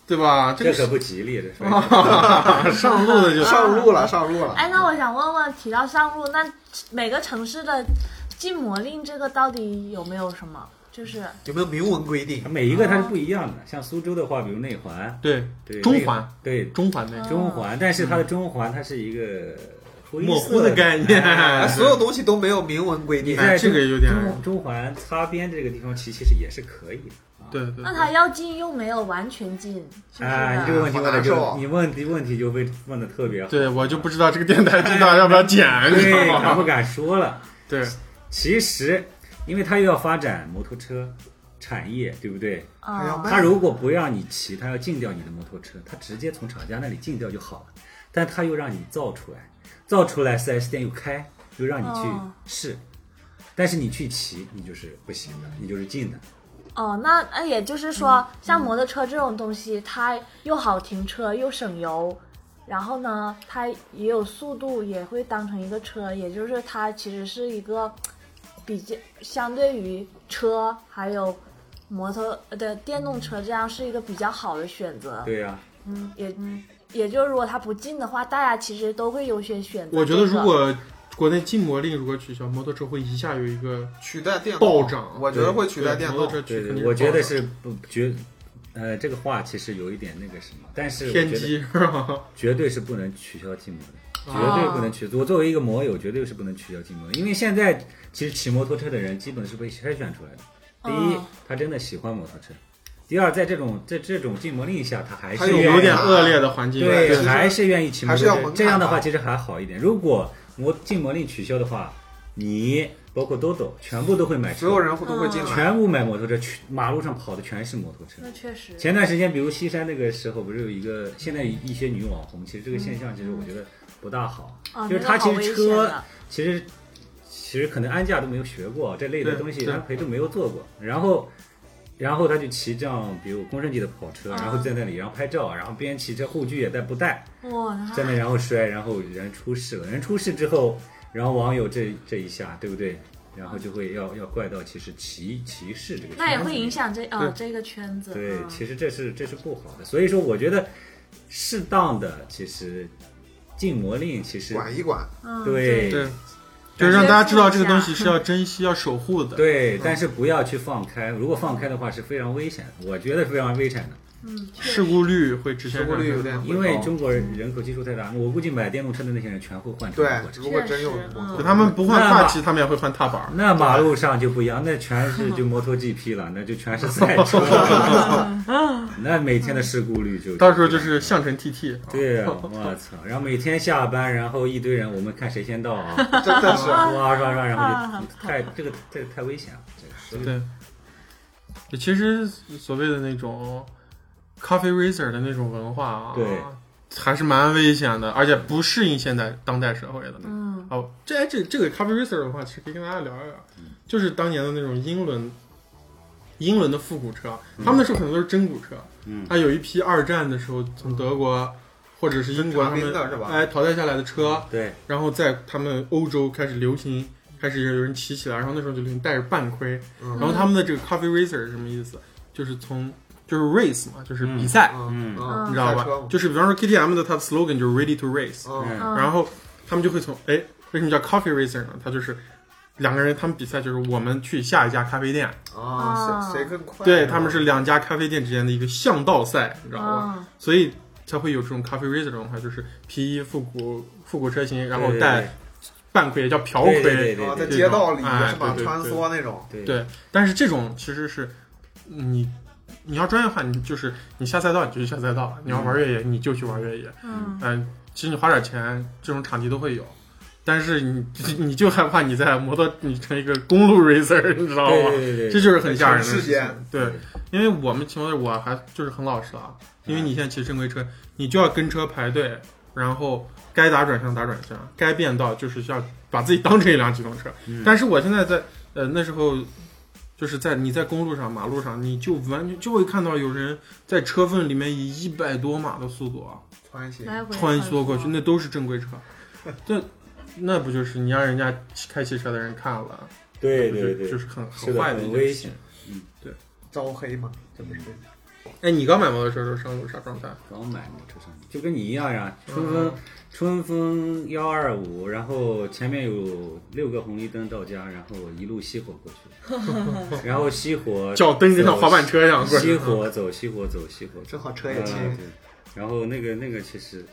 [SPEAKER 1] 对吧？这
[SPEAKER 2] 这
[SPEAKER 1] 个
[SPEAKER 2] 可
[SPEAKER 1] 是
[SPEAKER 2] 不吉利，这摔车。
[SPEAKER 1] 上路的就
[SPEAKER 4] 上路了，上路了。
[SPEAKER 3] 哎，那我想问问，提到上路，那每个城市的禁摩令这个到底有没有什么？就是
[SPEAKER 4] 有没有明文规定？
[SPEAKER 2] 每一个它是不一样的，像苏州的话，比如内环，
[SPEAKER 1] 对
[SPEAKER 2] 对
[SPEAKER 1] 中
[SPEAKER 2] 内
[SPEAKER 1] 环
[SPEAKER 2] 对
[SPEAKER 1] 中环那
[SPEAKER 3] 嗯
[SPEAKER 2] 中环，但是它的中环它是一个灰色
[SPEAKER 1] 模糊的概念
[SPEAKER 2] 哎
[SPEAKER 4] 哎，所有东西都没有明文规
[SPEAKER 2] 你
[SPEAKER 4] 定。
[SPEAKER 2] 在
[SPEAKER 1] 哎这个有点
[SPEAKER 2] 中中环擦边这个地方骑，其实也是可以的。啊
[SPEAKER 1] 对对，
[SPEAKER 3] 那
[SPEAKER 1] 对
[SPEAKER 3] 它要禁又没有完全禁，是不
[SPEAKER 2] 啊，你这
[SPEAKER 3] 是？
[SPEAKER 2] 个问题问
[SPEAKER 4] 好
[SPEAKER 2] 的
[SPEAKER 4] 难
[SPEAKER 2] 就
[SPEAKER 4] 受
[SPEAKER 2] 你问题问题就问问的特别好，
[SPEAKER 1] 对我就不知道这个电台知道要不要剪，你知
[SPEAKER 2] 对，
[SPEAKER 1] 道
[SPEAKER 2] 敢
[SPEAKER 1] 吗？
[SPEAKER 2] 不敢说了？
[SPEAKER 1] 对，
[SPEAKER 2] 其实，因为它又要发展摩托车产业，对不对？
[SPEAKER 4] 还要
[SPEAKER 3] 啊、
[SPEAKER 4] 卖
[SPEAKER 2] 他如果不让你骑，他要禁掉你的摩托车，他直接从厂家那里禁掉就好了。但他又让你造出来，造出来 4S 店又开，又让你
[SPEAKER 3] 哦
[SPEAKER 2] 去试，但是你去骑，你就是不行的，你就是禁的。
[SPEAKER 3] 哦，那那也就是说，像摩托车这种东西，它又好停车又省油，然后呢，它也有速度，也会当成一个车，也就是它其实是一个比较相对于车还有摩托呃的电动车这样是一个比较好的选择。
[SPEAKER 2] 对呀、
[SPEAKER 3] 嗯，也也就是如果它不进的话，大家其实都会优先选择这个。
[SPEAKER 1] 我觉得如果国内禁摩令如果取消，摩托车会一下有一个
[SPEAKER 4] 取代电
[SPEAKER 1] 暴
[SPEAKER 4] 动，
[SPEAKER 1] 涨，
[SPEAKER 4] 我觉得会取代
[SPEAKER 1] 对
[SPEAKER 4] 电
[SPEAKER 1] 摩
[SPEAKER 4] 动
[SPEAKER 1] 托。车取
[SPEAKER 2] 对
[SPEAKER 1] 肯定
[SPEAKER 2] 对，
[SPEAKER 1] 是
[SPEAKER 2] 我觉得
[SPEAKER 1] 暴
[SPEAKER 2] 是不绝，呃，这个话其实有一点那个什么，但
[SPEAKER 1] 涨
[SPEAKER 2] 是我
[SPEAKER 1] 偏
[SPEAKER 2] 觉得
[SPEAKER 1] 激是吧？
[SPEAKER 2] 绝对是不能取消禁摩的。绝
[SPEAKER 1] 啊
[SPEAKER 2] 对不能取消。我作为一个摩友，绝对是不能取消禁摩的，因为现在其实骑摩托车的人基本是被筛选出来的。第一
[SPEAKER 3] 哦，
[SPEAKER 2] 他真的喜欢摩托车；第二，在这种在这种禁摩令下，他还
[SPEAKER 4] 他
[SPEAKER 2] 是
[SPEAKER 4] 有
[SPEAKER 2] 愿意
[SPEAKER 1] 有点恶劣的环境，
[SPEAKER 2] 对，
[SPEAKER 4] 其实
[SPEAKER 2] 还是愿意骑摩
[SPEAKER 4] 还是
[SPEAKER 2] 托
[SPEAKER 4] 要
[SPEAKER 2] 车。
[SPEAKER 4] 门槛
[SPEAKER 2] 这样的话，
[SPEAKER 4] 吧
[SPEAKER 2] 其实还好一点。如果摩禁摩令取消的话，你包括豆豆全部都会买车，
[SPEAKER 4] 所有人都会进来。
[SPEAKER 2] 全部买摩托车，去马路上跑的全是摩托车
[SPEAKER 3] 那。确实，
[SPEAKER 2] 前段时间，比如西山那个时候，不是有一个现在一些女网红，其实这个现象其实我觉得不大好，
[SPEAKER 3] 啊，
[SPEAKER 2] 就是
[SPEAKER 3] 那
[SPEAKER 2] 他
[SPEAKER 3] 个
[SPEAKER 2] 其
[SPEAKER 3] 好
[SPEAKER 2] 实
[SPEAKER 3] 危
[SPEAKER 2] 车
[SPEAKER 3] 险的
[SPEAKER 2] 其实其实可能安驾都没有学过这类的
[SPEAKER 1] 对
[SPEAKER 2] 东西，
[SPEAKER 1] 对
[SPEAKER 2] 他培都没有做过。然后，然后他就骑这样，比如公升级的跑车，
[SPEAKER 3] 啊
[SPEAKER 2] 然后在那里，然后拍照，然后边骑车护具也带不带，
[SPEAKER 3] 哇，
[SPEAKER 2] 在那然后摔，然后人出事了。人出事之后，然后网友这这一下，对不对？然后就会要要怪到其实歧歧视这个圈子里，
[SPEAKER 3] 那也会影响这啊
[SPEAKER 1] 对
[SPEAKER 3] 这个圈子。
[SPEAKER 2] 对，
[SPEAKER 3] 嗯
[SPEAKER 2] 其实这是这是不好的，所以说我觉得适当的其实禁摩令其实
[SPEAKER 4] 管一管，
[SPEAKER 3] 嗯，
[SPEAKER 2] 对
[SPEAKER 1] 对，就是让大家知道这个东西是要珍惜、要守护的。
[SPEAKER 2] 对，但是不要去放开，如果放开的话是非常危险的，我觉得是非常危险的，
[SPEAKER 3] 嗯，确
[SPEAKER 1] 事故率会直线
[SPEAKER 4] 收
[SPEAKER 1] 上
[SPEAKER 4] 购率有
[SPEAKER 1] 升。
[SPEAKER 4] 点
[SPEAKER 2] 因为中国人人口基数太大，我估计买电动车的那些人全会换成
[SPEAKER 4] 对
[SPEAKER 2] 电动，车。
[SPEAKER 4] 如果真有摩
[SPEAKER 1] 对
[SPEAKER 4] 托，
[SPEAKER 1] 他 们不换
[SPEAKER 2] 那
[SPEAKER 1] 发
[SPEAKER 2] 么
[SPEAKER 1] 髻，他们也会换踏板儿。
[SPEAKER 2] 那马路上就不一样，那全是就摩托 GP 了，那就全是赛车，那每天的事故率就
[SPEAKER 1] 到时候就是相城 TT。
[SPEAKER 2] 对啊，我操！然后每天下班，然后一堆人，我们看谁先到啊，
[SPEAKER 4] 真的是。
[SPEAKER 2] 哇刷刷，然后就太这个这个太危险了，这个是
[SPEAKER 1] 对，嗯其实所谓的那种 coffee racer 的那种文化啊，
[SPEAKER 2] 对，
[SPEAKER 1] 还是蛮危险的，而且不适应现在当代社会的。
[SPEAKER 3] 嗯，
[SPEAKER 1] 哦，这这这个 coffee racer 的话，其实可以跟大家聊一聊，就是当年的那种英伦。英伦的复古车，他们那时候可能都是真古车。
[SPEAKER 2] 嗯
[SPEAKER 1] 他有一批二战的时候从德国或者是英国他
[SPEAKER 4] 是
[SPEAKER 1] 们
[SPEAKER 4] 查明的是吧
[SPEAKER 1] 哎淘汰下来的车，
[SPEAKER 2] 对
[SPEAKER 1] 然后在他们欧洲开始流行，开始有人骑起来，然后那时候就流行戴着半盔，
[SPEAKER 4] 嗯
[SPEAKER 1] 然后他们的这个 coffee racer 是什么意思？就是从就是 race 嘛，就是比赛，
[SPEAKER 4] 嗯嗯，
[SPEAKER 1] 你知道吧？就是比方说 KTM 的它的 slogan 就是 ready to race，、
[SPEAKER 4] 嗯，
[SPEAKER 2] 嗯
[SPEAKER 3] 嗯
[SPEAKER 1] 然后他们就会从哎为什么叫 coffee racer 呢？它就是两个人他们比赛，就是我们去下一家咖啡店，
[SPEAKER 4] 啊，
[SPEAKER 3] 啊
[SPEAKER 4] 谁谁更快？
[SPEAKER 1] 对他们是两家咖啡店之间的一个巷道赛，你知道吗？
[SPEAKER 3] 啊，
[SPEAKER 1] 所以才会有这种 coffee racer 这种文化，就是皮衣复古复古车型，然后带半盔也叫瓢盔，
[SPEAKER 2] 对对对对
[SPEAKER 4] 啊，在
[SPEAKER 2] 对对
[SPEAKER 4] 街道里
[SPEAKER 1] 哎
[SPEAKER 4] 是吧？
[SPEAKER 1] 对对对
[SPEAKER 4] 穿梭那种，
[SPEAKER 2] 对
[SPEAKER 1] 对，但是这种其实是你你要专业化，你就是你下赛道你就去下赛道，你要玩越野你就去玩越野。
[SPEAKER 3] 嗯，
[SPEAKER 1] 嗯、其实你花点钱，这种场地都会有。但是你 你就害怕你在摩托你成一个公路 racer，你知道吗？
[SPEAKER 2] 对对对，
[SPEAKER 1] 哦这
[SPEAKER 2] 对
[SPEAKER 1] 就是很吓人的
[SPEAKER 4] 全世
[SPEAKER 1] 事
[SPEAKER 4] 界
[SPEAKER 1] 情。对，因为我们情况下我还就是很老实啊，因为你现在骑正规车，你就要跟车排队，然后该打转向打转向，该变道就是要把自己当成一辆机动车。
[SPEAKER 2] 嗯
[SPEAKER 1] 但是我现在在呃那时候。就是在你在公路上、马路上，你就完全就会看到有人在车缝里面以一百多码的速度啊，
[SPEAKER 4] 穿
[SPEAKER 2] 嗯
[SPEAKER 4] 行。
[SPEAKER 3] 来回
[SPEAKER 1] 穿梭过去，那都是正规车。这那不就是你让人家开汽车的人看了，
[SPEAKER 2] 对
[SPEAKER 1] 就是
[SPEAKER 2] 对对，
[SPEAKER 1] 就是很
[SPEAKER 2] 是
[SPEAKER 1] 很
[SPEAKER 2] 的，
[SPEAKER 1] 坏的一
[SPEAKER 2] 很
[SPEAKER 1] 件
[SPEAKER 2] 危
[SPEAKER 1] 事
[SPEAKER 2] 险。
[SPEAKER 4] 招黑嘛，
[SPEAKER 2] 这不是
[SPEAKER 1] 哎，你刚买摩托车的时候上路啥状态？
[SPEAKER 2] 刚买摩托车上，就跟你一样呀，春风、春风幺二五，然后前面有六个红绿灯到家，然后一路熄火过去，然后熄火
[SPEAKER 1] 脚蹬着像滑板车一样过
[SPEAKER 2] 熄
[SPEAKER 1] 去。
[SPEAKER 2] 火走，熄火走，熄火走
[SPEAKER 4] 正，好车也 轻。
[SPEAKER 2] 啊对然后那个那个其实。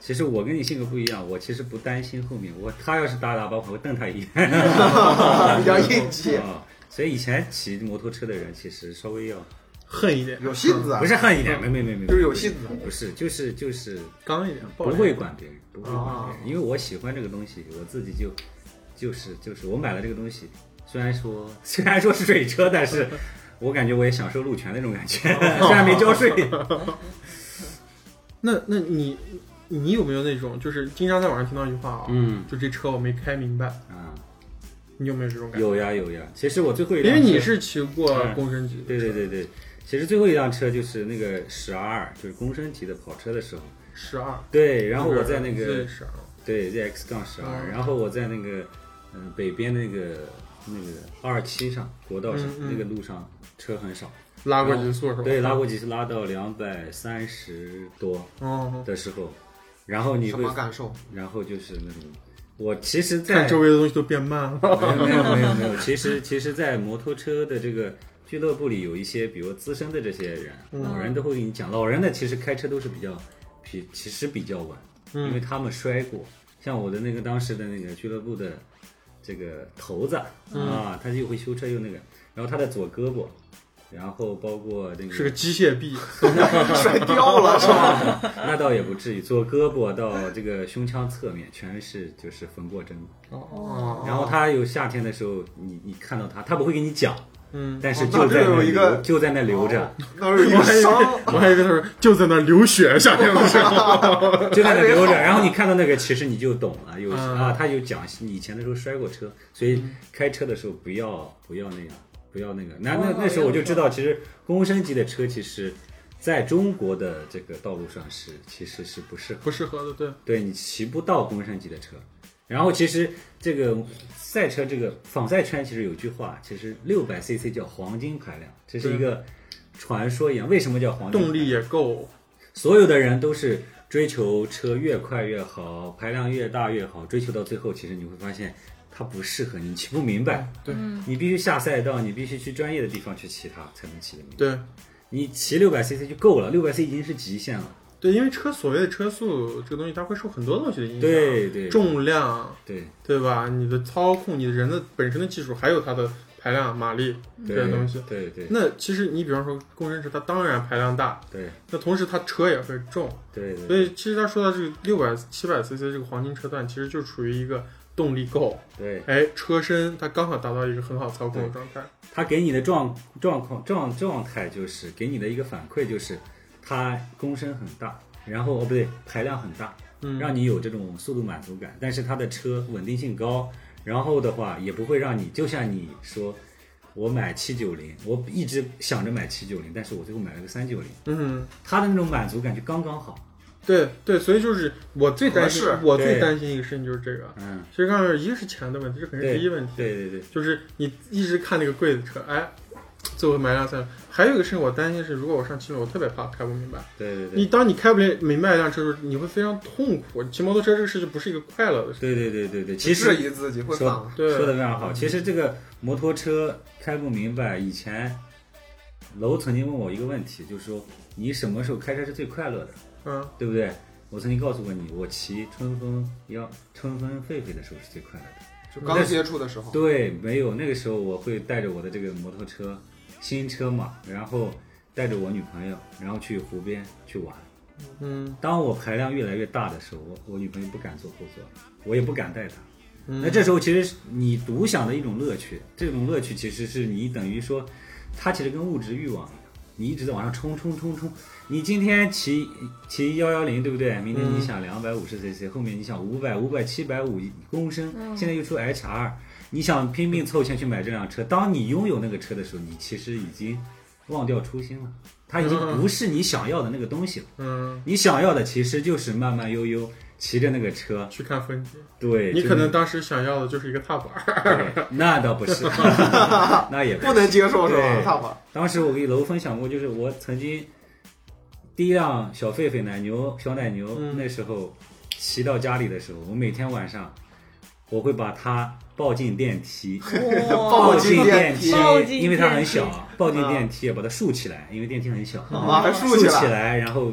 [SPEAKER 2] 其实我跟你性格不一样，我其实不担心后面，我他要是打打把火，我瞪他一眼。
[SPEAKER 4] 比较 硬气，
[SPEAKER 2] 啊，所以以前骑摩托车的人其实稍微要
[SPEAKER 1] 恨一点，
[SPEAKER 4] 有性子啊
[SPEAKER 2] 不，是恨一点，没没没没，
[SPEAKER 4] 就是有性子
[SPEAKER 2] 不是就是就是
[SPEAKER 1] 嗯刚一点，
[SPEAKER 2] 不
[SPEAKER 1] 暴力
[SPEAKER 2] 会管别人，不会管
[SPEAKER 4] 啊
[SPEAKER 2] 别人，因为我喜欢这个东西，我自己就就是就是我买了这个东西，虽然说 虽然说是水车，但 是我感觉我也享受路权那种感觉，虽然没交税。
[SPEAKER 1] 那那你你有没有那种就是经常在网上听到一句话啊、
[SPEAKER 2] 嗯
[SPEAKER 1] 就这车我没开明白，
[SPEAKER 2] 啊，
[SPEAKER 1] 你有没有这种感觉？
[SPEAKER 2] 有呀有呀，其实我最后一
[SPEAKER 1] 因
[SPEAKER 2] 辆
[SPEAKER 1] 为你
[SPEAKER 2] 车
[SPEAKER 1] 是骑过
[SPEAKER 2] 嗯
[SPEAKER 1] 工升级，
[SPEAKER 2] 对对，对对，其实最后一辆车就是那个十二，就是公升级的跑车的时候，
[SPEAKER 1] 十二。
[SPEAKER 2] 对，然后我在那个
[SPEAKER 1] 十二，
[SPEAKER 2] 对，ZX 杠十二，
[SPEAKER 1] 嗯
[SPEAKER 2] 然后我在那个嗯、北边那个那个二七上国道上、
[SPEAKER 1] 嗯嗯
[SPEAKER 2] 那个路上车很少，
[SPEAKER 1] 拉过极速是吧？
[SPEAKER 2] 对，拉过几次拉到两百三十多
[SPEAKER 1] 哦，
[SPEAKER 2] 的时候，然后你
[SPEAKER 4] 什
[SPEAKER 2] 会，
[SPEAKER 4] 么感受？
[SPEAKER 2] 然后就是那种，我其实在
[SPEAKER 1] 看周围的东西都变慢了。
[SPEAKER 2] 没有没有没有没有，其实其实，在摩托车的这个俱乐部里，有一些比如资深的这些人，老人都会给你讲，老人呢其实开车都是比较比其实比较稳，因为他们摔过。像我的那个当时的那个俱乐部的这个头子、啊，他又会修车又那个，然后他的左胳膊，然后包括那
[SPEAKER 1] 是个机械 臂，
[SPEAKER 4] 摔掉了是吧？
[SPEAKER 2] 那倒也不至于，左胳膊到这个胸腔侧面全是就是缝过针。
[SPEAKER 1] 哦，
[SPEAKER 2] 然后他有夏天的时候，你你看到他，他不会给你讲，
[SPEAKER 1] 嗯，
[SPEAKER 2] 但是
[SPEAKER 4] 哦
[SPEAKER 2] 就
[SPEAKER 4] 那
[SPEAKER 2] 在
[SPEAKER 4] 就
[SPEAKER 2] 那
[SPEAKER 4] 有一
[SPEAKER 2] 留
[SPEAKER 4] 个
[SPEAKER 2] 就在那留着，
[SPEAKER 4] 那儿有一个伤，
[SPEAKER 1] 我还以为他说就在那儿流血，夏天 的时候。
[SPEAKER 4] 哦
[SPEAKER 2] 就在那留着。然后你看到那个，其实你就懂了。有
[SPEAKER 1] 嗯
[SPEAKER 2] 啊，他有讲你以前的时候摔过车，所以开车的时候不要不要那样，不要那个。那那
[SPEAKER 3] 哦
[SPEAKER 2] 那时候我就知道，其实公升级的车其实在中国的这个道路上是其实是不适合。
[SPEAKER 1] 不适合的，对，
[SPEAKER 2] 对你骑不到公升级的车。然后其实这个赛车这个仿赛圈其实有句话，其实六百 CC 叫黄金排量，这是一个传说一样。为什么叫黄金？
[SPEAKER 1] 动力，也够，
[SPEAKER 2] 所有的人都是追求车越快越好，排量越大越好，追求到最后，其实你会发现它不适合你，你骑不明白。
[SPEAKER 1] 嗯对
[SPEAKER 2] 你必须下赛道，你必须去专业的地方去骑它，才能骑得明白。
[SPEAKER 1] 对
[SPEAKER 2] 你骑六百 CC 就够了，六百 CC 已经是极限了。
[SPEAKER 1] 对，因为车所谓的车速这个东西，它会受很多东西的影响，
[SPEAKER 2] 对对
[SPEAKER 1] 重量，
[SPEAKER 2] 对
[SPEAKER 1] 对吧？你的操控，你的人的本身的技术，还有它的排量、马力这
[SPEAKER 2] 对
[SPEAKER 1] 些东西。
[SPEAKER 2] 对对
[SPEAKER 1] 那其实你比方说工程师，它当然排量大，
[SPEAKER 2] 对
[SPEAKER 1] 那同时它车也会重，
[SPEAKER 2] 对
[SPEAKER 1] 所
[SPEAKER 2] 对
[SPEAKER 1] 以其实他说到这个六百七百 CC 这个黄金车段，其实就处于一个动力够，
[SPEAKER 2] 对。
[SPEAKER 1] 哎，车身它刚好达到一个很好操控的状态。
[SPEAKER 2] 他给你的状状况状状态就是给你的一个反馈就是，它公升很大，然后哦不对，排量很大，
[SPEAKER 1] 嗯，
[SPEAKER 2] 让你有这种速度满足感，但是它的车稳定性高，然后的话也不会让你就像你说，我买七九零，我一直想着买七九零，但是我最后买了个三九零，
[SPEAKER 1] 嗯，
[SPEAKER 2] 它的那种满足感就刚刚好，
[SPEAKER 1] 对对，所以就是我最担心
[SPEAKER 4] 合适，
[SPEAKER 1] 我最
[SPEAKER 2] 对
[SPEAKER 1] 担心一个事情就是这个。
[SPEAKER 2] 嗯，
[SPEAKER 1] 其实刚才一个是钱的问题，这肯定是
[SPEAKER 2] 对，
[SPEAKER 1] 第一问题，
[SPEAKER 2] 对对对，
[SPEAKER 1] 就是你一直看那个贵的车，哎，所以我买辆三轮。还有一个事情我担心是，如果我上七轮，我特别怕开不明白。
[SPEAKER 2] 对对对，
[SPEAKER 1] 你当你开不明白一辆车的时候，你会非常痛苦。骑摩托车这个事情不是一个快乐的事。
[SPEAKER 2] 对对对对对，其
[SPEAKER 4] 其
[SPEAKER 2] 实
[SPEAKER 4] 质疑自己会啊
[SPEAKER 2] 说
[SPEAKER 4] 反
[SPEAKER 1] 对，
[SPEAKER 2] 说的非常好。其实这个摩托车开不明白，以前楼曾经问我一个问题，就是说你什么时候开车是最快乐的，
[SPEAKER 1] 嗯
[SPEAKER 2] 对不对？我曾经告诉过你，我骑春风要春风狒狒的时候是最快乐的。
[SPEAKER 4] 就刚接触的时候，
[SPEAKER 2] 对，没有那个时候我会带着我的这个摩托车，新车嘛，然后带着我女朋友，然后去湖边去玩。
[SPEAKER 1] 嗯
[SPEAKER 2] 当我排量越来越大的时候，我我女朋友不敢坐后座，我也不敢带她。
[SPEAKER 1] 嗯
[SPEAKER 2] 那这时候其实你独享的一种乐趣，这种乐趣其实是你等于说，它其实跟物质欲望一样，你一直在往上冲冲冲冲。你今天骑骑幺幺零，对不对？明天你想两百五十 cc，后面你想五百、五百、七百五公升，现在又出 HR，你想拼命凑钱去买这辆车。当你拥有那个车的时候，你其实已经忘掉初心了，它已经不是你想要的那个东西了。
[SPEAKER 1] 嗯，
[SPEAKER 2] 你想要的其实就是慢慢悠悠骑着那个车，
[SPEAKER 1] 嗯去看风景。
[SPEAKER 2] 对，
[SPEAKER 1] 你
[SPEAKER 2] 就
[SPEAKER 1] 可
[SPEAKER 2] 是
[SPEAKER 1] 能当时想要的就是一个踏板 儿。
[SPEAKER 2] 对那倒不是， 那也不
[SPEAKER 4] 不能接受是吧？
[SPEAKER 2] 对
[SPEAKER 4] 踏板，
[SPEAKER 2] 当时我给楼分享过，就是我曾经第一辆小狒狒奶牛小奶牛，
[SPEAKER 1] 嗯
[SPEAKER 2] 那时候骑到家里的时候，我每天晚上我会把它抱进电梯，
[SPEAKER 3] 哇，
[SPEAKER 4] 抱
[SPEAKER 2] 进
[SPEAKER 4] 进
[SPEAKER 2] 电
[SPEAKER 4] 电
[SPEAKER 2] 梯
[SPEAKER 4] 梯，
[SPEAKER 3] 抱进电梯嗯
[SPEAKER 2] 因为它很小，抱进电梯把它竖起来，因为电梯很小，嗯
[SPEAKER 4] 啊，还
[SPEAKER 2] 竖
[SPEAKER 4] 竖
[SPEAKER 2] 起
[SPEAKER 4] 起来，
[SPEAKER 2] 来，然后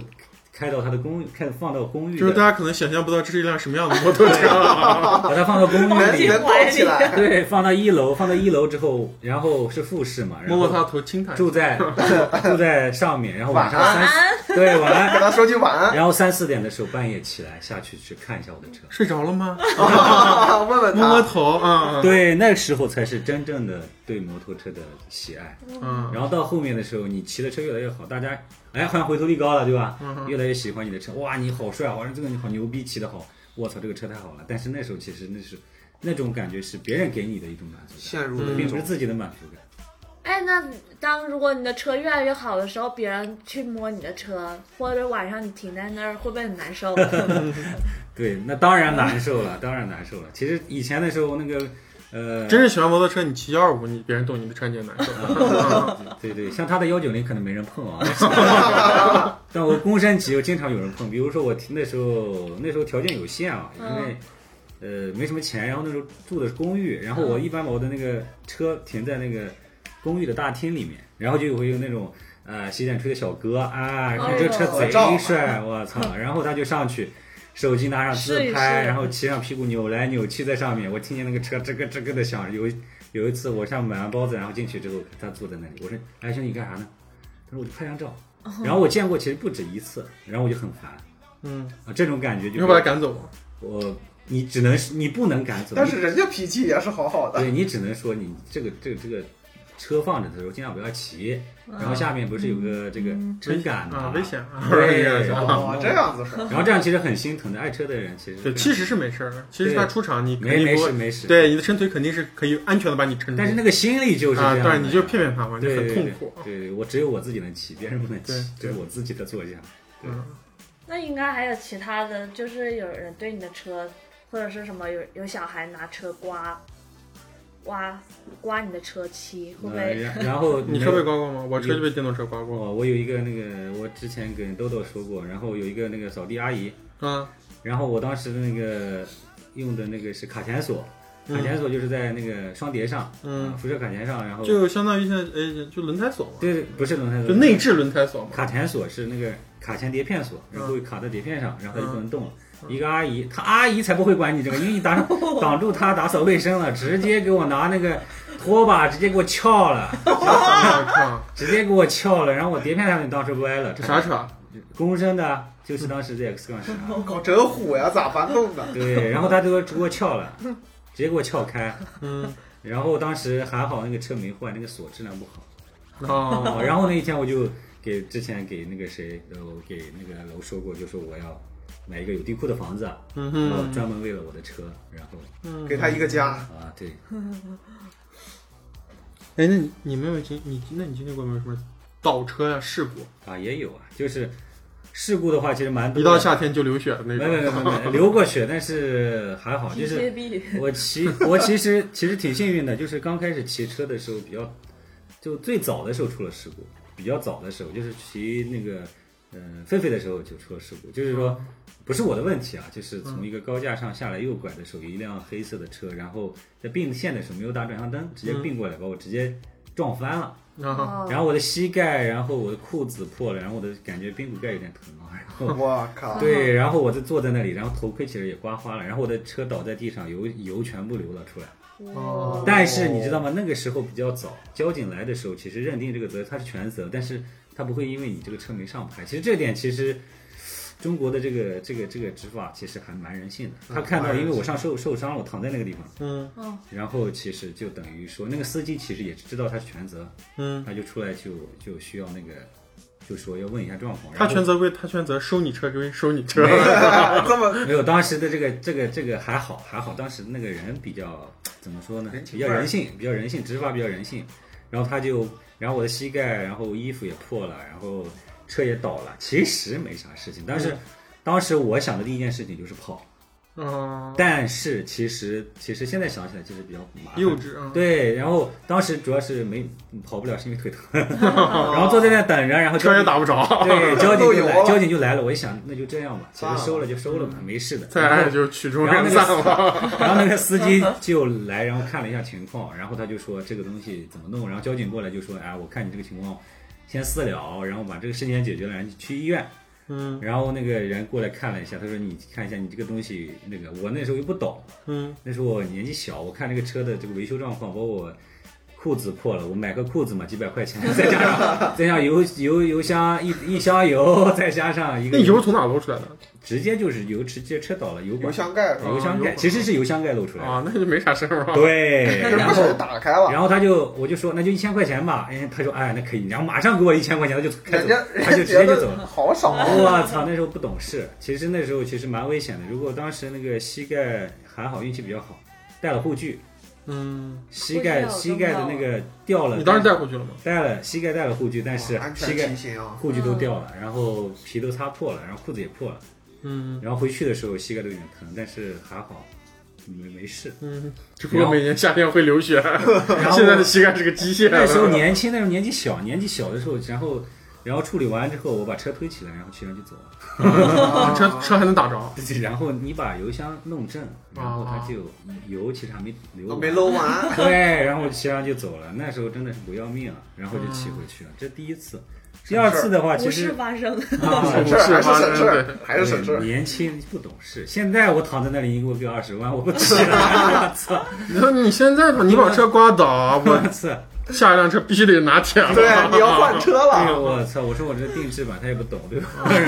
[SPEAKER 2] 开到它的公寓，开放到公寓
[SPEAKER 1] 就是
[SPEAKER 2] 的，
[SPEAKER 1] 大家可能想象不到这是一辆什么样的 摩托车啊。
[SPEAKER 2] 把它放到公寓
[SPEAKER 4] 能
[SPEAKER 2] 里
[SPEAKER 3] 进。
[SPEAKER 4] 能抱 起来，
[SPEAKER 2] 对，放到一楼，放到一楼之后，然后是复式嘛，然
[SPEAKER 1] 摸
[SPEAKER 2] 后
[SPEAKER 1] 摸他的头，亲他一下。
[SPEAKER 2] 住在住住在上面，然后晚上
[SPEAKER 4] 晚
[SPEAKER 2] 三四对晚
[SPEAKER 4] 给
[SPEAKER 2] 安，
[SPEAKER 4] 他说句晚安，
[SPEAKER 2] 然后三四点的时候半夜起来下去去看一下我的车。
[SPEAKER 1] 睡着了 吗？
[SPEAKER 4] 问问
[SPEAKER 1] 摸摸
[SPEAKER 4] 他，
[SPEAKER 1] 头啊。
[SPEAKER 2] 对，那时候才是真正的对摩托车的喜爱。
[SPEAKER 1] 嗯，
[SPEAKER 2] 然后到后面的时候，你骑的车越来越好，大家哎，好像回头率高了，对吧？
[SPEAKER 1] 嗯
[SPEAKER 2] 越来越喜欢你的车，哇，你好帅啊，哇，这个你好牛逼，骑得好，我操，这个车太好了。但是那时候其实那是那种感觉是别人给你的一种满足
[SPEAKER 4] 陷入了
[SPEAKER 2] 感，
[SPEAKER 4] 一
[SPEAKER 2] 并不嗯
[SPEAKER 4] 种
[SPEAKER 2] 是自己的满足感。
[SPEAKER 3] 哎，那当如果你的车越来越好的时候，别人去摸你的车，或者晚上你停在那儿，会不会很难受？
[SPEAKER 2] 对，那当然难受了，当然难受了。其实以前的时候，那个呃，
[SPEAKER 1] 真是喜欢摩托车，你骑幺二五，你别人动你的车你也难 受。啊
[SPEAKER 2] 对对，像他的幺九零可能没人碰啊， 但我公山骑又经常有人碰。比如说我那时候那时候条件有限啊，因为、呃没什么钱，然后那时候住的是公寓，然后我一般把我的那个车停在那个公寓的大厅里面，然后就会有那种。呃，洗剪吹的小哥啊，看这车贼帅，我操！然后他就上去，手机拿上自
[SPEAKER 3] 是是
[SPEAKER 2] 拍，然后骑上屁股扭来扭去在上面，我听见那个车吱咯吱咯的响。有有一次我上买完包子，然后进去之后，他坐在那里，我说：“哎兄弟，你干啥呢？”他说：“我就拍张照。”
[SPEAKER 3] 哦
[SPEAKER 2] 然后我见过其实不止一次，然后我就很烦
[SPEAKER 1] 嗯，
[SPEAKER 2] 啊，这种感觉
[SPEAKER 1] 你
[SPEAKER 2] 就
[SPEAKER 1] 会把他赶走吗？
[SPEAKER 2] 我你只能是你不能赶走，
[SPEAKER 4] 但是人家脾气也是好好的，
[SPEAKER 2] 对你只能说你这个这个这个车放着的时候尽量不要骑，然后下面不是有个
[SPEAKER 3] 嗯
[SPEAKER 2] 这个撑杆
[SPEAKER 1] 啊，
[SPEAKER 2] 吗？
[SPEAKER 1] 危险啊！
[SPEAKER 2] 对，然后
[SPEAKER 4] 哦，这样子说，
[SPEAKER 2] 然后这样其实很心疼的，爱车的人其实
[SPEAKER 1] 对，其实是没事儿的。其实他出场你肯
[SPEAKER 2] 没
[SPEAKER 1] 定
[SPEAKER 2] 没
[SPEAKER 1] 不
[SPEAKER 2] 事
[SPEAKER 1] 会，
[SPEAKER 2] 没事，，
[SPEAKER 1] 对你的撑腿肯定是可以安全的把你撑住。
[SPEAKER 2] 但是那个心里就是这
[SPEAKER 1] 嗯啊，
[SPEAKER 2] 样的，
[SPEAKER 1] 对，你就骗骗他嘛，就
[SPEAKER 2] 对
[SPEAKER 1] 很
[SPEAKER 2] 对
[SPEAKER 1] 痛苦。
[SPEAKER 2] 对对对，我只有我自己能骑，别人不能骑
[SPEAKER 1] 对，
[SPEAKER 2] 这是我自己的座驾。
[SPEAKER 1] 嗯，
[SPEAKER 3] 那应该还有其他的，就是有人对你的车，或者是什么有有小孩拿车刮，刮刮你的车漆，会
[SPEAKER 2] 呃
[SPEAKER 3] 不会？
[SPEAKER 2] 然然 后
[SPEAKER 1] 你
[SPEAKER 2] 没
[SPEAKER 1] 车被刮过吗？我车
[SPEAKER 2] 有
[SPEAKER 1] 就被电动车刮过。
[SPEAKER 2] 我我有一个那个，我之前跟豆豆说过，然后有一个那个扫地阿姨，
[SPEAKER 1] 啊，
[SPEAKER 2] 然后我当时的那个用的那个是卡钳锁，卡钳锁就是在那个双碟上，
[SPEAKER 1] 嗯
[SPEAKER 2] 啊辐射卡钳上，然后
[SPEAKER 1] 就相当于现在哎，就轮胎锁嘛，
[SPEAKER 2] 对，不是轮胎锁，
[SPEAKER 1] 就内置轮胎锁嘛。
[SPEAKER 2] 卡钳锁是那个卡钳碟片锁，然后卡在碟片上，然后它就不能动了。一个阿姨，她阿姨才不会管你这个，因为你打上挡住她打扫卫生了，直接给我拿那个拖把直接给我撬了，
[SPEAKER 1] 我靠，
[SPEAKER 2] 直接给我撬了，然后我碟片上面当时歪了。
[SPEAKER 1] 这啥车？
[SPEAKER 2] 公升的，就是当时在 X 杠 十。啊
[SPEAKER 4] 我靠，真虎呀，咋搬动的？
[SPEAKER 2] 对，然后他就给我撬了，直接给我撬开。
[SPEAKER 1] 嗯，
[SPEAKER 2] 然后当时还好那个车没坏，那个锁质量不好。
[SPEAKER 1] 哦，
[SPEAKER 2] 哦，然后那一天我就给之前给那个谁，呃，我给那个楼说过，就说我要买一个有地库的房子，啊
[SPEAKER 1] 嗯
[SPEAKER 2] 然后
[SPEAKER 1] 哼，嗯
[SPEAKER 2] 专门为了我的车，然后
[SPEAKER 4] 给他一 个家，
[SPEAKER 2] 啊，对，
[SPEAKER 1] 哎，那你你们有没有经你那你经历过没有什么倒车呀、事故？
[SPEAKER 2] 啊也有啊，就是事故的话其实蛮多
[SPEAKER 1] 一
[SPEAKER 2] 的。
[SPEAKER 1] 到夏天就流血的那
[SPEAKER 2] 没没没
[SPEAKER 1] 种。
[SPEAKER 2] 没没流过血，但是还好，就
[SPEAKER 3] 机
[SPEAKER 2] 是
[SPEAKER 3] 械臂，
[SPEAKER 2] 我骑，我其实其实挺幸运的，就是刚开始骑车的时候比较就最早的时候出了事故，比较早的时候就是骑那个嗯狒狒的时候就出了事故，就是说不是我的问题啊，就是从一个高架上下来右拐的时候，有一辆黑色的车，然后在并线的时候没有打转向灯，直接并过来把我直接撞翻了。
[SPEAKER 1] 然后
[SPEAKER 3] 哦
[SPEAKER 2] 然后我的膝盖，然后我的裤子破了，然后我的感觉髌骨盖有点疼啊，然后
[SPEAKER 4] 我靠，
[SPEAKER 2] 对，然后我就坐在那里，然后头盔其实也刮花了，然后我的车倒在地上，油油全部流了出来。
[SPEAKER 3] 哇
[SPEAKER 2] 但是你知道吗？那个时候比较早，交警来的时候，其实认定这个责任他是全责，但是他不会因为你这个车没上牌。其实这点其实。中国的这个这个这个执法其实还蛮人嗯性的，他看到因为我上受受伤了，我躺在那个地方，
[SPEAKER 1] 嗯
[SPEAKER 3] 哦，
[SPEAKER 2] 然后其实就等于说那个司机其实也知道他是全责，
[SPEAKER 1] 嗯，
[SPEAKER 2] 他就出来就就需要那个，就说要问一下状况。
[SPEAKER 1] 他
[SPEAKER 2] 然后
[SPEAKER 1] 全责归他全责，收你车归收你车
[SPEAKER 2] 没。有
[SPEAKER 4] 这么
[SPEAKER 2] 没有，当时的这个这个这个还好还好，当时那个人比较怎么说呢
[SPEAKER 4] 人？情
[SPEAKER 2] 比较
[SPEAKER 4] 味儿
[SPEAKER 2] 人性，比较人性，执法比较人性。然后他就，然后我的膝盖，然后衣服也破了，然后车也倒了，其实没啥事情。但是、当时我想的第一件事情就是跑，
[SPEAKER 1] 嗯，
[SPEAKER 2] 但是其实其实现在想起来其实比较麻烦。
[SPEAKER 1] 幼稚啊。
[SPEAKER 2] 对，然后当时主要是没跑不了，是因为腿疼，啊然后坐在那等着， 然后
[SPEAKER 1] 哦车
[SPEAKER 2] 交
[SPEAKER 1] 也
[SPEAKER 2] 警
[SPEAKER 1] 打不着，
[SPEAKER 2] 对，交警就
[SPEAKER 4] 漏油
[SPEAKER 2] 来，
[SPEAKER 4] 了
[SPEAKER 2] 交警就来了。我一想，那就这样吧，其实
[SPEAKER 4] 啊算了
[SPEAKER 2] 收了就收了吧，没事的。
[SPEAKER 1] 再
[SPEAKER 2] 然
[SPEAKER 1] 来
[SPEAKER 2] 后
[SPEAKER 1] 就是曲终
[SPEAKER 2] 然后
[SPEAKER 1] 人
[SPEAKER 2] 那
[SPEAKER 1] 散
[SPEAKER 2] 个
[SPEAKER 1] 了。
[SPEAKER 2] 然后那个司机就来，然后看了一下情况，然后他就说这个东西怎么弄，然后交警过来就说，哎，我看你这个情况，先私了，然后把这个事情解决了，然后你去医院。
[SPEAKER 1] 嗯
[SPEAKER 2] 然后那个人过来看了一下，他说你看一下你这个东西，那个我那时候又不懂，
[SPEAKER 1] 嗯
[SPEAKER 2] 那时候我年纪小，我看这个车的这个维修状况，包括我裤子破了，我买个裤子嘛，几百块钱， 再加上再加上油油油箱一一箱油，再加上一
[SPEAKER 1] 那
[SPEAKER 2] 个
[SPEAKER 1] 油从哪漏出来的
[SPEAKER 2] 直接就是油直接车倒了，油
[SPEAKER 4] 油
[SPEAKER 2] 管哎
[SPEAKER 4] 箱盖是吧？
[SPEAKER 2] 油箱
[SPEAKER 1] 油
[SPEAKER 2] 盖
[SPEAKER 1] 管
[SPEAKER 2] 其实是油箱盖露出来的，
[SPEAKER 1] 啊？那就没啥事儿吧？
[SPEAKER 2] 对，
[SPEAKER 4] 就是
[SPEAKER 2] 然后
[SPEAKER 4] 不小心打开了，
[SPEAKER 2] 然后他就我就说那就一千块钱吧，哎，他说哎那可以，然后马上给我一千块钱，他就开
[SPEAKER 4] 人
[SPEAKER 2] 走
[SPEAKER 4] 家，
[SPEAKER 2] 他就
[SPEAKER 4] 人
[SPEAKER 2] 直
[SPEAKER 4] 家
[SPEAKER 2] 接
[SPEAKER 4] 觉
[SPEAKER 2] 就走了。嗯
[SPEAKER 4] 得好少啊，
[SPEAKER 2] 我操，那时候不懂事，其实那时候其实蛮危险的。如果当时那个膝盖还好，运气比较好，带了护具，
[SPEAKER 1] 嗯，
[SPEAKER 2] 膝盖
[SPEAKER 3] 护具
[SPEAKER 2] 膝
[SPEAKER 3] 有
[SPEAKER 2] 盖
[SPEAKER 3] 重
[SPEAKER 2] 的
[SPEAKER 3] 要啊
[SPEAKER 2] 那个掉了，
[SPEAKER 1] 你当时带回去了吗？
[SPEAKER 2] 带了膝盖带了护具，但是
[SPEAKER 4] 安全
[SPEAKER 2] 膝盖
[SPEAKER 4] 提醒啊，
[SPEAKER 2] 护具
[SPEAKER 3] 嗯
[SPEAKER 2] 都掉了，然后皮都擦破了，然后裤子也破了，
[SPEAKER 1] 嗯
[SPEAKER 2] 然后回去的时候膝盖都有点疼，但是还好没没 事。
[SPEAKER 1] 嗯，只不过每年夏天会流血，
[SPEAKER 2] 然 后
[SPEAKER 1] 现在的膝盖是个机械
[SPEAKER 2] 那时候
[SPEAKER 1] 的。
[SPEAKER 2] 年轻，那时候年纪小，年纪小的时候，然后然后处理完之后，我把车推起来，然后骑上去走了。
[SPEAKER 1] 啊车车还能打着？
[SPEAKER 2] 然后你把油箱弄正，然后它就嗯油其实还没流
[SPEAKER 4] 我
[SPEAKER 2] 完，
[SPEAKER 4] 啊没搂完，
[SPEAKER 2] 对，然后骑上就走了。那时候真的是不要命了，然后就骑回
[SPEAKER 4] 啊
[SPEAKER 2] 去了。这第一次，第二次的话其
[SPEAKER 3] 无事
[SPEAKER 2] 实
[SPEAKER 3] 发生，
[SPEAKER 2] 啊
[SPEAKER 1] 不
[SPEAKER 4] 事儿
[SPEAKER 1] 是
[SPEAKER 4] 还是啊
[SPEAKER 1] 发
[SPEAKER 4] 省
[SPEAKER 1] 生
[SPEAKER 4] 事
[SPEAKER 1] 对
[SPEAKER 4] 儿，还是省事儿。
[SPEAKER 2] 年轻不懂事。现在我躺在那里，你给我给二十万，我不骑了。 我操！
[SPEAKER 1] 你说你现在吧，你把车刮倒，
[SPEAKER 2] 我
[SPEAKER 1] 我
[SPEAKER 2] 操！
[SPEAKER 1] 下一辆车必须得拿钱
[SPEAKER 2] 嗯
[SPEAKER 1] 了。
[SPEAKER 4] 对，啊你要换车
[SPEAKER 2] 对，
[SPEAKER 4] 了。
[SPEAKER 2] 哎我操！我说我这定制版，他也不懂，对吧？
[SPEAKER 1] 哎，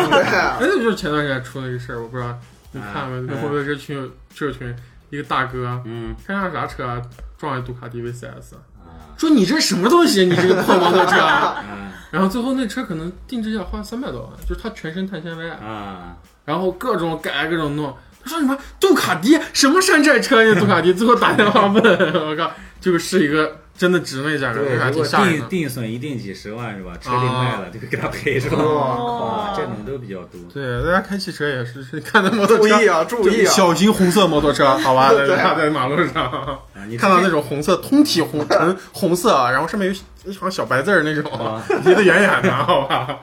[SPEAKER 4] 对，
[SPEAKER 1] 那就是前段时间出了一个事儿，我不知道你看没？那
[SPEAKER 2] 嗯
[SPEAKER 1] 会不会是群友社群一个大哥
[SPEAKER 2] 嗯
[SPEAKER 1] 开上啥车啊撞了杜卡迪 VCS，
[SPEAKER 2] 啊
[SPEAKER 1] 说你这什么东西？你这个破摩托车啊！
[SPEAKER 2] 啊
[SPEAKER 1] 然后最后那车可能定制要花三百多万，就是它全身碳纤维，
[SPEAKER 2] 啊！
[SPEAKER 1] 然后各种改各种弄。他说什么杜卡迪什么山寨车呀？杜卡迪最后打电话问我靠，就是一个真的直那价格，这
[SPEAKER 2] 对，
[SPEAKER 1] 还
[SPEAKER 2] 如
[SPEAKER 1] 挺
[SPEAKER 2] 果
[SPEAKER 1] 吓人
[SPEAKER 2] 定
[SPEAKER 1] 的。
[SPEAKER 2] 定损一定几十万是吧？车定卖了，就给他赔是吧？哇，这种都比较多。
[SPEAKER 1] 对，大家开汽车也是，是看到摩托车
[SPEAKER 4] 注意啊，注意啊，
[SPEAKER 1] 小心红色摩托车，好吧，
[SPEAKER 4] 对
[SPEAKER 1] 大家在马路上。
[SPEAKER 2] 啊，你
[SPEAKER 1] 看到那种红色通体红橙红色啊，然后上面有一行小白字儿那种
[SPEAKER 2] 啊，
[SPEAKER 1] 离得远远的，好吧？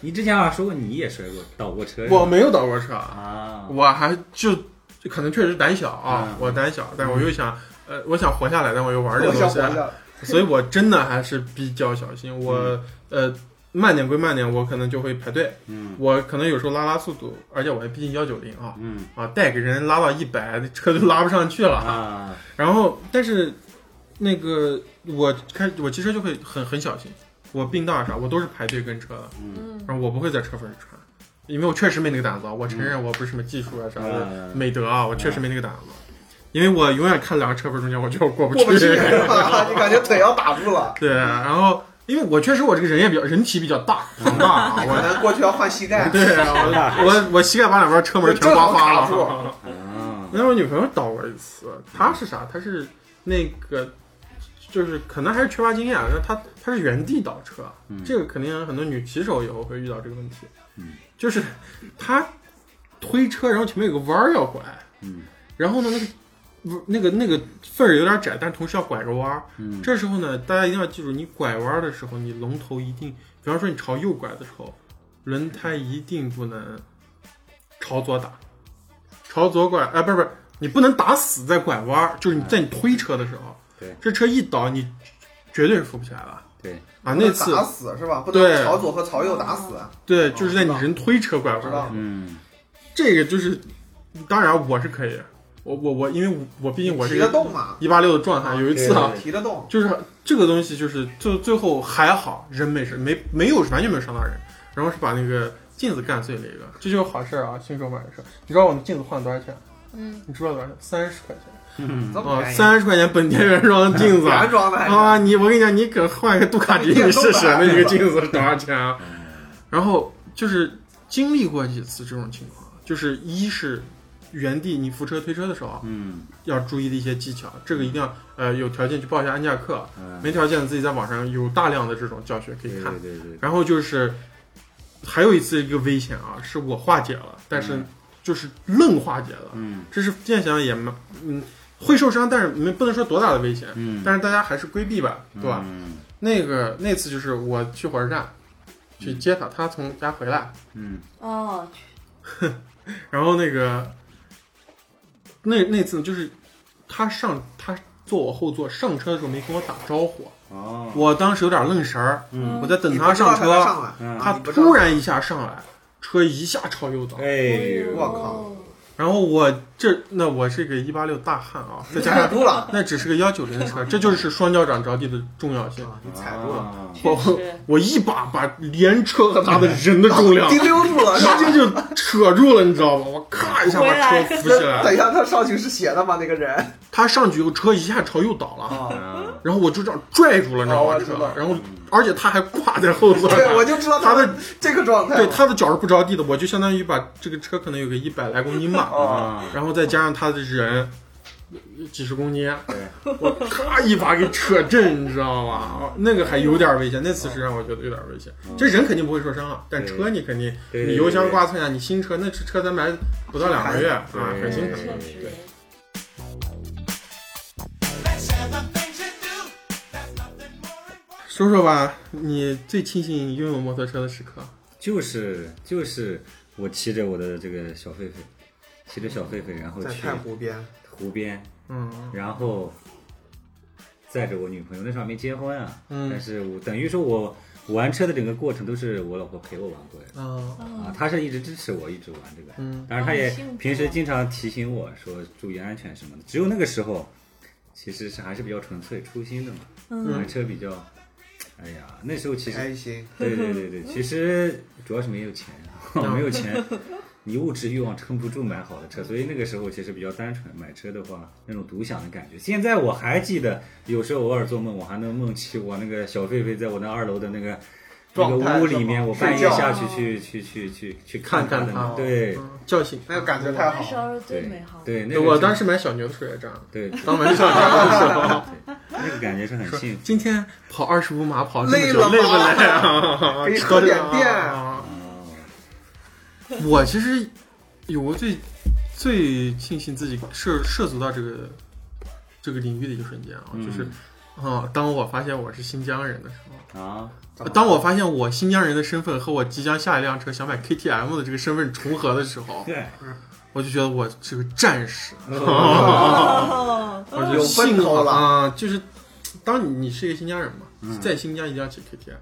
[SPEAKER 2] 你之前好像啊说过你也摔过倒过车是吧，
[SPEAKER 1] 我没有倒过车，
[SPEAKER 2] 啊，
[SPEAKER 1] 我还就就可能确实胆小啊
[SPEAKER 2] 嗯，
[SPEAKER 1] 我胆小，但我又想呃，我想活下来，但我又玩这
[SPEAKER 4] 嗯我
[SPEAKER 1] 个东
[SPEAKER 4] 想
[SPEAKER 1] 西啊
[SPEAKER 4] 活，下。
[SPEAKER 1] 所以我真的还是比较小心。我
[SPEAKER 4] 嗯
[SPEAKER 1] 呃慢点归慢点，我可能就会排队，
[SPEAKER 2] 嗯
[SPEAKER 1] 我可能有时候拉拉速度，而且我还毕竟幺九零啊
[SPEAKER 2] 嗯
[SPEAKER 1] 啊，带给人拉到一百，那车就拉不上去了
[SPEAKER 4] 嗯
[SPEAKER 1] 啊。
[SPEAKER 2] 啊
[SPEAKER 1] 然后，但是那个我开我骑车就会很很小心，我并道啥我都是排队跟车的，
[SPEAKER 2] 嗯
[SPEAKER 3] 嗯，
[SPEAKER 1] 然后我不会在车缝里穿，因为我确实没那个胆子啊。我承认我不是什么技术啊啥的、
[SPEAKER 2] 啊
[SPEAKER 1] 美德啊，我确实没那个胆子，因为我永远看两个车缝中间，我觉得我过不
[SPEAKER 4] 过不去，
[SPEAKER 1] 去。
[SPEAKER 4] 你感觉腿要打住了，
[SPEAKER 1] 对，啊然后因为我确实我这个人也比较人体比较大庞大啊，
[SPEAKER 4] 可
[SPEAKER 1] 我
[SPEAKER 4] 能过去要换膝盖。
[SPEAKER 1] 对我我我膝盖把两边车门全刮花
[SPEAKER 4] 正好卡
[SPEAKER 1] 了。
[SPEAKER 2] 啊
[SPEAKER 1] 那我女朋友倒过一次，她是啥？她是那个，就是可能还是缺乏经验，那她她是原地倒车，啊
[SPEAKER 2] 嗯
[SPEAKER 1] 这个肯定很多女骑手以后会遇到这个问题，
[SPEAKER 2] 嗯
[SPEAKER 1] 就是她推车，然后前面有个弯儿要拐，
[SPEAKER 2] 嗯
[SPEAKER 1] 然后呢那个不那个那个缝儿有点窄，但是同时要拐个弯儿。
[SPEAKER 2] 嗯，
[SPEAKER 1] 这时候呢，大家一定要记住，你拐弯儿的时候，你龙头一定，比方说你朝右拐的时候，轮胎一定不能朝左打，朝左拐，哎，不是不是，你不能打死再拐弯儿，
[SPEAKER 4] 嗯
[SPEAKER 1] 就是你在你推车的时候，
[SPEAKER 2] 对，
[SPEAKER 1] 这车一倒，你绝对是扶不起来了
[SPEAKER 2] 对，
[SPEAKER 1] 啊！
[SPEAKER 4] 不能
[SPEAKER 1] 那次
[SPEAKER 4] 打死是吧？不
[SPEAKER 1] 对
[SPEAKER 4] 能朝左和朝右打死，
[SPEAKER 1] 对，就是在你
[SPEAKER 4] 知道
[SPEAKER 1] 人推车拐
[SPEAKER 4] 知
[SPEAKER 1] 弯
[SPEAKER 4] 道
[SPEAKER 1] 儿，
[SPEAKER 4] 吗？
[SPEAKER 2] 嗯，
[SPEAKER 1] 这个就是，当然我是可以，我我我，因为我我毕竟我是
[SPEAKER 4] 提
[SPEAKER 1] 一
[SPEAKER 4] 得
[SPEAKER 1] 个
[SPEAKER 4] 动嘛，
[SPEAKER 1] 一八六的壮汉，有一次啊
[SPEAKER 2] 对，
[SPEAKER 4] 提得动，
[SPEAKER 1] 就是这个东西，就是最最后还好人没事，没没有完全没有伤到人，然后是把那个镜子干碎了一个，这就是好事儿啊，新手买的事儿。你知道我们镜子换了多少钱？
[SPEAKER 3] 嗯，
[SPEAKER 1] 你知道多少钱？三十块钱
[SPEAKER 2] 嗯
[SPEAKER 4] 这么
[SPEAKER 1] 啊，
[SPEAKER 4] 便宜
[SPEAKER 1] 三十块钱本田原装的 镜子
[SPEAKER 4] 原装的还是
[SPEAKER 1] 啊！你我跟你讲，你可换个杜卡迪你试试，那一个镜子是多少钱啊？
[SPEAKER 2] 嗯
[SPEAKER 1] 然后就是经历过几次这种情况，就是一是原地你扶车推车的时候啊
[SPEAKER 2] 嗯
[SPEAKER 1] 要注意的一些技巧，这个一定要呃有条件去报一下安驾课，
[SPEAKER 2] 嗯，
[SPEAKER 1] 没条件自己在网上有大量的这种教学可
[SPEAKER 2] 对
[SPEAKER 1] 以看
[SPEAKER 2] 对。对对，
[SPEAKER 1] 然后就是还有一次一个危险啊，是我化解了，但是
[SPEAKER 2] 嗯
[SPEAKER 1] 就是愣化解了，
[SPEAKER 2] 嗯
[SPEAKER 1] 这是现在想想也蛮嗯会受伤，但是没不能说多大的危险，
[SPEAKER 2] 嗯，
[SPEAKER 1] 但是大家还是规避吧，对吧？
[SPEAKER 2] 嗯
[SPEAKER 1] 那个那次就是我去火车站去接他，他从家回来，
[SPEAKER 2] 嗯
[SPEAKER 3] 哦，
[SPEAKER 1] 然后那个那那次就是他上他坐我后座上车的时候没跟我打招呼，
[SPEAKER 2] 哦，
[SPEAKER 1] 我当时有点愣神儿，
[SPEAKER 3] 哎
[SPEAKER 2] 嗯
[SPEAKER 1] 我在等
[SPEAKER 4] 你不
[SPEAKER 1] 他
[SPEAKER 4] 知道
[SPEAKER 1] 上
[SPEAKER 4] 他
[SPEAKER 1] 车
[SPEAKER 4] 要。上来，啊
[SPEAKER 2] 嗯，
[SPEAKER 1] 他突然一下上来，车一下朝右倒，
[SPEAKER 2] 哎呦，
[SPEAKER 4] 我靠
[SPEAKER 1] 然后我这那我是个一八六大汉啊，再
[SPEAKER 4] 你
[SPEAKER 1] 加
[SPEAKER 4] 踩
[SPEAKER 1] 上
[SPEAKER 4] 住了，
[SPEAKER 1] 那只是个幺九零的车，这
[SPEAKER 4] 嗯
[SPEAKER 1] 就是双脚掌着地的重要性。
[SPEAKER 4] 啊你踩住 了，
[SPEAKER 2] 啊
[SPEAKER 1] 我
[SPEAKER 3] 确实
[SPEAKER 1] 我一把把连车和他
[SPEAKER 4] 嗯
[SPEAKER 1] 的人的重量
[SPEAKER 4] 滴溜住了，是吧
[SPEAKER 1] 直接就扯住了，你知道吧？我咔一下把车扶起
[SPEAKER 4] 等
[SPEAKER 1] 来，
[SPEAKER 4] 一下，他上去是斜的吗？那个人
[SPEAKER 1] 他上去后车一下朝右倒了，
[SPEAKER 4] 啊，
[SPEAKER 2] 啊
[SPEAKER 1] 然后我就这样拽住了，你知道
[SPEAKER 4] 哦
[SPEAKER 1] 吧？
[SPEAKER 4] 我知道
[SPEAKER 1] 车，然后而且他还挂在后座上，
[SPEAKER 4] 对，我就知道
[SPEAKER 1] 他的
[SPEAKER 4] 的这个状态，
[SPEAKER 1] 对，他的脚是不着地的，我就相当于把这个车可能有个一百来公斤吧，
[SPEAKER 4] 啊，
[SPEAKER 2] 啊，
[SPEAKER 1] 然后再加上他的人几十公斤，
[SPEAKER 2] 对
[SPEAKER 1] 我咔一把给扯震，你知道
[SPEAKER 4] 嗯
[SPEAKER 1] 吧？那个还有点危险，那次是让我觉得有点危险。这人肯定不会受伤啊，但
[SPEAKER 2] 对
[SPEAKER 1] 车你肯定，
[SPEAKER 2] 对
[SPEAKER 1] 你油箱刮蹭一下，你新车那车才买不到两个月啊，
[SPEAKER 2] 对
[SPEAKER 1] 很辛苦。
[SPEAKER 3] 确实
[SPEAKER 2] 对，
[SPEAKER 1] 说说吧，你最庆幸拥有摩托车的时刻，
[SPEAKER 2] 就是就是我骑着我的这个小狒狒，骑着小狒狒，然后
[SPEAKER 4] 在
[SPEAKER 2] 去
[SPEAKER 4] 太湖边，
[SPEAKER 2] 湖边，
[SPEAKER 1] 嗯
[SPEAKER 2] 然后载着我女朋友，那时候还没结婚啊，
[SPEAKER 1] 嗯
[SPEAKER 2] 但是我等于说我玩车的整个过程都是我老婆陪我玩过来
[SPEAKER 1] 啊
[SPEAKER 2] 的啊
[SPEAKER 3] 嗯，，
[SPEAKER 2] 她是一直支持我一直玩这个，
[SPEAKER 1] 嗯
[SPEAKER 2] 当然她
[SPEAKER 3] 哦
[SPEAKER 2] 也
[SPEAKER 3] 幸福啊
[SPEAKER 2] 平时经常提醒我说注意安全什么的，只有那个时候其实是还是比较纯粹初心的嘛，玩
[SPEAKER 3] 嗯，
[SPEAKER 2] 车比较，哎呀，那时候其实
[SPEAKER 4] 开心，
[SPEAKER 2] 对对对对，其实主要是没有钱，啊 没有钱，你物质欲望撑不住买好的车，所以那个时候其实比较单纯。买车的话，那种独享的感觉。现在我还记得，有时候偶尔做梦，我还能梦起我那个小狒狒在我那二楼的那个那
[SPEAKER 1] 状态
[SPEAKER 2] 个屋
[SPEAKER 1] 是
[SPEAKER 2] 里
[SPEAKER 1] 吗啊
[SPEAKER 2] 面，我半夜
[SPEAKER 4] 睡觉
[SPEAKER 2] 下去去去去去去看它
[SPEAKER 1] 看
[SPEAKER 2] 的
[SPEAKER 1] 它
[SPEAKER 2] 那，对
[SPEAKER 1] 嗯叫醒
[SPEAKER 4] 那个哎感觉太
[SPEAKER 3] 那时
[SPEAKER 4] 好，
[SPEAKER 3] 候是最
[SPEAKER 2] 对
[SPEAKER 3] 美好的，
[SPEAKER 2] 对，那个
[SPEAKER 1] 我
[SPEAKER 2] 是
[SPEAKER 1] 当时买小牛的时候也这样，
[SPEAKER 2] 对
[SPEAKER 1] 当玩 笑话的时候。
[SPEAKER 2] 那个感觉是很幸福。
[SPEAKER 1] 今天跑二十五码跑这么
[SPEAKER 4] 累
[SPEAKER 1] 久，
[SPEAKER 4] 了
[SPEAKER 1] 累不
[SPEAKER 4] 吗
[SPEAKER 1] 累啊？
[SPEAKER 4] 可以
[SPEAKER 1] 车
[SPEAKER 4] 喝点
[SPEAKER 1] 啊
[SPEAKER 4] 电
[SPEAKER 1] 啊
[SPEAKER 2] 哦
[SPEAKER 1] 我其实有过最最庆幸自己涉涉足到这个这个领域的一个瞬间啊，
[SPEAKER 2] 嗯
[SPEAKER 1] 就是啊、当我发现我是新疆人的时候，
[SPEAKER 2] 啊，
[SPEAKER 1] 当我发现我新疆人的身份和我即将下一辆车想买 KTM 的这个身份重合的时候，
[SPEAKER 2] 对，
[SPEAKER 1] 我就觉得我是个战士。
[SPEAKER 3] 哦，
[SPEAKER 1] 我觉得
[SPEAKER 4] 有奔
[SPEAKER 1] 幸好
[SPEAKER 4] 头了
[SPEAKER 1] 啊，就是当你你是一个新疆人嘛，
[SPEAKER 2] 嗯
[SPEAKER 1] 在新疆一定要骑 KTM，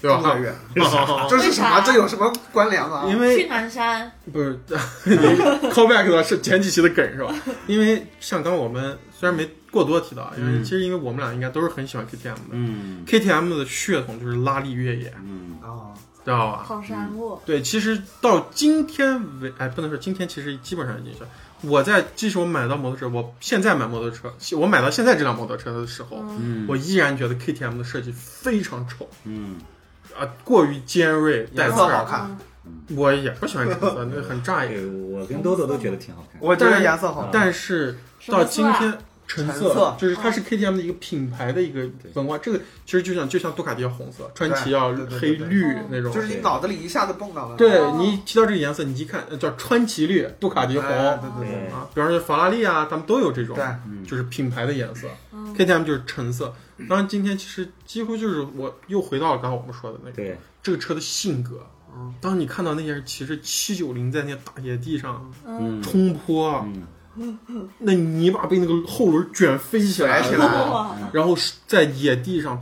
[SPEAKER 1] 对
[SPEAKER 4] 这
[SPEAKER 1] 吧？
[SPEAKER 4] 么远，
[SPEAKER 1] 啊
[SPEAKER 4] 这是什么？
[SPEAKER 3] 为啥
[SPEAKER 4] 这有什么关联吗？
[SPEAKER 1] 因
[SPEAKER 3] 去
[SPEAKER 1] 为
[SPEAKER 3] 南山，
[SPEAKER 1] 不是 callback 到是前几期的梗是吧？因为像刚我们虽然没过多提到啊，因为
[SPEAKER 2] 嗯
[SPEAKER 1] 其实因为我们俩应该都是很喜欢 KTM 的
[SPEAKER 2] 嗯
[SPEAKER 1] ，KTM 的血统就是拉力越野，
[SPEAKER 2] 嗯
[SPEAKER 4] 啊，
[SPEAKER 1] 知道吧？
[SPEAKER 3] 跑山路，
[SPEAKER 1] 对，其实到今天为，哎，不能说今天，其实基本上已经是我在，即使我买到摩托车，我现在买摩托车，我买到现在这辆摩托车的时候，
[SPEAKER 3] 嗯，
[SPEAKER 2] 嗯，
[SPEAKER 1] 我依然觉得 KTM 的设计非常丑
[SPEAKER 2] 嗯
[SPEAKER 1] 啊，过于尖锐带
[SPEAKER 4] 颜
[SPEAKER 1] 刺
[SPEAKER 4] 色好
[SPEAKER 1] 儿。
[SPEAKER 3] 嗯
[SPEAKER 4] 看，
[SPEAKER 1] 我也不喜欢颜色，
[SPEAKER 2] 哎
[SPEAKER 1] 那很扎眼。
[SPEAKER 2] 对我跟豆豆都觉得挺好看的。
[SPEAKER 4] 我觉得颜色好看，
[SPEAKER 1] 但是
[SPEAKER 3] 什
[SPEAKER 1] 到
[SPEAKER 3] 么
[SPEAKER 1] 今
[SPEAKER 3] 色啊啊
[SPEAKER 1] 天，橙
[SPEAKER 4] 啊橙色
[SPEAKER 1] 就是它是 KTM 的一个品牌的一个文化。这个其实就像就像杜卡迪要红色，川崎要
[SPEAKER 4] 对对对
[SPEAKER 1] 黑
[SPEAKER 4] 对
[SPEAKER 1] 绿
[SPEAKER 3] 哦
[SPEAKER 1] 那种。
[SPEAKER 4] 就是你脑子里一下子蹦到了，
[SPEAKER 1] 对
[SPEAKER 3] 哦
[SPEAKER 1] 你提到这个颜色，你一看呃叫川崎绿、杜卡迪红
[SPEAKER 4] 哎
[SPEAKER 1] 啊，
[SPEAKER 4] 对对对
[SPEAKER 1] 比方说法拉利啊，他们都有这种
[SPEAKER 4] 对，
[SPEAKER 2] 嗯，
[SPEAKER 1] 就是品牌的颜色。
[SPEAKER 3] 嗯
[SPEAKER 1] KTM 就是橙色。当然，今天其实几乎就是我又回到了刚才我们说的那个
[SPEAKER 2] 对，
[SPEAKER 1] 这个车的性格。
[SPEAKER 4] 嗯
[SPEAKER 1] 当你看到那些人骑着七九零在那大野地上
[SPEAKER 2] 嗯
[SPEAKER 1] 冲坡，啊
[SPEAKER 2] 嗯，
[SPEAKER 1] 那泥巴被那个后轮卷飞起来
[SPEAKER 4] 甩起来
[SPEAKER 1] 了，
[SPEAKER 3] 哇，
[SPEAKER 1] 然后是在野地上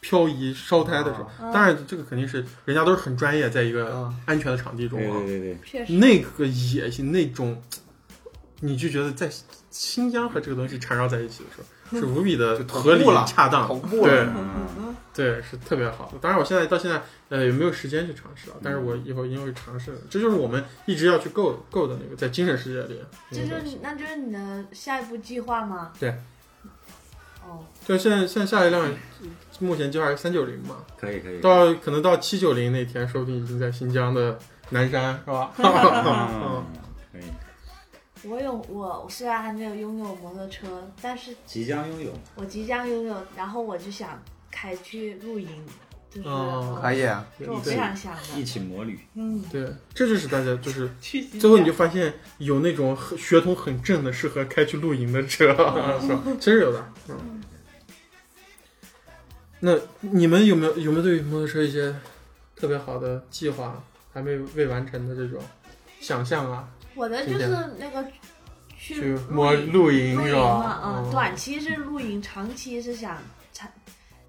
[SPEAKER 1] 漂移烧胎的时候，
[SPEAKER 3] 嗯
[SPEAKER 1] 当然这个肯定是人家都是很专业，在一个
[SPEAKER 4] 嗯
[SPEAKER 1] 安全的场地中
[SPEAKER 2] 对
[SPEAKER 1] 啊
[SPEAKER 2] 对，对对，
[SPEAKER 3] 确实，
[SPEAKER 1] 那个野性那种，你就觉得在新疆和这个东西缠绕在一起的时候，是无比的
[SPEAKER 4] 嗯就同
[SPEAKER 1] 合理
[SPEAKER 4] 步了
[SPEAKER 1] 恰当，
[SPEAKER 4] 同步
[SPEAKER 1] 对
[SPEAKER 4] 了，
[SPEAKER 2] 嗯
[SPEAKER 1] 对是特别好的。当然，我现在到现在呃也没有时间去尝试啊，但是
[SPEAKER 4] 嗯
[SPEAKER 1] 我以后一定会尝试的。这就是我们一直要去够够的那个在精神世界里，
[SPEAKER 3] 这就是你那就是你的下一步计划吗？
[SPEAKER 1] 对。
[SPEAKER 3] 哦，
[SPEAKER 1] 就现在现在下一辆，目前计划是三九零嘛，
[SPEAKER 2] 可以可以，
[SPEAKER 1] 到可能到七九零那天，说不定已经在新疆的南山是吧？
[SPEAKER 2] 嗯，可以，
[SPEAKER 3] 我有我虽然还没有拥有摩托车，但是
[SPEAKER 2] 即将拥有，
[SPEAKER 3] 我即将拥有，然后我就想开去露营，就是、
[SPEAKER 1] 哦
[SPEAKER 4] 可以，
[SPEAKER 3] 这我
[SPEAKER 2] 一
[SPEAKER 3] 非
[SPEAKER 2] 起
[SPEAKER 3] 常想的，
[SPEAKER 2] 一起摩旅，
[SPEAKER 3] 嗯，
[SPEAKER 1] 对，这就是大家就是
[SPEAKER 3] 去新疆
[SPEAKER 1] 最后你就发现有那种很血统很正的适合开去露营的车，是吧？其实有的，嗯。那你们有没有有没有对摩托车一些特别好的计划，还没有未完成的这种想象啊？
[SPEAKER 3] 我的就是那个
[SPEAKER 1] 去
[SPEAKER 3] 去
[SPEAKER 1] 摸露营
[SPEAKER 3] 露
[SPEAKER 1] 是
[SPEAKER 3] 营嘛
[SPEAKER 1] 吧，？
[SPEAKER 3] 嗯，
[SPEAKER 1] 嗯
[SPEAKER 3] 短期是露营，长期是想尝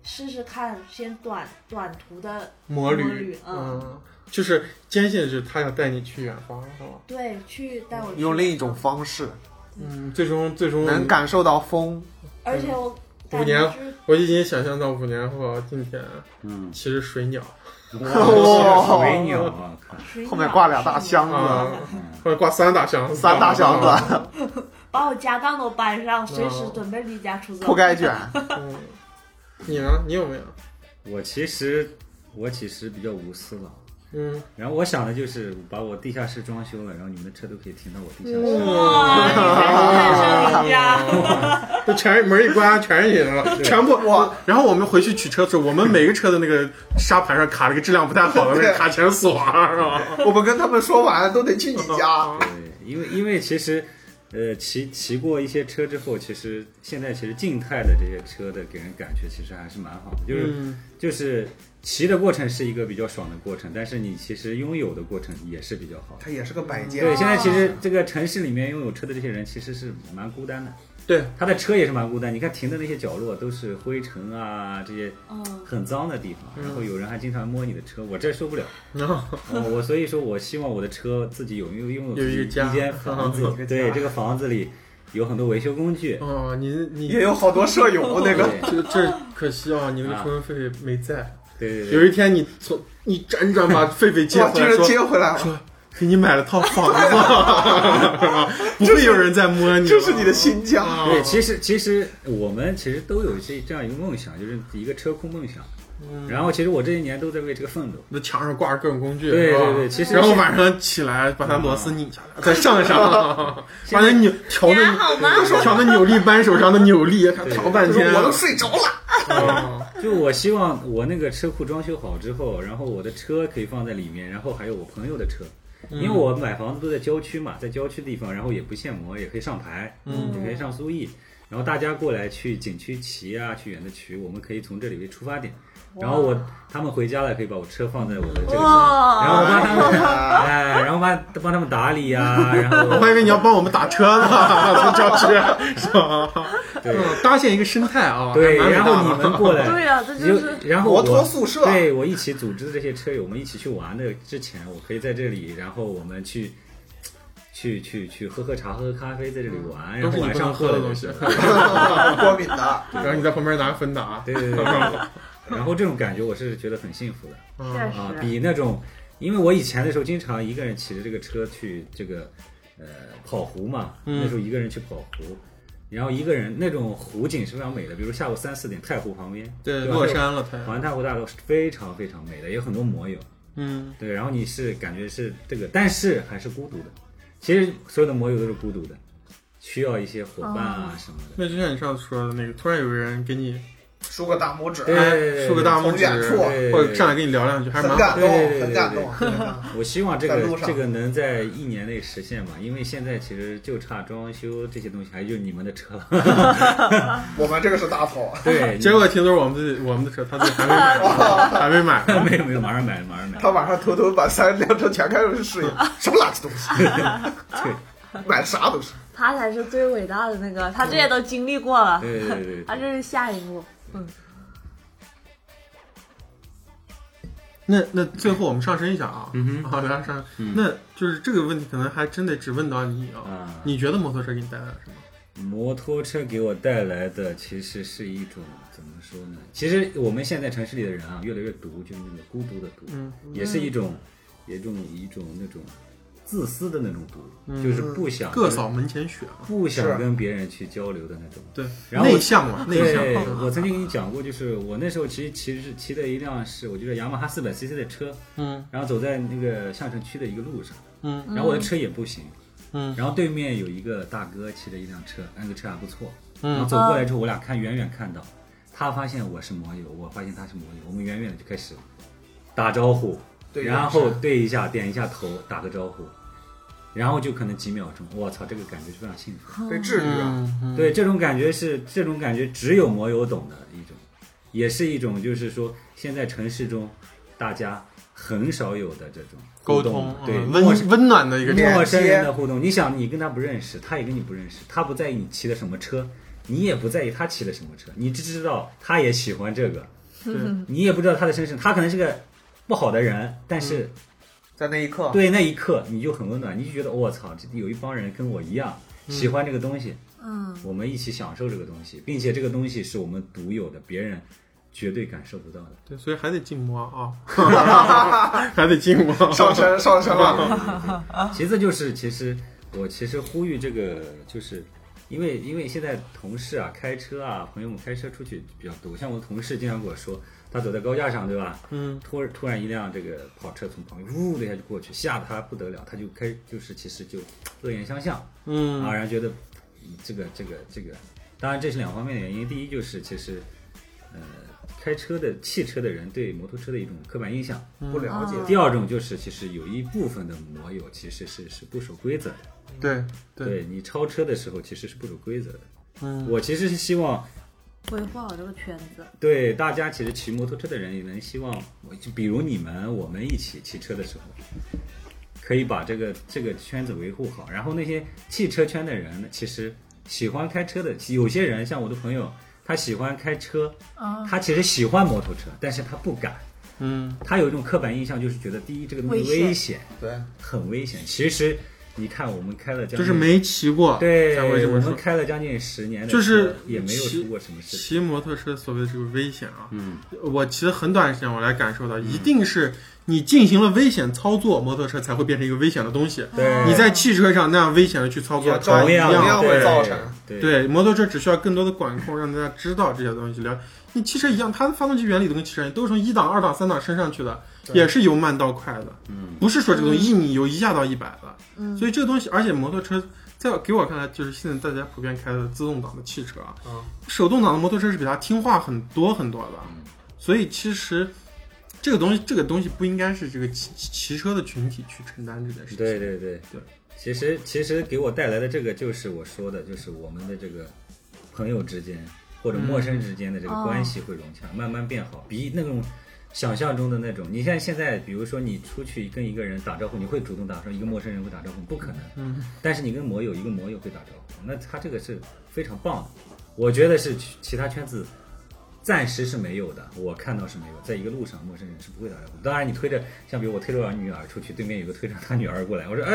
[SPEAKER 3] 试试看，先短短途的
[SPEAKER 1] 摩
[SPEAKER 3] 摩
[SPEAKER 1] 旅
[SPEAKER 3] 旅，嗯
[SPEAKER 1] 就是坚信是他要带你去远方，是吧？
[SPEAKER 3] 对去带我去
[SPEAKER 4] 用另一种，方式
[SPEAKER 1] 嗯，最终最终
[SPEAKER 4] 能感受到风，
[SPEAKER 3] 而且我
[SPEAKER 1] 五
[SPEAKER 3] 感
[SPEAKER 1] 年
[SPEAKER 3] 觉就是
[SPEAKER 1] 我已经想象到五年后今天
[SPEAKER 2] 嗯，
[SPEAKER 1] 骑着水鸟，
[SPEAKER 2] 水鸟啊，靠
[SPEAKER 4] 哇
[SPEAKER 3] 水鸟
[SPEAKER 4] 后面挂俩大箱
[SPEAKER 1] 啊
[SPEAKER 4] 子，
[SPEAKER 1] 或者挂三大箱，
[SPEAKER 4] 嗯三大箱子，
[SPEAKER 3] 把我家当都搬上，随时
[SPEAKER 1] 嗯
[SPEAKER 3] 准备离家出走。
[SPEAKER 4] 铺盖卷，
[SPEAKER 1] 嗯，你呢？你有没有？
[SPEAKER 2] 我其实我其实比较无私了。
[SPEAKER 1] 嗯，
[SPEAKER 2] 然后我想的就是把我地下室装修了，然后你们的车都可以停到我地下室。
[SPEAKER 3] 哇，你才是人家，
[SPEAKER 1] 这全是门一关，全是你的 了，全部
[SPEAKER 4] 哇！
[SPEAKER 1] 然后我们回去取车的时候，我们每个车的那个沙盘上卡了个质量不太好的那个卡钳锁，是吧？
[SPEAKER 4] 我们跟他们说完都得去你
[SPEAKER 1] 嗯
[SPEAKER 4] 家，
[SPEAKER 2] 对，因为因为其实，呃，骑骑过一些车之后，其实现在其实静态的这些车的给人感觉其实还是蛮好的，就是、
[SPEAKER 1] 嗯
[SPEAKER 2] 就是骑的过程是一个比较爽的过程，但是你其实拥有的过程也是比较好的。
[SPEAKER 4] 它也是个摆件，
[SPEAKER 2] 对，现在其实这个城市里面拥有车的这些人其实是蛮孤单的，
[SPEAKER 1] 对，
[SPEAKER 2] 他的车也是蛮孤单。你看停的那些角落都是灰尘啊，这些
[SPEAKER 3] 嗯，
[SPEAKER 2] 很脏的地方，然后有人还经常摸你的车，我 这受不了。
[SPEAKER 1] 然后
[SPEAKER 2] 哦，我所以说我希望我的车自己有拥有拥有
[SPEAKER 1] 有一
[SPEAKER 2] 自己
[SPEAKER 1] 个家
[SPEAKER 2] 一间房子
[SPEAKER 1] 有
[SPEAKER 4] 一个，家
[SPEAKER 2] 对这个房子里有很多维修工具，
[SPEAKER 1] 哦，你你
[SPEAKER 4] 也有好多舍友那个，
[SPEAKER 2] 对
[SPEAKER 1] 这这可惜啊，你那个充分狒狒没在。
[SPEAKER 2] 对对
[SPEAKER 1] 有
[SPEAKER 2] 对，
[SPEAKER 1] 一天你从你辗转把狒狒接
[SPEAKER 4] 哇，
[SPEAKER 1] 回
[SPEAKER 4] 居
[SPEAKER 1] 来，
[SPEAKER 4] 然
[SPEAKER 1] 说
[SPEAKER 4] 接回来了，
[SPEAKER 1] 说给你买了套房子，是 吧？不会有人再摸你了，
[SPEAKER 4] 这是你的新家，
[SPEAKER 1] 啊
[SPEAKER 2] 对，其实其实我们其实都有这这样一个梦想，就是一个车库梦想。然后其实我这一年都在为这个奋斗。
[SPEAKER 1] 那墙上挂着各种工具，
[SPEAKER 2] 对
[SPEAKER 1] 是吧
[SPEAKER 2] 对对其实
[SPEAKER 1] 然后晚上起来把它螺丝拧下来，再上 上，把那扭调
[SPEAKER 3] 你还好吗
[SPEAKER 1] 那调那扭力扳手上的扭力，看
[SPEAKER 2] 对
[SPEAKER 1] 调半
[SPEAKER 4] 就是
[SPEAKER 1] 天。
[SPEAKER 4] 我都睡着 了，
[SPEAKER 1] 啊
[SPEAKER 2] 就我希望我那个车库装修好之后，然后我的车可以放在里面，然后还有我朋友的车，因为我买房子都在郊区嘛，在郊区地方，然后也不限摩，也可以上牌，
[SPEAKER 1] 嗯
[SPEAKER 2] 也可以上苏 E，然后大家过来去景区骑啊，去远的骑，我们可以从这里为出发点，然后我他们回家了可以把我车放在我的这里，然后我
[SPEAKER 3] 哇，
[SPEAKER 2] 帮他们，哎，然后帮帮他们打理呀、然
[SPEAKER 1] 我还以
[SPEAKER 2] 后
[SPEAKER 1] 为你要帮我们打车呢， 从郊区是吧？
[SPEAKER 2] 对
[SPEAKER 1] 嗯搭建一个生态啊，
[SPEAKER 2] 对，
[SPEAKER 1] 还蛮伟
[SPEAKER 2] 然
[SPEAKER 1] 大
[SPEAKER 2] 后
[SPEAKER 1] 的
[SPEAKER 2] 你们 过来，
[SPEAKER 3] 对呀，这
[SPEAKER 2] 你就
[SPEAKER 3] 就是
[SPEAKER 2] 然后
[SPEAKER 4] 摩
[SPEAKER 2] 我
[SPEAKER 4] 托宿舍，
[SPEAKER 2] 对我一起组织的这些车友们一起去玩的之前，我可以在这里，然后我们去。去去去喝喝茶，喝喝咖啡，在这里玩，
[SPEAKER 1] 嗯
[SPEAKER 2] 然
[SPEAKER 1] 都是
[SPEAKER 2] 后
[SPEAKER 1] 你
[SPEAKER 2] 晚
[SPEAKER 1] 不
[SPEAKER 2] 上
[SPEAKER 1] 能
[SPEAKER 2] 喝
[SPEAKER 1] 喝
[SPEAKER 2] 了
[SPEAKER 1] 的东西
[SPEAKER 2] 就，
[SPEAKER 4] 郭敏的，
[SPEAKER 1] 然后你在旁边拿芬达，
[SPEAKER 2] 对对对，然后这种感觉我是觉得很幸福的
[SPEAKER 1] 嗯
[SPEAKER 2] 啊，
[SPEAKER 3] 是
[SPEAKER 2] 比那种，因为我以前的时候经常一个人骑着这个车去这个呃跑湖嘛，
[SPEAKER 1] 嗯
[SPEAKER 2] 那时候一个人去跑湖，然后一个人那种湖景是非常美的，比如下午三四点太湖旁边，
[SPEAKER 1] 对，
[SPEAKER 2] 吧
[SPEAKER 1] 落山了太阳，
[SPEAKER 2] 环太湖大道是非常非常美的，有很多摩友。
[SPEAKER 1] 嗯，
[SPEAKER 2] 对，然后你是感觉是这个，但是还是孤独的。其实所有的摩友都是孤独的，需要一些伙伴啊什么的。
[SPEAKER 1] 那就像你上次说的那个，突然有个人给你
[SPEAKER 4] 竖个大拇指，
[SPEAKER 2] 对
[SPEAKER 1] 哎竖个大拇
[SPEAKER 4] 从
[SPEAKER 1] 指
[SPEAKER 4] 远处，
[SPEAKER 2] 对
[SPEAKER 1] 或者上来跟你聊两句，还是
[SPEAKER 4] 很
[SPEAKER 1] 蛮好
[SPEAKER 4] 感
[SPEAKER 1] 的。
[SPEAKER 2] 对对对
[SPEAKER 4] 动，很
[SPEAKER 2] 对
[SPEAKER 4] 感
[SPEAKER 2] 对
[SPEAKER 4] 动，很感动。
[SPEAKER 2] 我希望这
[SPEAKER 4] 在路
[SPEAKER 2] 个
[SPEAKER 4] 上
[SPEAKER 2] 这个能在一年内实现吧，因为现在其实就差装修这些东西，还有你们的车了。
[SPEAKER 4] 我们这个是大头，
[SPEAKER 2] 对，
[SPEAKER 1] 结果听说我们自己我们的车，他自己还没 买，还没买。
[SPEAKER 2] 没有没有，马上买，马上买。
[SPEAKER 4] 他晚上偷偷把三辆车全开出 去试验，什么垃圾东西，
[SPEAKER 1] 啊
[SPEAKER 2] 对
[SPEAKER 4] 买的啥都是。
[SPEAKER 3] 他才是最伟大的那个，他这些都经历过
[SPEAKER 1] 啊
[SPEAKER 3] 了，
[SPEAKER 2] 对对对对
[SPEAKER 3] 他
[SPEAKER 2] 对，
[SPEAKER 3] 这是下一幕。嗯，
[SPEAKER 1] 那那最后我们上升一下啊，
[SPEAKER 2] 嗯
[SPEAKER 1] 好，聊上
[SPEAKER 2] 嗯，
[SPEAKER 1] 那就是这个问题可能还真得只问到你啊。
[SPEAKER 2] 啊，
[SPEAKER 1] 你觉得摩托车给你带来了什么？
[SPEAKER 2] 摩托车给我带来的其实是一种怎么说呢？其实我们现在城市里的人啊，越来越独，就是那个孤独的独，
[SPEAKER 1] 嗯
[SPEAKER 2] 也是一种，一种一种那种自私的那种独，
[SPEAKER 1] 嗯
[SPEAKER 2] 就是不想
[SPEAKER 1] 各扫门前雪啊，
[SPEAKER 2] 不想
[SPEAKER 4] 是
[SPEAKER 2] 跟别人去交流的那种。
[SPEAKER 1] 对，
[SPEAKER 2] 然后我
[SPEAKER 1] 内向嘛，内向
[SPEAKER 2] 对。，我
[SPEAKER 1] 嗯
[SPEAKER 2] 曾经跟你讲过，就是我那时候其实骑是骑的一辆是我觉得雅马哈四百 CC 的车，
[SPEAKER 1] 嗯
[SPEAKER 2] 然后走在那个相城区的一个路上，
[SPEAKER 1] 嗯
[SPEAKER 2] 然后我的车也不行，
[SPEAKER 1] 嗯
[SPEAKER 2] 然后对面有一个大哥骑着一辆车，那个车还不错，然后
[SPEAKER 1] 嗯
[SPEAKER 2] 走过来之后，我俩看远远看到，他发现我是摩友，我发现他是摩友，我们远远的就开始打招呼，
[SPEAKER 4] 对
[SPEAKER 2] 然后对一下，点一下头，打个招呼，然后就可能几秒钟，我操，这个感觉是非常幸福。
[SPEAKER 4] 被治愈了，
[SPEAKER 1] 嗯嗯，
[SPEAKER 2] 对，这种感觉是这种感觉只有摩友懂的一种，也是一种就是说现在城市中大家很少有的这种
[SPEAKER 1] 沟
[SPEAKER 2] 通
[SPEAKER 1] 通，
[SPEAKER 2] 对
[SPEAKER 1] 嗯
[SPEAKER 2] 陌生
[SPEAKER 1] 温温暖的一个
[SPEAKER 4] 连
[SPEAKER 1] 状
[SPEAKER 2] 陌生人
[SPEAKER 4] 接
[SPEAKER 2] 的互动。你想，你跟他不认识，他也跟你不认识，他不在意你骑的什么车，你也不在意他骑的什么车，你只知道他也喜欢这个，
[SPEAKER 1] 态，
[SPEAKER 2] 你也不知道他的身世，他可能是个不好的人，但
[SPEAKER 1] 嗯
[SPEAKER 2] 是
[SPEAKER 4] 在那一刻，
[SPEAKER 2] 对那一刻你就很温暖，你就觉得我操，这有一帮人跟我一样喜欢这个东西，
[SPEAKER 3] 嗯，
[SPEAKER 2] 我们一起享受这个东西，并且这个东西是我们独有的，别人绝对感受不到的。
[SPEAKER 1] 对，所以还得静默啊， 还得静默。
[SPEAKER 4] 上升上 升了，
[SPEAKER 2] 其次就是，其实我其实呼吁这个，就是因为因为现在同事啊、开车啊、朋友们开车出去比较多，像我的同事经常跟我说，他走在高架上，对吧？
[SPEAKER 1] 嗯
[SPEAKER 2] 突突然一辆这个跑车从旁边呜的一下就过去，吓得他不得了，他就开就是其实就恶言相向，啊，
[SPEAKER 1] 嗯
[SPEAKER 2] 然后觉得嗯这个这个这个，当然这是两方面的原因。第一就是其实，呃，开车的汽车的人对摩托车的一种刻板印象。
[SPEAKER 1] 嗯
[SPEAKER 4] 不了解，
[SPEAKER 2] 第二种就是其实有一部分的摩友其实是是不守规则的，
[SPEAKER 1] 对对，
[SPEAKER 2] 对你超车的时候其实是不守规则的。
[SPEAKER 1] 嗯
[SPEAKER 2] 我其实是希望
[SPEAKER 3] 维护好这个圈子。
[SPEAKER 2] 对大家其实骑摩托车的人也能希望，我就比如你们我们一起骑车的时候，可以把这个这个圈子维护好。然后那些汽车圈的人呢，其实喜欢开车的，有些人像我的朋友，他喜欢开车，他其实喜欢摩托车，但是他不敢，
[SPEAKER 1] 嗯
[SPEAKER 2] 他有一种刻板印象，就是觉得第一这个东西
[SPEAKER 3] 危险
[SPEAKER 2] 危险，
[SPEAKER 4] 对，
[SPEAKER 2] 很危险。其实你看我们开了将近
[SPEAKER 1] 就是没骑过，
[SPEAKER 2] 对，
[SPEAKER 1] 才会这么
[SPEAKER 2] 我们
[SPEAKER 1] 说。
[SPEAKER 2] 开了将近十年的车，
[SPEAKER 1] 就是
[SPEAKER 2] 也没有
[SPEAKER 1] 骑
[SPEAKER 2] 出过什么事情。
[SPEAKER 1] 骑摩托车所谓的这个危险啊，
[SPEAKER 2] 嗯，
[SPEAKER 1] 我骑了很短时间，我来感受到，一定是你进行了危险操作，摩托车才会变成一个危险的东西。
[SPEAKER 2] 对，
[SPEAKER 3] 嗯
[SPEAKER 1] 你在汽车上那样危险的去操作，
[SPEAKER 4] 也
[SPEAKER 1] 它
[SPEAKER 4] 同
[SPEAKER 1] 一
[SPEAKER 4] 样
[SPEAKER 1] 样
[SPEAKER 4] 会
[SPEAKER 1] 对
[SPEAKER 4] 造成
[SPEAKER 2] 对
[SPEAKER 1] 对，摩托车只需要更多的管控，让大家知道这些东西。了，你汽车一样，它的发动机原理都跟汽车一样，都是从一档、二档、三档升上去的，
[SPEAKER 4] 对
[SPEAKER 1] 也是由慢到快的，
[SPEAKER 2] 嗯
[SPEAKER 1] 不是说这个东西一米由一下到一百的。
[SPEAKER 3] 嗯
[SPEAKER 1] 所以这个东西，而且摩托车在给我看来，就是现在大家普遍开的自动挡的汽车啊，
[SPEAKER 4] 嗯
[SPEAKER 1] 手动挡的摩托车是比它听话很多很多的。
[SPEAKER 2] 嗯
[SPEAKER 1] 所以其实这个东西，这个东西不应该是这个骑骑骑车的群体去承担这件事情。
[SPEAKER 2] 对对对
[SPEAKER 1] 对。
[SPEAKER 2] 其实其实给我带来的这个就是我说的，就是我们的这个朋友之间或者陌生之间的这个
[SPEAKER 3] 嗯
[SPEAKER 2] 关系会融
[SPEAKER 1] 哦
[SPEAKER 2] 洽，慢慢变好，比那种想象中的那种。你像现在，比如说你出去跟一个人打招呼，你会主动打招呼，一个陌生人会打招呼，不可能。
[SPEAKER 1] 嗯。
[SPEAKER 2] 但是你跟摩友，一个摩友会打招呼，那他这个是非常棒的，我觉得是其其他圈子暂时是没有的，我看到是没有，在一个路上陌生人是不会打招呼。当然，你推着，像比如我推着我女儿出去，对面有个推着他女儿过来，我说哎，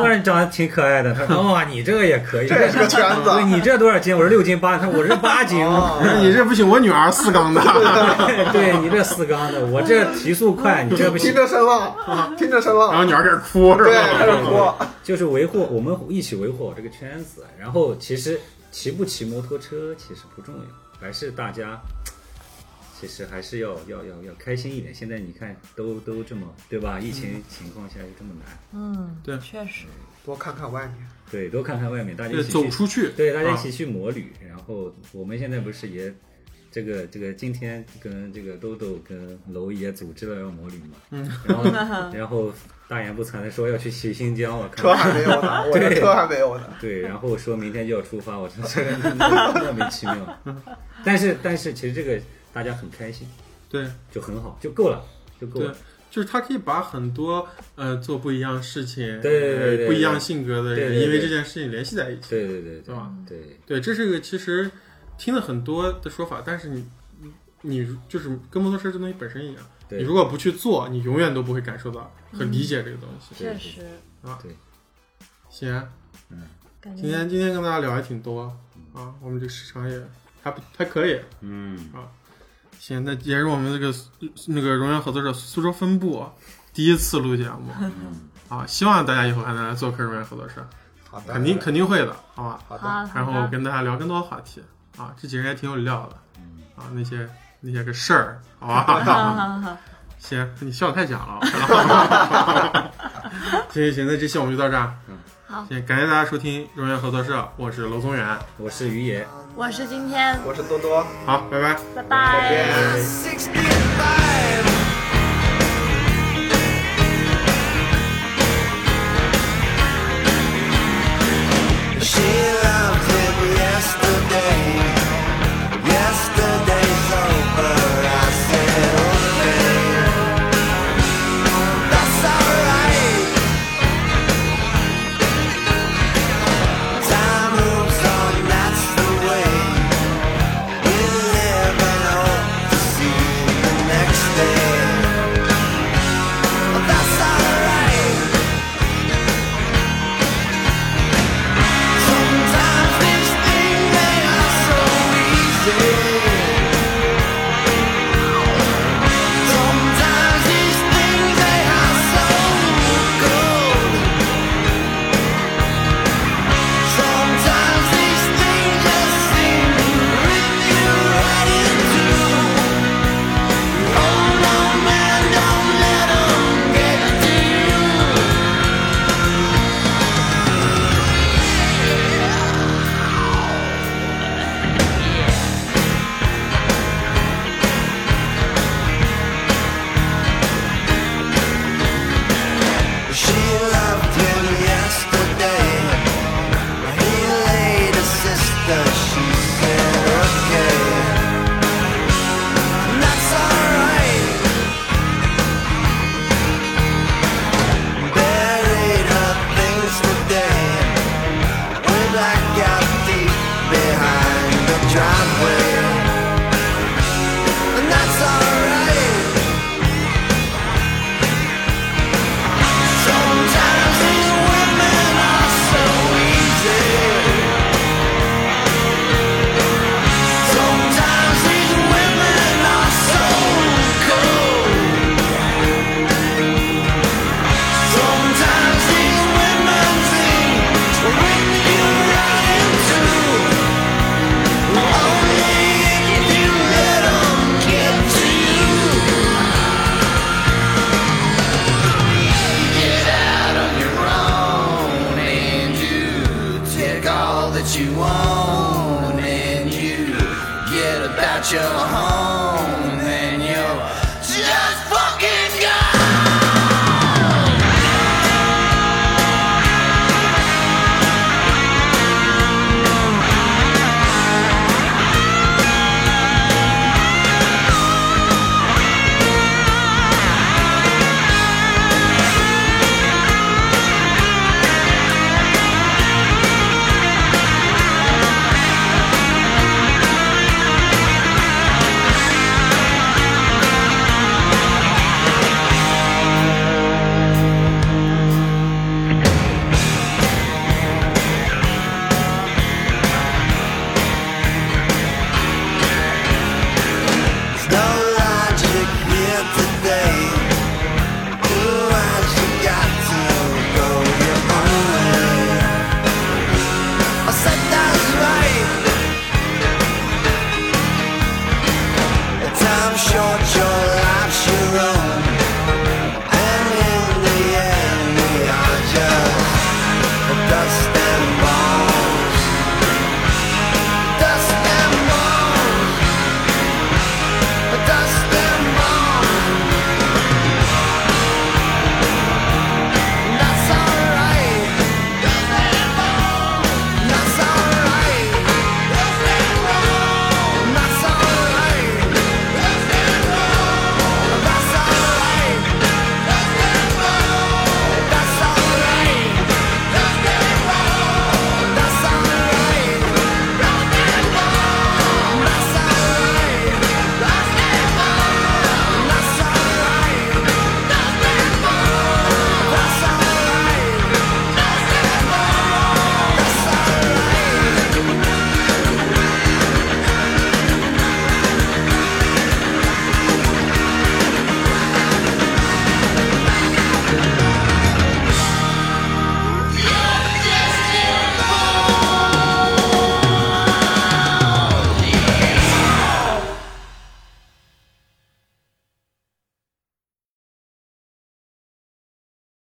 [SPEAKER 2] 我说你长得挺可爱的，他说哇、你这个也可以，
[SPEAKER 4] 这也是个圈子
[SPEAKER 2] 对你这多少斤？我说六斤八，他说我这八斤。
[SPEAKER 4] 哦
[SPEAKER 1] 那 你这不行，我女儿四缸的。
[SPEAKER 2] 对你这四缸的，我这提速快，你这不行
[SPEAKER 4] 听。着声浪，听着声
[SPEAKER 1] 然后
[SPEAKER 4] 浪，
[SPEAKER 1] 女儿开始哭，是
[SPEAKER 4] 对，
[SPEAKER 1] 吧
[SPEAKER 4] 开？始哭，
[SPEAKER 2] 就是维护我们一起维护好这个圈子。然后其实骑不骑摩托车其实不重要，还是大家其实还是要要要要开心一点。现在你看都都这么对吧？疫情情况下又这么难，
[SPEAKER 6] 嗯，
[SPEAKER 1] 对
[SPEAKER 6] 确实，
[SPEAKER 4] 多看看外面。
[SPEAKER 2] 对，多看看外面，大家一
[SPEAKER 1] 对，
[SPEAKER 2] 起去
[SPEAKER 1] 走出去，
[SPEAKER 2] 对，大家一
[SPEAKER 1] 啊
[SPEAKER 2] 起去摩旅。然后我们现在不是也这个这个今天跟这个豆豆跟楼也组织了要摩旅嘛，嗯，然后 然后大言不惭的说要去去新疆，我
[SPEAKER 4] 车
[SPEAKER 2] 看
[SPEAKER 4] 还没有呢，我的车还没有呢。
[SPEAKER 2] 对，然后说明天就要出发，我真是莫名其妙。但是但是其实这个大家很开心，
[SPEAKER 1] 对
[SPEAKER 2] 就很好，就够了，就够
[SPEAKER 1] 对
[SPEAKER 2] 了。，
[SPEAKER 1] 就是他可以把很多呃做不一样事情，
[SPEAKER 2] 对对对
[SPEAKER 1] 呃
[SPEAKER 2] 对
[SPEAKER 1] 不一样性格的
[SPEAKER 2] 对
[SPEAKER 1] 人，
[SPEAKER 2] 对对
[SPEAKER 1] 因为这件事情联系在一起，
[SPEAKER 2] 对对对
[SPEAKER 1] 对吧？
[SPEAKER 2] 对
[SPEAKER 1] 对，这是一个其实听了很多的说法，但是你你就是跟摩托车这东西本身一样，
[SPEAKER 2] 对
[SPEAKER 1] 你如果不去做，你永远都不会感受到和理解这个东西。
[SPEAKER 2] 对
[SPEAKER 6] 确实，
[SPEAKER 1] 行，啊
[SPEAKER 6] 感
[SPEAKER 1] 今
[SPEAKER 6] 觉
[SPEAKER 1] 天今天跟大家聊还挺多啊，我们这个时长也还不还可以。啊
[SPEAKER 2] 嗯，
[SPEAKER 1] 行，那也是我们这个苏那个荣耀合作社苏州分部第一次录节目， 啊，希望大家以后还能来做客荣耀合作社，
[SPEAKER 4] 好的，
[SPEAKER 1] 肯定肯定会的，好吧？
[SPEAKER 4] 好的，
[SPEAKER 6] 好，
[SPEAKER 1] 然后
[SPEAKER 6] 嗯好的
[SPEAKER 1] 跟大家聊更多的话题啊，这几个人也挺有料的，啊，那些那些个事儿，好
[SPEAKER 6] 好
[SPEAKER 1] 吧？
[SPEAKER 6] 好好，
[SPEAKER 1] 行，你笑得太假了啊。 行行行，那这期我们就到这儿。
[SPEAKER 2] 嗯，
[SPEAKER 6] 好
[SPEAKER 1] 行，感谢大家收听荣耀合作社，我是娄宗远，
[SPEAKER 2] 我是于野。
[SPEAKER 6] 我是今天，
[SPEAKER 4] 我是多多，
[SPEAKER 1] 好，拜拜。
[SPEAKER 6] 拜
[SPEAKER 4] 再
[SPEAKER 6] 拜。
[SPEAKER 4] 见。
[SPEAKER 5] Sixty